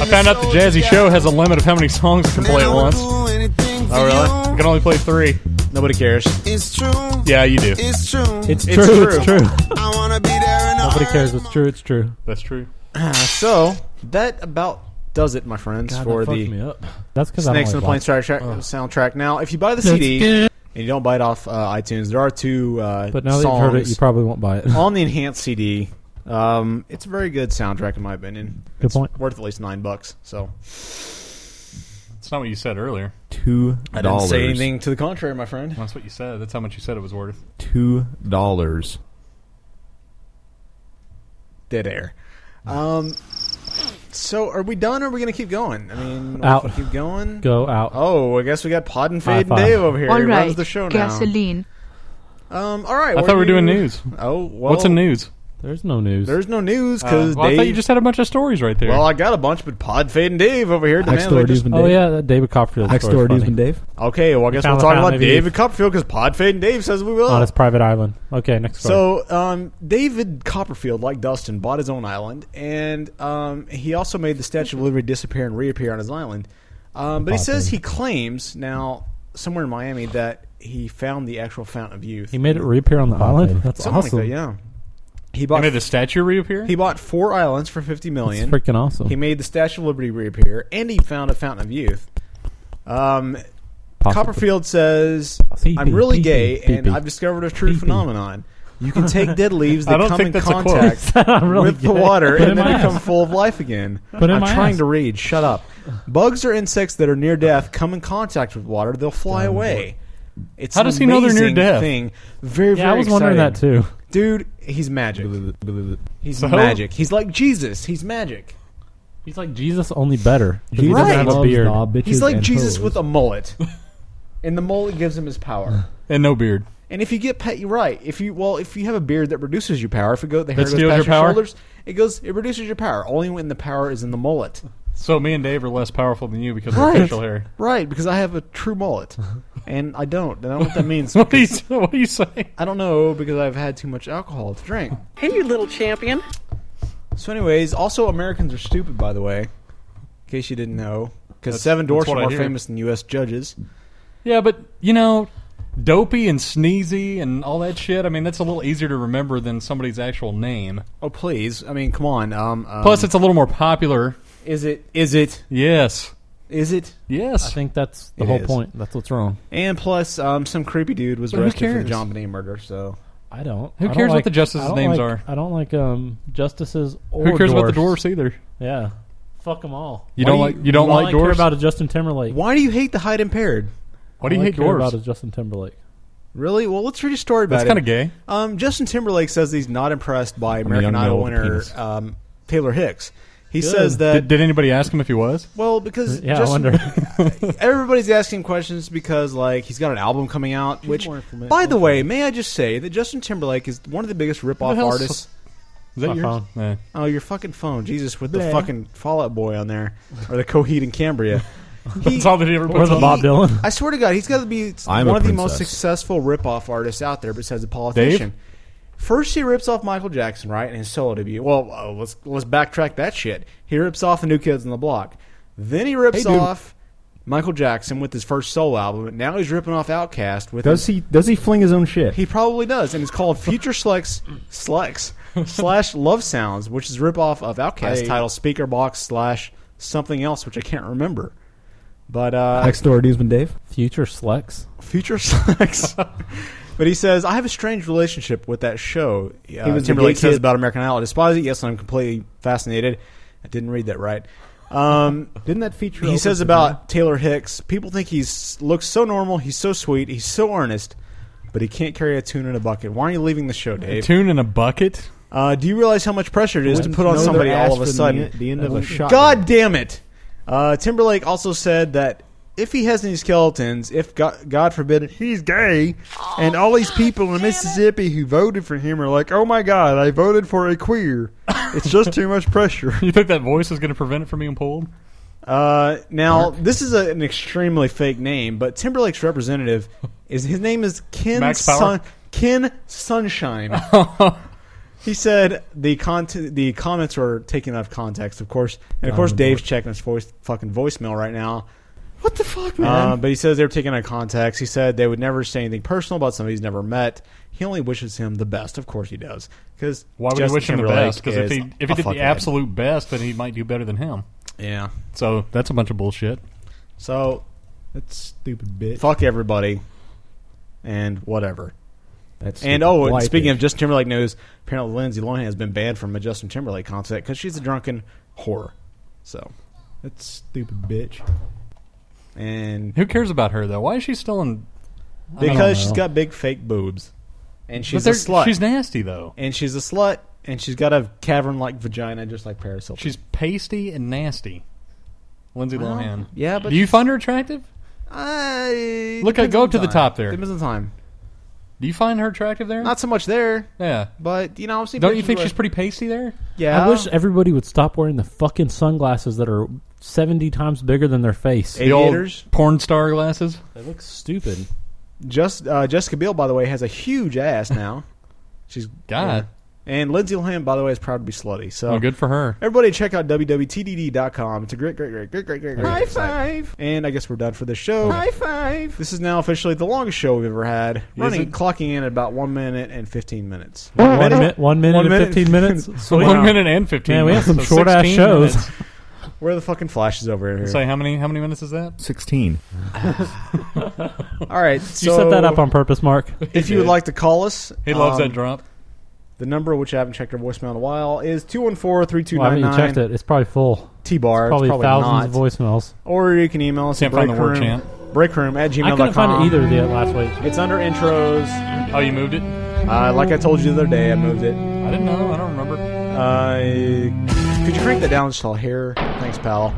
Speaker 8: I found out the Jazzy Show has a limit of how many songs it can play at once.
Speaker 9: Do anything for
Speaker 8: Oh, really? You can only play three.
Speaker 4: Nobody cares.
Speaker 9: It's true.
Speaker 8: Yeah, you do.
Speaker 9: It's true.
Speaker 3: It's true. It's true.
Speaker 9: I wanna be there in the
Speaker 3: Nobody cares. It's true. It's true.
Speaker 8: That's true.
Speaker 4: so that about does it, my friends,
Speaker 3: God,
Speaker 4: for
Speaker 3: that
Speaker 4: the
Speaker 3: fucked me up. That's 'cause I
Speaker 4: Snakes
Speaker 3: don't
Speaker 4: and the Plane
Speaker 3: like
Speaker 4: soundtrack. soundtrack. Now, if you buy the
Speaker 3: That's
Speaker 4: CD
Speaker 3: good.
Speaker 4: and you don't buy it off uh, iTunes, there are two. Uh,
Speaker 3: But now that you've
Speaker 4: songs
Speaker 3: heard it, you probably won't buy it.
Speaker 4: on the enhanced CD. Um, it's a very good soundtrack in my opinion.
Speaker 3: Good
Speaker 4: it's
Speaker 3: point.
Speaker 4: Worth at least nine bucks. So
Speaker 8: That's not what you said earlier.
Speaker 5: Two
Speaker 4: I didn't
Speaker 5: dollars.
Speaker 4: say anything to the contrary, my friend.
Speaker 8: That's what you said. That's how much you said it was worth.
Speaker 5: Two dollars.
Speaker 4: Dead air. Um, so are we done? or Are we gonna keep going? I mean, we
Speaker 3: Out.
Speaker 4: can keep going.
Speaker 3: Go out.
Speaker 4: Oh, I guess we got Pod and
Speaker 3: High
Speaker 4: Fade and
Speaker 3: five.
Speaker 4: Dave over here.
Speaker 19: All
Speaker 4: he
Speaker 19: right,
Speaker 4: runs the show now.
Speaker 19: gasoline.
Speaker 4: Um, all right.
Speaker 8: I
Speaker 4: what
Speaker 8: thought we were
Speaker 4: do you-
Speaker 8: doing news.
Speaker 4: Oh, well,
Speaker 8: What's in news?
Speaker 3: There's no news.
Speaker 4: There's no news because
Speaker 8: Uh, well, I thought you
Speaker 4: Dave.
Speaker 8: just had a bunch of stories right there.
Speaker 4: well, I got a bunch, but Pod Fade and Dave over here. demands we just-
Speaker 3: oh yeah, that David Copperfield.
Speaker 4: Next
Speaker 3: story's
Speaker 4: door,
Speaker 3: funny.
Speaker 4: Desmond Dave. Okay, well I guess we'll
Speaker 3: Found the
Speaker 4: talk
Speaker 3: fountain
Speaker 4: about
Speaker 3: of youth.
Speaker 4: David Copperfield because Pod Fade and Dave says we will.
Speaker 3: on his Oh, private island. Okay, next story.
Speaker 4: So, um, David Copperfield, like Dustin, bought his own island, and um, he also made the Statue of Liberty disappear and reappear on his island. Um, but he says he claims now somewhere in Miami that he found the actual Fountain of Youth.
Speaker 3: he made it reappear on the island. That's
Speaker 4: Something
Speaker 3: awesome.
Speaker 4: like that, yeah. He
Speaker 8: I
Speaker 4: bought
Speaker 8: made the statue reappear.
Speaker 4: he bought four islands for fifty million.
Speaker 3: That's freaking awesome.
Speaker 4: He made the Statue of Liberty reappear, and he found a Fountain of Youth. Um,
Speaker 3: Possibly.
Speaker 4: Copperfield says,
Speaker 3: Pee-pee,
Speaker 4: "I'm really
Speaker 3: pee-pee,
Speaker 4: gay, and
Speaker 3: pee-pee.
Speaker 4: I've discovered a true
Speaker 3: Pee-pee.
Speaker 4: phenomenon.
Speaker 12: You can take dead leaves
Speaker 4: I
Speaker 12: that
Speaker 4: don't
Speaker 12: come
Speaker 4: think
Speaker 12: in
Speaker 4: that's a quote.
Speaker 12: contact
Speaker 4: I'm really
Speaker 12: with the
Speaker 4: good.
Speaker 12: water
Speaker 4: Put in
Speaker 12: and then
Speaker 4: my
Speaker 12: become
Speaker 4: ass.
Speaker 12: full of life again.
Speaker 4: Put in
Speaker 12: I'm
Speaker 4: my
Speaker 12: trying
Speaker 4: ass.
Speaker 12: to read. Shut up. Bugs or insects that are near death come in contact with water, they'll fly away. It's
Speaker 4: How
Speaker 12: an
Speaker 4: does he know they're near
Speaker 12: amazing
Speaker 4: death?
Speaker 12: Thing. Very,
Speaker 3: Yeah, I
Speaker 12: very
Speaker 3: was wondering that
Speaker 12: exciting.
Speaker 3: too.
Speaker 12: Dude, he's magic. He's
Speaker 3: So?
Speaker 12: magic. He's like Jesus. He's magic.
Speaker 3: He's like Jesus, only better. 'cause he
Speaker 12: Right.
Speaker 3: doesn't have a beard.
Speaker 12: He's like Jesus with a mullet, and the mullet gives him his power.
Speaker 4: and no beard.
Speaker 12: And if you get pet, you're right. If you well, if you have a beard that reduces your power, if it go the hair
Speaker 4: That
Speaker 12: goes past
Speaker 4: steals
Speaker 12: your,
Speaker 4: your power?
Speaker 12: shoulders, it goes it reduces your power. Only when the power is in the mullet.
Speaker 4: So me and Dave are less powerful than you because of
Speaker 12: Right,
Speaker 4: facial hair.
Speaker 12: right. Because I have a true mullet, and I don't. And I don't know what that means. what,
Speaker 4: are you, what are you saying?
Speaker 12: I don't know because I've had too much alcohol to drink.
Speaker 21: Hey, you little champion.
Speaker 12: So, anyways, also Americans are stupid, by the way. In case you didn't know, because
Speaker 4: That's-
Speaker 12: Seven Dwarfs
Speaker 4: that's
Speaker 12: are
Speaker 4: what I
Speaker 12: more
Speaker 4: hear.
Speaker 12: famous than U.S. judges.
Speaker 4: Yeah, but you know, dopey and sneezy and all that shit. I mean, that's a little easier to remember than somebody's actual name.
Speaker 12: Oh please! I mean, come on. Um,
Speaker 4: Plus,
Speaker 12: um,
Speaker 4: it's a little more popular.
Speaker 12: Is it? Is it?
Speaker 4: Yes.
Speaker 12: Is it?
Speaker 4: Yes.
Speaker 3: I think that's the
Speaker 12: It
Speaker 3: whole
Speaker 12: is.
Speaker 3: point. That's what's wrong.
Speaker 12: And plus, um, some creepy dude was
Speaker 3: But who
Speaker 12: arrested for the
Speaker 3: cares?
Speaker 12: John Bonet murder. So
Speaker 3: I don't.
Speaker 4: Who
Speaker 3: I don't
Speaker 4: cares what
Speaker 3: like-
Speaker 4: the justices'
Speaker 3: I don't
Speaker 4: names
Speaker 3: like-
Speaker 4: are?
Speaker 3: I don't like um, justices or
Speaker 4: Who cares about the
Speaker 3: dwarfs.
Speaker 4: dwarfs either?
Speaker 3: Yeah, fuck them all.
Speaker 4: You don't like- you don't
Speaker 3: why
Speaker 4: like
Speaker 3: I care
Speaker 4: dwarfs?
Speaker 3: about a Justin Timberlake.
Speaker 12: Why do you hate the height impaired?
Speaker 4: Why do you
Speaker 3: All I
Speaker 4: hate
Speaker 3: care
Speaker 4: dwarfs?
Speaker 3: About a Justin Timberlake.
Speaker 12: Really? Well, let's read a story about
Speaker 4: That's
Speaker 12: it.
Speaker 4: kinda gay.
Speaker 12: Um, Justin Timberlake says he's not impressed by
Speaker 4: a
Speaker 12: American
Speaker 4: young
Speaker 12: Idol
Speaker 4: male with a
Speaker 12: winner
Speaker 4: penis.
Speaker 12: um, Taylor Hicks. He says that
Speaker 4: Did, did anybody ask him if he was?
Speaker 12: Well, because
Speaker 4: Yeah, I
Speaker 12: Justin-
Speaker 4: wonder.
Speaker 12: everybody's asking questions because like he's got an album coming out. Which,
Speaker 3: more informa-
Speaker 12: by the way, may I just say that Justin Timberlake is one of the biggest
Speaker 4: What
Speaker 12: rip-off
Speaker 4: the hell's-
Speaker 12: artists.
Speaker 4: Is that
Speaker 3: My
Speaker 4: yours?
Speaker 3: phone.
Speaker 4: Yeah.
Speaker 12: Oh, your fucking phone, Jesus, with the
Speaker 3: Bleh.
Speaker 12: fucking Fallout Boy on there, or the Coheed and Cambria.
Speaker 4: That's all that he ever
Speaker 3: Or
Speaker 4: puts
Speaker 3: the
Speaker 4: on.
Speaker 3: Bob Dylan.
Speaker 12: I swear to God, he's got to be
Speaker 3: I'm
Speaker 12: one
Speaker 3: a
Speaker 12: of the most
Speaker 3: princess.
Speaker 12: successful rip-off artists out there besides a politician. First, he rips off Michael Jackson, right, in his solo debut. Well, uh, let's let's backtrack that shit. He rips off the New Kids on the Block. Then he rips
Speaker 22: Hey, dude.
Speaker 12: off Michael Jackson with his first solo album. Now he's ripping off Outkast with
Speaker 22: Does
Speaker 12: his,
Speaker 22: he does he fling his own shit?
Speaker 12: he probably does, and it's called Future Slex Slex slash Love Sounds, which is rip off of Outkast
Speaker 22: I-
Speaker 12: title Speaker Box slash something else, which I can't remember. But uh,
Speaker 22: Next door, Deesman Dave.
Speaker 3: Future Slex.
Speaker 12: Future Sex. but he says, I have a strange relationship with that show. Uh,
Speaker 22: was the
Speaker 12: Timberlake
Speaker 22: gay
Speaker 12: says
Speaker 22: kid.
Speaker 12: about American Idol. I despise it. Yes, and I'm completely fascinated. I didn't read that right. Um,
Speaker 22: Didn't that feature?
Speaker 12: he
Speaker 22: open
Speaker 12: says
Speaker 22: for
Speaker 12: about Taylor Hicks, people think he's looks so normal, he's so sweet, he's so earnest, but he can't carry a tune in a bucket. Why are you leaving the show,
Speaker 4: A
Speaker 12: Dave?
Speaker 4: tune in a bucket?
Speaker 12: Uh, do you realize how much pressure it is to
Speaker 22: Wouldn't
Speaker 12: put on
Speaker 22: know their
Speaker 12: somebody
Speaker 22: ass
Speaker 12: all of a
Speaker 22: from the
Speaker 12: sudden?
Speaker 22: end- the end of a shotgun.
Speaker 12: God damn it! Uh, Timberlake also said that if he has any skeletons, if God, God forbid he's gay, and all these people in Mississippi who voted for him are like, "Oh my God, I voted for a queer." It's just too much pressure.
Speaker 4: You think that voice is going to prevent it from being pulled?
Speaker 12: Uh, now this is a, an extremely fake name, but Timberlake's representative is his name is Ken
Speaker 4: Max Power?
Speaker 12: Sun, Ken Sunshine. he said the content, the comments were taken out of context, of course, and of
Speaker 22: I'm
Speaker 12: course
Speaker 22: on
Speaker 12: Dave's checking his voice fucking voicemail right now.
Speaker 22: What the fuck,
Speaker 12: Uh, but he says they were taken out of context. He said they would never say anything personal about somebody he's never met. He only wishes him the best. Of course he does. Because
Speaker 4: Why would you wish him the best? Because if he if he did the absolute best, then he might do better than him.
Speaker 12: Yeah.
Speaker 4: So that's a bunch of bullshit.
Speaker 12: So
Speaker 22: that's stupid bitch.
Speaker 12: fuck everybody and whatever.
Speaker 22: That's stupid.
Speaker 12: and oh, and
Speaker 22: Why,
Speaker 12: speaking
Speaker 22: bitch?
Speaker 12: of Justin Timberlake news, apparently Lindsay Lohan has been banned from a Justin Timberlake concert because she's a drunken whore. So,
Speaker 22: That's stupid bitch.
Speaker 12: and
Speaker 4: Who cares about her though? Why is she still in? I don't
Speaker 12: because she's
Speaker 4: know.
Speaker 12: got big fake boobs, and she's a
Speaker 4: they're-
Speaker 12: slut.
Speaker 4: she's nasty, though.
Speaker 12: and she's a slut, and she's got a cavern-like vagina just like Paris Hilton.
Speaker 4: She's pasty and nasty. Lindsay
Speaker 12: Well,
Speaker 4: Lohan.
Speaker 12: yeah, but
Speaker 4: do you
Speaker 12: she's-
Speaker 4: find her attractive?
Speaker 12: I,
Speaker 4: Look, I go up to the top there.
Speaker 12: Depends on the time.
Speaker 4: Do you find her attractive there?
Speaker 12: Not so much there,
Speaker 4: Yeah.
Speaker 12: but you know, I've seen.
Speaker 4: Don't you
Speaker 12: pictures
Speaker 4: think
Speaker 12: where-
Speaker 4: she's pretty pasty there?
Speaker 12: Yeah.
Speaker 3: I wish everybody would stop wearing the fucking sunglasses that are seventy times bigger than their face.
Speaker 4: The old porn star glasses.
Speaker 3: They look stupid.
Speaker 12: Just uh, Jessica Biel, by the way, has a huge ass now. She's
Speaker 4: God.
Speaker 12: yeah. And Lindsay Lohan, by the way, is proud to be slutty. So
Speaker 4: Well, good for her.
Speaker 12: Everybody, check out www.tdd.com. It's a great, great, great, great, great, great, great
Speaker 23: High
Speaker 12: site.
Speaker 23: five.
Speaker 12: And I guess we're done for this show.
Speaker 23: High five.
Speaker 12: This is now officially the longest show we've ever had, running
Speaker 23: it?
Speaker 12: clocking in at about one minute and fifteen minutes.
Speaker 3: One minute, one minute, and fifteen minutes. Sweet.
Speaker 4: One minute and fifteen.
Speaker 3: Man, we have
Speaker 4: minutes, so
Speaker 3: some short ass
Speaker 4: 16
Speaker 3: shows.
Speaker 4: minutes.
Speaker 12: Where the fucking flashes over here?
Speaker 4: Say how many? How many minutes is that?
Speaker 22: Sixteen.
Speaker 12: All right,
Speaker 3: you set that up on purpose, Mark.
Speaker 12: If you would like to call us,
Speaker 4: He loves
Speaker 12: um,
Speaker 4: that drop.
Speaker 12: The number, which I haven't checked our voicemail in a while, is 214
Speaker 3: Well, I
Speaker 12: 3299.
Speaker 3: haven't even checked it. It's probably full.
Speaker 12: T bar.
Speaker 3: Probably, thousands
Speaker 12: not.
Speaker 3: of voicemails.
Speaker 12: Or you can email us
Speaker 3: Can't
Speaker 12: at
Speaker 3: find the word
Speaker 12: breakroom-
Speaker 3: chant.
Speaker 12: breakroom at gmail.com.
Speaker 3: I couldn't find either the last week.
Speaker 12: It's under intros.
Speaker 24: Oh, you moved it?
Speaker 12: Uh, like I told you the other day, I moved it.
Speaker 24: I didn't know. I don't remember.
Speaker 12: Uh, could you crank that down just a here? Thanks, pal.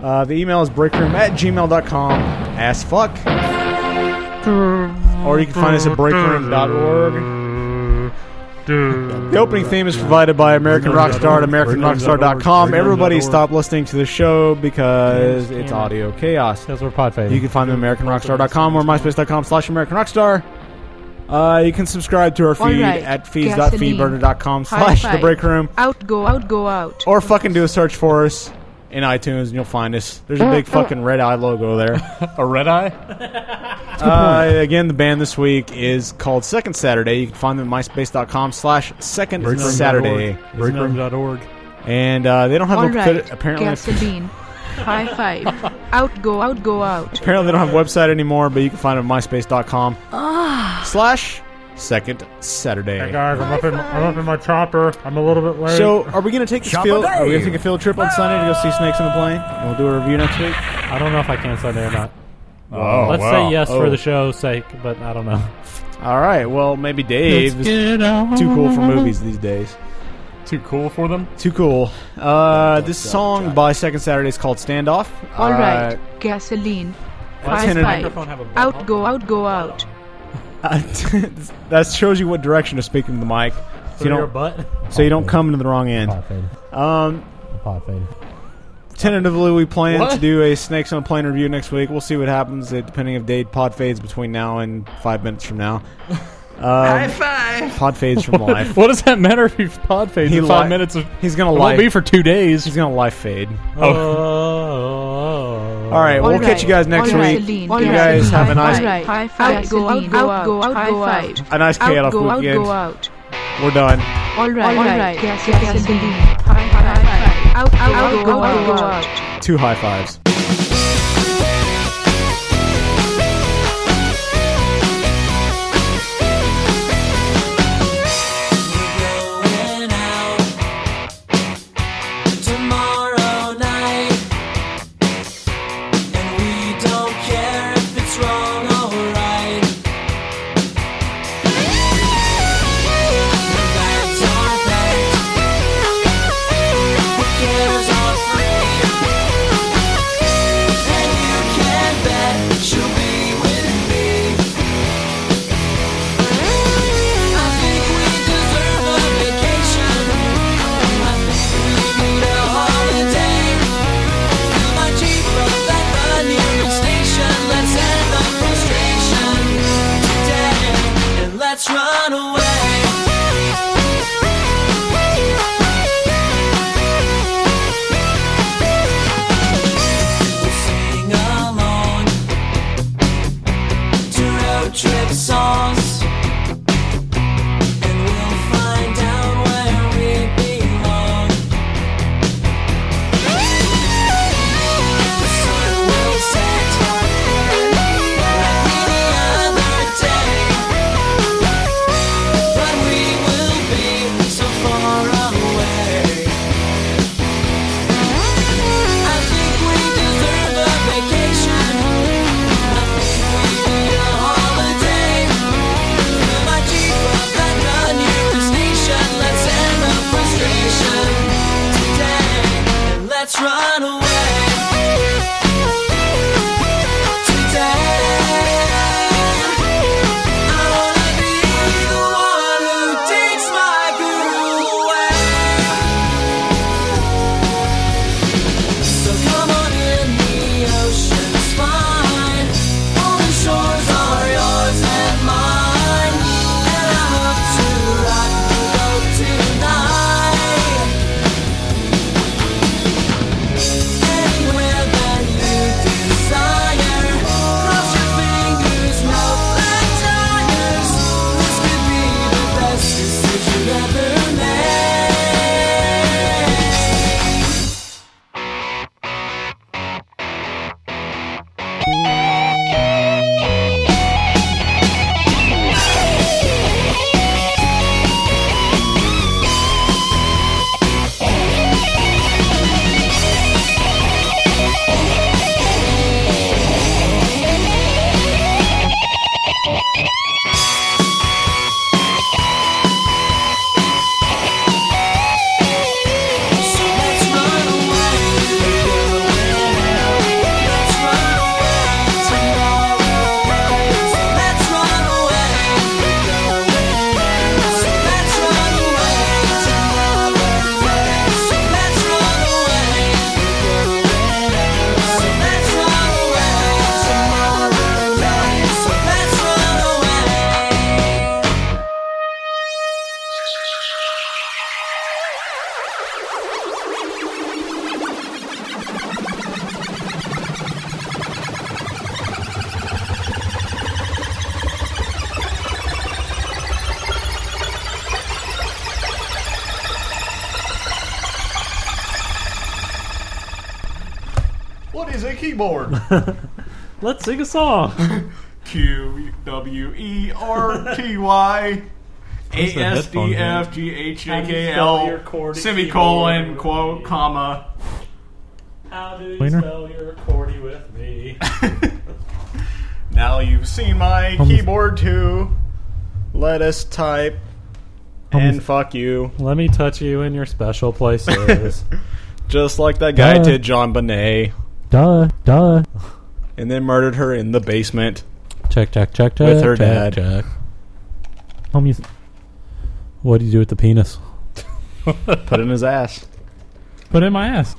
Speaker 12: Uh, the email is breakroom at gmail.com. Ass fuck. Or you can find us at breakroom.org. The opening theme is provided by American Rockstar at AmericanRockstar.com. Everybody stop listening to the show because it's audio chaos.
Speaker 3: That's where Podfade.
Speaker 12: You can find them at AmericanRockstar.com or MySpace.com slash AmericanRockstar. Uh, you can subscribe to our
Speaker 4: All
Speaker 12: feed
Speaker 4: right.
Speaker 12: at
Speaker 4: Gasoline.
Speaker 12: feeds.feedburner.com slash
Speaker 4: High
Speaker 12: The
Speaker 4: five.
Speaker 12: Break Room.
Speaker 4: Out, go out, go out.
Speaker 12: Or fucking do a search for us in iTunes and you'll find us. There's a big fucking red eye logo there.
Speaker 24: a red eye?
Speaker 12: Uh, again, the band this week is called Second Saturday. You can find them at myspace.com slash Second Saturday.
Speaker 3: Breakroom.org.
Speaker 12: And uh, they don't have
Speaker 4: All
Speaker 12: a
Speaker 4: right,
Speaker 12: apparently
Speaker 4: gasoline. High five. Out, go out, go out.
Speaker 12: apparently they don't have a website anymore, but you can find them at myspace.com
Speaker 4: Ah.
Speaker 12: slash Second Saturday.
Speaker 3: guys, I'm up, in, I'm up in my chopper. I'm a little bit late.
Speaker 12: So, are we gonna take this field? Are we gonna take a field trip on Sunday to go see Snakes on the Plane? And we'll do a review next week.
Speaker 3: I don't know if I can Sunday or not.
Speaker 12: Oh,
Speaker 3: Let's
Speaker 12: wow.
Speaker 3: say yes for
Speaker 12: Oh.
Speaker 3: the show's sake, but I don't know.
Speaker 12: All right. Well, maybe Dave
Speaker 3: Let's
Speaker 12: is
Speaker 3: get on.
Speaker 12: too cool for movies these days.
Speaker 24: Too cool for them?
Speaker 12: Too cool. Uh, this song by Second Saturday is called Standoff.
Speaker 4: All right,
Speaker 12: Uh,
Speaker 4: gasoline.
Speaker 12: Why
Speaker 4: High
Speaker 12: does the
Speaker 4: five.
Speaker 12: microphone have a
Speaker 4: Out, go out, go out.
Speaker 12: that shows you what direction to speak into the mic. So you
Speaker 3: Through your
Speaker 12: don't,
Speaker 3: butt?
Speaker 12: so you don't come into the wrong
Speaker 24: Oh.
Speaker 12: end. Um, Tentatively, we plan
Speaker 3: What?
Speaker 12: to do a Snakes on a Plane review next week. We'll see what happens, uh, depending if Dade pod fades between now and five minutes from now. Um,
Speaker 24: High five.
Speaker 12: Pod fades from
Speaker 24: What-
Speaker 12: life.
Speaker 24: what does that matter if he pod fades in five minutes of-
Speaker 12: he's gonna
Speaker 24: It
Speaker 12: life.
Speaker 24: won't be for two days.
Speaker 12: He's gonna life fade.
Speaker 3: Oh.
Speaker 12: All right, we'll catch you guys next
Speaker 4: Alright.
Speaker 12: week. You
Speaker 4: Alright.
Speaker 12: guys have a nice,
Speaker 4: Alright. High five. Out, go out, go out, go out, go out.
Speaker 12: a nice
Speaker 4: Out,
Speaker 12: payoff
Speaker 4: go out,
Speaker 12: weekend.
Speaker 4: go out.
Speaker 12: We're done.
Speaker 4: All right, all right. Gas, gasoline. Out,
Speaker 8: out,
Speaker 4: go
Speaker 8: go
Speaker 4: out, go out.
Speaker 12: Two high fives.
Speaker 8: tomorrow night. And we don't care if it's wrong or right. The bags are packed. The cares are free. And you can bet she'll be with me. I think we deserve a vacation. I think we need a holiday. Fill my Jeep up at the nearest station. Let's end the frustration today, and let's run away. We'll sing along to road trip songs. And we'll find out where we belong. The sun will set like any other day. The
Speaker 12: a keyboard.
Speaker 3: Let's sing a song.
Speaker 12: Q W E R T Y
Speaker 3: Where's
Speaker 12: A
Speaker 3: the
Speaker 12: S D
Speaker 3: headphones
Speaker 12: F
Speaker 3: at?
Speaker 12: G H
Speaker 25: How
Speaker 12: A
Speaker 25: do you
Speaker 12: K
Speaker 25: spell your
Speaker 12: L
Speaker 25: chord-
Speaker 12: semicolon quote comma.
Speaker 25: How do you
Speaker 12: Wiener?
Speaker 25: spell your cordy with me?
Speaker 12: Now you've seen my
Speaker 26: Almost-
Speaker 12: keyboard too.
Speaker 26: Let us type and fuck you.
Speaker 3: Let me touch you in your special places.
Speaker 26: Just like that guy
Speaker 3: Duh.
Speaker 26: did John Bonet
Speaker 3: duh, duh.
Speaker 26: and then murdered her in the basement.
Speaker 3: Check, check, check, check.
Speaker 26: With her dad.
Speaker 3: check, Check. Home use- What do you do with the penis?
Speaker 26: Put in his ass.
Speaker 3: Put it in my ass.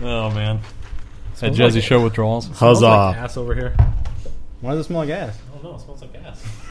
Speaker 4: Oh man, that
Speaker 3: Smells
Speaker 4: Jazzy
Speaker 3: like-
Speaker 4: Show withdrawals.
Speaker 3: smells like ass over here.
Speaker 26: Why does it smell like ass?
Speaker 3: I don't know. Oh, It smells like ass.